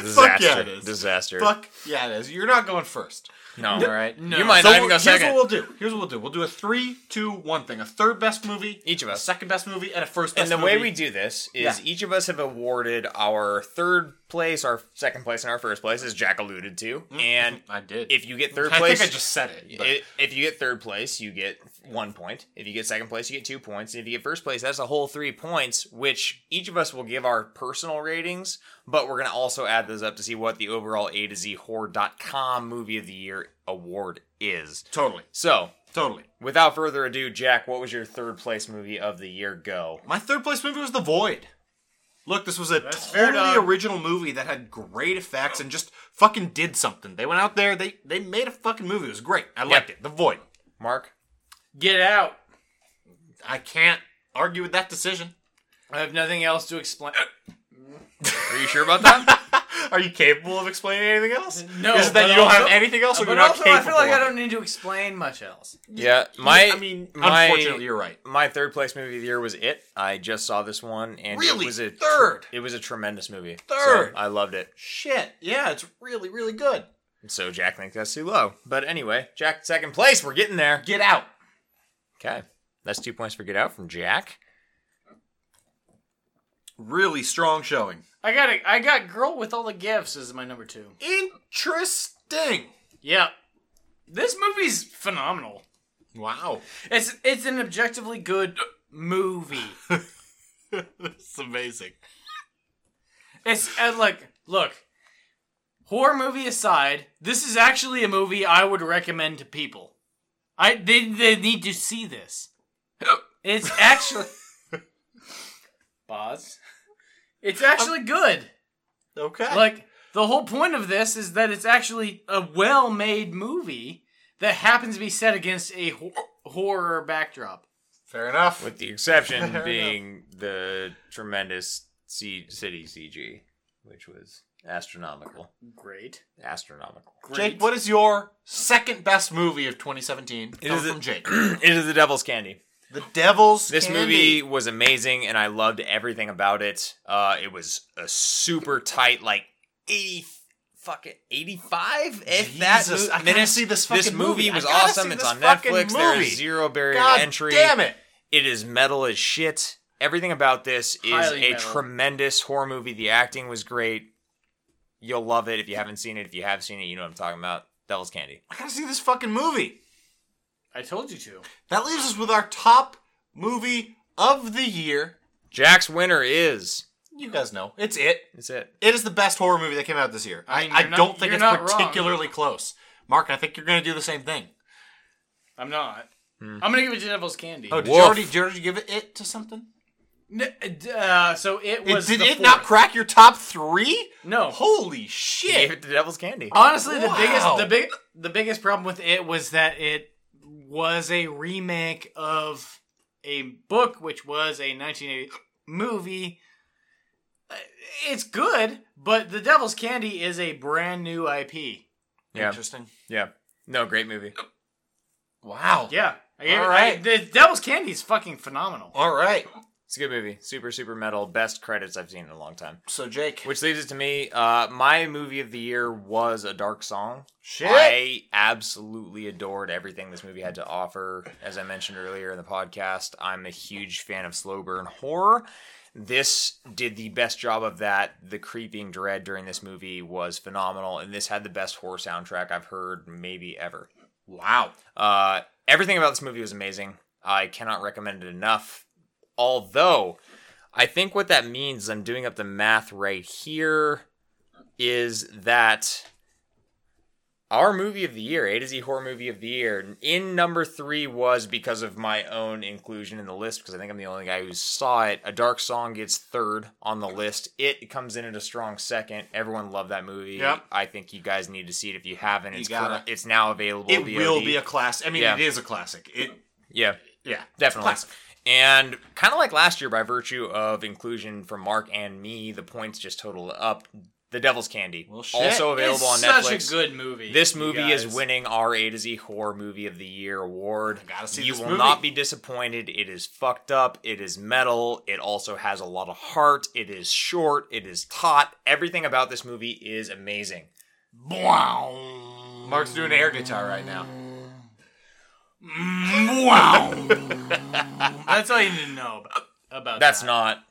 Disaster.
yeah, it is.
Disaster.
Fuck yeah, it is. You're not going first.
No. All right.
No.
You might
So
not
we'll-
even go
here's what
second.
we'll do. Here's what we'll do. We'll do a three, two, one thing. A third best movie,
Each of
a
us.
second best movie, and a first.
And
best
the way we
movie.
do this is
Yeah.
each of us have awarded our third place, our second place, and our first place, as Jack alluded to.
Mm-hmm.
And
I did.
if you get third
I
place,
think I just said it. but-
i- if you get third place, you get one point. If you get second place, you get two points. And if you get first place, that's a whole three points, which each of us will give our personal ratings, but we're going to also add those up to see what the overall A to Z horror.com movie of the year award is.
totally,
So,
totally.
without further ado, Jack, what was your third place movie of the year go?
My third place movie was The Void. Look, this was a
fair,
totally
dog.
original movie that had great effects and just fucking did something. They went out there, they they made a fucking movie. It was great. I liked it. The Void.
Mark?
Get out.
I can't argue with that decision.
I have nothing else to explain.
Are you sure about that?
Are you capable of explaining anything else?
No,
Is it that
but
you don't have
also-
anything else, or you're
But
not
also,
capable?
I feel like
of
I
it?
don't need to explain much else.
yeah, my
I mean,
my-
unfortunately, you're right.
My third place movie of the year was It. I just saw this one and
Really?
it was a tr-
Third?
it was a tremendous movie.
Third?
So I loved it.
Shit. Yeah, it's really, really good.
So Jack thinks that's too low. But anyway, Jack second place. We're getting there.
Get out.
Okay. That's two points for get out from Jack.
Really strong showing.
I got a, I got Girl with All the Gifts as my number two.
Interesting.
Yep. This movie's phenomenal.
Wow.
It's it's an objectively good movie.
That's amazing.
It's and like look, horror movie aside, this is actually a movie I would recommend to people. I they they need to see this. It's actually Boz. It's actually good.
Okay.
Like the whole point of this is that it's actually a well-made movie that happens to be set against a hor- horror backdrop.
Fair enough.
with the exception being the tremendous C- city CG, which was astronomical.
Great.
Astronomical.
Jake, what is your second best movie of 2017? It
is
from
a-
Jake.
it is the devil's candy.
the Devil's
This
Candy.
movie was amazing, and I loved everything about it. Uh, it was a super tight, like eighty, fucking eighty-five. If that
Jesus,
mo-
I gotta
minutes.
see this
this
fucking
movie
movie. I
was
gotta see
awesome. It's
this
on
fucking
Netflix. There's
movie.
zero barrier
God
to entry.
damn it.
It is metal as shit. Everything about this is
Highly
a
metal.
tremendous horror movie. The acting was great. You'll love it if you haven't seen it. If you have seen it, you know what I'm talking about. Devil's Candy.
I gotta see this fucking movie.
I told you to.
That leaves us with our top movie of the year.
Jack's winner is.
You guys know. It's it.
That's it.
It is the best horror movie that came out this year.
I
I,
mean,
I
you're not-
don't think
you're
it's
not wrong.
particularly close. Mark, I think you're gonna do the same thing.
I'm not. I'm gonna give it to Devil's Candy.
Oh, did you
Woof.
already, did you already give it, it to something?
N- d- uh, so it
It-
was.
did
the
it not
fourth. Oh.
crack your top three?
No.
Holy
He
shit!
gave it to Devil's Candy.
Honestly, the
Wow.
biggest, the big, the biggest problem with it was that it was a remake of a book, which was a 1980 movie. Uh, It's good, but The Devil's Candy is a brand new IP.
Yeah.
Interesting.
Yeah. No, great movie.
Wow.
Yeah. I,
All
All right.
right.
the Devil's Candy is fucking phenomenal.
All right.
It's a good movie. Super, super metal. Best credits I've seen in a long time.
So Jake,
Which leaves it to me. Uh, my movie of the year was A Dark Song.
Shit.
I absolutely adored everything this movie had to offer. As I mentioned earlier in the podcast, I'm a huge fan of slow burn horror. This did the best job of that. The creeping dread during this movie was phenomenal, and this had the best horror soundtrack I've heard maybe ever.
wow.
Uh, everything about this movie was amazing. I cannot recommend it enough. Although, I think what that means, I'm doing up the math right here, is that our movie of the year, A to Z horror movie of the year, in number three was because of my own inclusion in the list, because I think I'm the only guy who saw it. A Dark Song gets third on the list. It comes in at a strong second. Everyone loved that movie.
Yep.
I think you guys need to see it if you haven't. It's,
gotta.
current- it's now available.
It will
VOD.
be a class. I mean,
Yeah.
it is a classic. It
Yeah,
yeah,
definitely.
Classic.
And kind of like last year, by virtue of inclusion from Mark and me, the points just total up. The Devil's Candy,
Well, shit.
also available
It's
on
such
Netflix.
a good movie.
this
you
movie is
guys.
winning our A to Z Horror Movie of the Year award.
gotta see
you
this
will
movie.
not be disappointed. It is fucked up. It is metal. It also has a lot of heart. It is short. It is taut. Everything about this movie is amazing.
Wow.
Mark's doing air guitar right now.
Wow.
That's all you need to know about, about
That's
that.
not,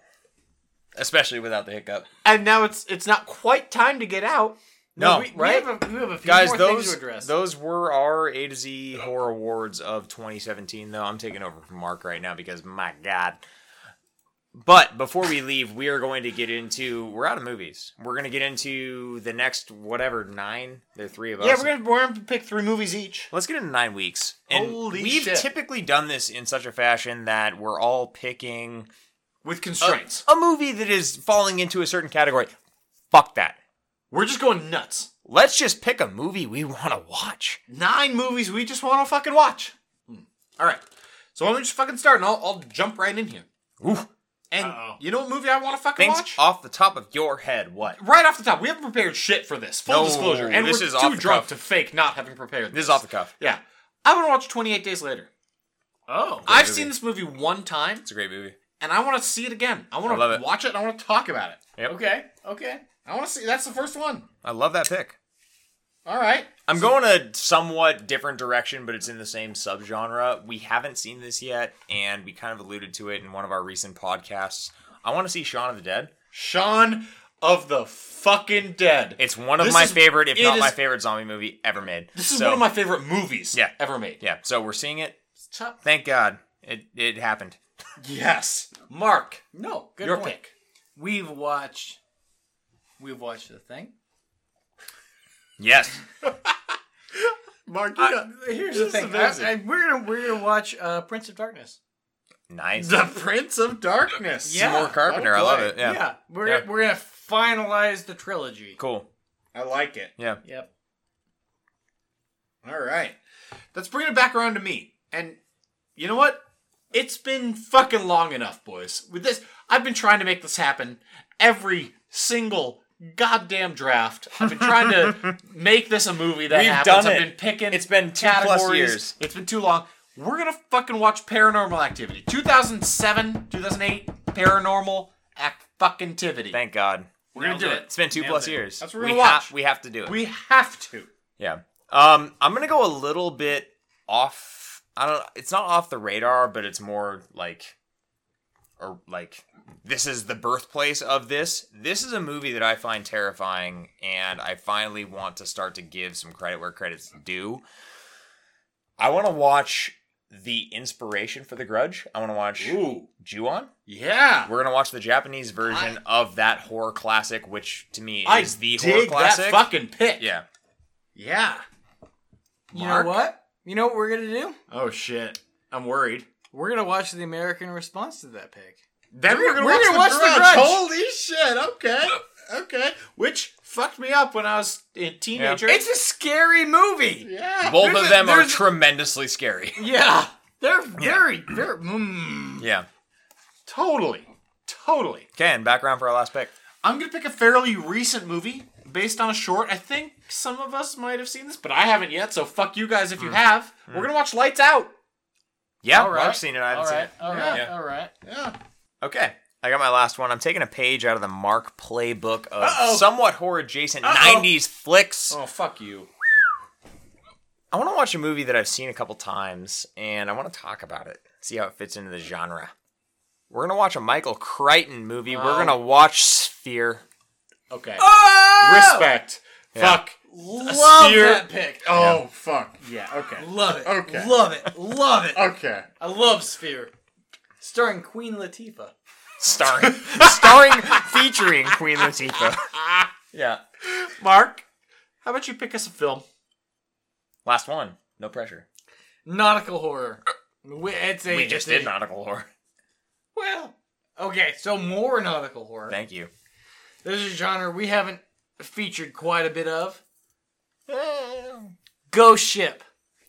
especially without the hiccup.
And now it's it's not quite time to get out.
No,
we,
right?
We have a, we have a few
guys
more things
those
to address.
those were our a to z horror awards of 2017 though i'm taking over from mark right now because my god but before we leave we are going to get into we're out of movies we're going to get into the next whatever nine there are three of us
Yeah, we're gonna we're gonna pick three movies each.
Let's get into nine weeks. And
Holy
we've
shit.
typically done this in such a fashion that we're all picking
With
a,
constraints.
a movie that is falling into a certain category. Fuck that.
we're just going nuts.
Let's just pick a movie we want to watch.
Nine movies we just want to fucking watch. Hmm. All right. So why don't we just fucking start and I'll, I'll jump right in here.
Oof.
And
Uh-oh.
you know what movie I want to fucking
Things
watch? Uh,
off the top of your head, what?
right off the top, we haven't prepared shit for this. Full
No,
disclosure, and
this
we're
is
too
off the
drunk
cuff.
to fake not having prepared.
This is off the cuff.
Yeah, I want to watch Twenty Eight Days Later.
oh,
I've
movie.
seen this movie one time,
It's a great movie.
and I want to see it again. I
I love
want
it.
to watch it. and I want to talk about it.
okay, okay.
I want to see. That's the first one.
I love that pick.
All right.
I'm going a somewhat different direction, but it's in the same subgenre. We haven't seen this yet, and we kind of alluded to it in one of our recent podcasts. I want to see Shaun of the Dead.
Shaun of the fucking Dead.
It's one of
This
my
is-
favorite, if
it
not
is-
my favorite, zombie movie ever made.
This is
So,
one of my favorite movies
Yeah.
ever made.
Yeah, so we're seeing it.
tough.
Thank God it it happened.
Yes. Mark,
No, good
your
point.
pick.
We've watched, we've watched the thing.
Yes.
Mark, you
I,
got-
here's the
This is
thing.
amazing.
I, I- we're gonna we're gonna watch uh, Prince of Darkness.
Nice.
the oh Prince of Darkness.
Yeah.
More Carpenter. I love it. Yeah.
we're
Yeah.
Gonna, we're gonna finalize the trilogy.
Cool.
I like it.
Yeah.
Yep.
All right. Let's bring it back around to me. And you know what? It's been fucking long enough, boys. With this, I've been trying to make this happen every single goddamn draft. I've been trying to make this a movie that
We've
happens.
done
I've
it.
been picking.
It's been two plus
categories.
years.
It's been too long. We're gonna fucking watch Paranormal Activity, 2007, 2008, Paranormal Act fucking Activity.
Thank God.
We're gonna do it.
It's been two
Nailed
plus
it.
years.
That's what we're
we
gonna watch.
Have, we have to do it.
We have to.
yeah. Um, I'm gonna go a little bit off. I don't. It's not off the radar, but it's more like, or like, this is the birthplace of this. This is a movie that I find terrifying, and I finally want to start to give some credit where credit's due. I want to watch the inspiration for The Grudge. I want to watch
Ooh,
Ju-on.
yeah.
We're gonna watch the Japanese version of that horror classic, which to me
I
is the horror
dig that
classic.
fucking pick.
yeah,
Yeah.
You
Mark?
know what? You know what we're gonna do?
Oh shit. I'm worried.
We're gonna watch the American response to that pick.
Then we're,
we're gonna watch The Grudge.
Holy shit. Okay. Okay. Which fucked me up when I was a teenager.
It's a scary movie.
yeah.
both
There's
of
a-
them are
there's-
tremendously scary.
Yeah, they're very, very. Mm.
yeah,
Totally. Totally.
Ken, background for our last pick.
I'm gonna pick a fairly recent movie based on a short. I think some of us might have seen this, but I haven't yet, so fuck you guys if you have. We're gonna watch Lights Out.
Yeah,
All right.
I've seen it. I haven't
All
seen
right,
it.
all
Yeah.
right, all right.
Yeah.
Okay, I got my last one. I'm taking a page out of the Mark playbook of
Uh-oh.
somewhat horror adjacent
Uh-oh.
'90s flicks.
Oh fuck you.
I want to watch a movie that I've seen a couple times, and I want to talk about it. See how it fits into the genre. We're gonna watch a Michael Crichton movie. We're gonna watch Sphere.
Okay.
Oh,
Respect. Fuck.
Love
Sphere.
that pick.
Oh fuck. Yeah, okay.
Love it.
Okay.
Love it. Love it.
Okay.
I love Sphere. Starring Queen Latifah.
starring starring featuring Queen Latifah. yeah.
Mark, how about you pick us a film?
Last one. No pressure.
Nautical horror. We, it's a,
We just
it's a-
did nautical horror.
Well, okay, so more nautical horror.
Thank you.
There's a genre we haven't featured quite a bit of. Ghost Ship.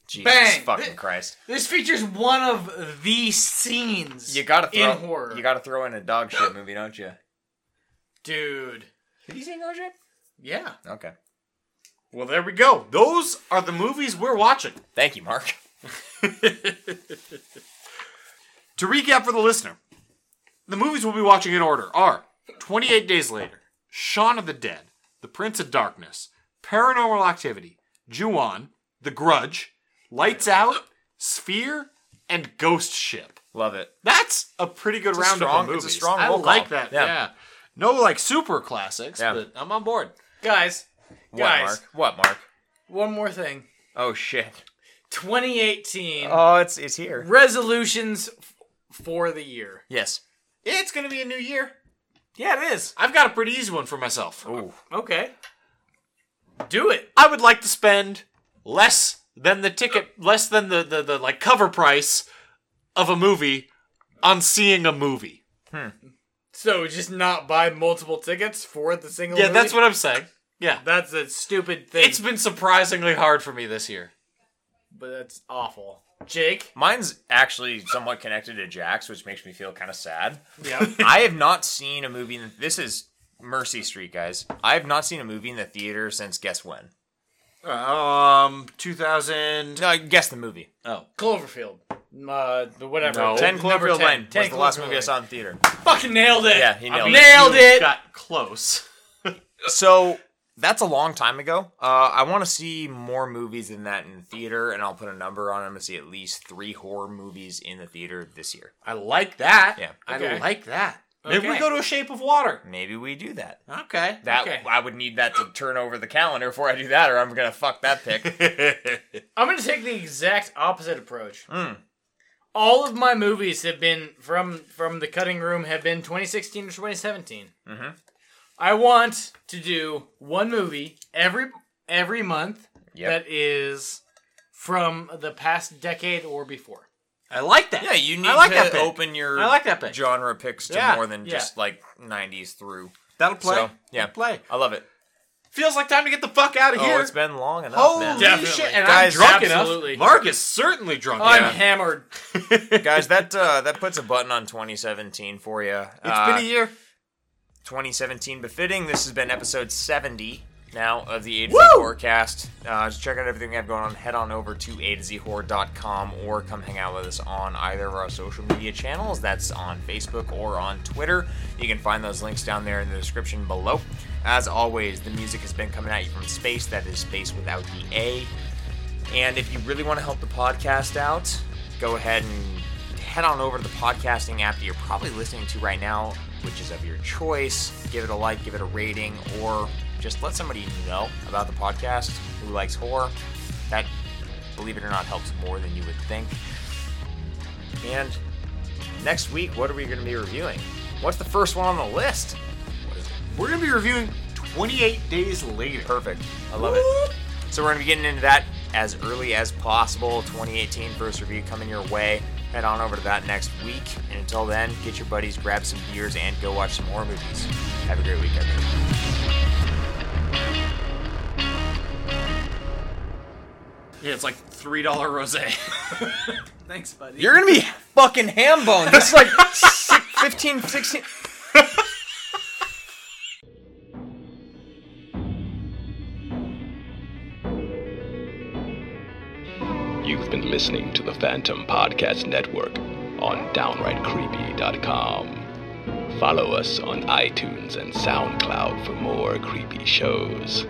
Jesus
Bang.
fucking Christ.
This features one of the scenes
You gotta throw
in horror.
You gotta throw in a dog shit movie, don't you?
Dude.
Have you seen dog shit?
Yeah.
Okay.
Well, there we go. Those are the movies we're watching.
Thank you, Mark.
To recap for the listener, the movies we'll be watching in order are 28 Days Later, Shaun of the Dead, The Prince of Darkness, Paranormal Activity, Ju-on, The Grudge, Lights Out, Sphere, and Ghost Ship.
Love it.
That's a pretty good
a
round
strong-
of the
it's
movies.
a strong
I
roll call.
like that. Yeah.
Yeah.
No like super classics,
Yeah.
but I'm on board.
Guys,
What,
Guys.
Mark? What, Mark?
one more thing.
Oh shit.
2018
Oh, it's it's here.
resolutions f- for the year.
Yes.
It's going to be a new year.
Yeah, it is.
I've got a pretty easy one for myself.
Ooh.
Okay. Do it.
I would like to spend less than the ticket, less than the, the, the like cover price of a movie on seeing a movie.
So just not buy multiple tickets for the single.
Yeah,
movie?
that's what I'm saying. Yeah.
That's a stupid thing.
It's been surprisingly hard for me this year.
but that's awful. Jake.
Mine's actually somewhat connected to Jack's, which makes me feel kind of sad.
Yeah.
I have not seen a movie. In, this is Mercy Street, guys. I have not seen a movie in the theater since guess when?
Um, 2000.
No, guess the movie.
Oh.
Cloverfield. Uh, the whatever.
No.
Ten
Number
Cloverfield
10.
Lane was
10
the last
Cloverfield
movie I
Lane.
saw in theater.
Fucking nailed it.
Yeah, he nailed it.
Nailed it.
Got close.
So that's a long time ago. Uh, I want to see more movies than that in theater, and I'll put a number on. it. I'm gonna see at least three horror movies in the theater this year.
I like that.
Yeah.
I
Okay.
like that. Maybe we
Okay.
go to a shape of water.
Maybe we do that.
Okay.
That
Okay.
I would need that to turn over the calendar before I do that, or I'm gonna fuck that pick.
I'm gonna take the exact opposite approach. All of my movies have been from from the cutting room have been 2016 or 2017. Mm-hmm. I want to do one movie every every month
Yep.
that is from the past decade or before.
I like that.
Yeah, you need
I like
to
that pick.
open your
I like that pick.
genre picks to
Yeah,
more than
yeah.
just like 90s through.
That'll play.
So, yeah.
That'll play.
I love it.
Feels like time to get the fuck out of
Oh,
here.
it's been long enough, man.
Holy
Definitely.
shit! And
Guys,
I'm drunk
absolutely. Oh,
enough. Mark is certainly drunk
I'm
enough.
hammered.
Guys, that uh, that puts a button on 2017 for Uh, you.
It's been a year.
2017 befitting. This has been episode 70 now of the A to Z
Woo!
Horror cast. Uh, to check out everything we have going on, head on over to A to Z Horror.com or come hang out with us on either of our social media channels. That's on Facebook or on Twitter. You can find those links down there in the description below. As always, the music has been coming at you from space. That is space without the A. And if you really want to help the podcast out, go ahead and head on over to the podcasting app that you're probably listening to right now, which is of your choice. Give it a like, give it a rating, or just let somebody know about the podcast who likes horror. That, believe it or not, helps more than you would think. And next week, what are we going to be reviewing? What's the first one on the list?
We're gonna be reviewing 28 days later.
Perfect. I love it. So we're going to be getting into that as early as possible. 2018 first review coming your way. Head on over to that next week. And until then, get your buddies, grab some beers, and go watch some horror movies. Have a great week, everybody.
Yeah, it's like three dollar rosé.
Thanks, buddy.
You're going to be fucking ham boned. This is like six, 15, 16.
You've been listening to the Phantom Podcast Network on downrightcreepy.com. Follow us on iTunes and SoundCloud for more creepy shows.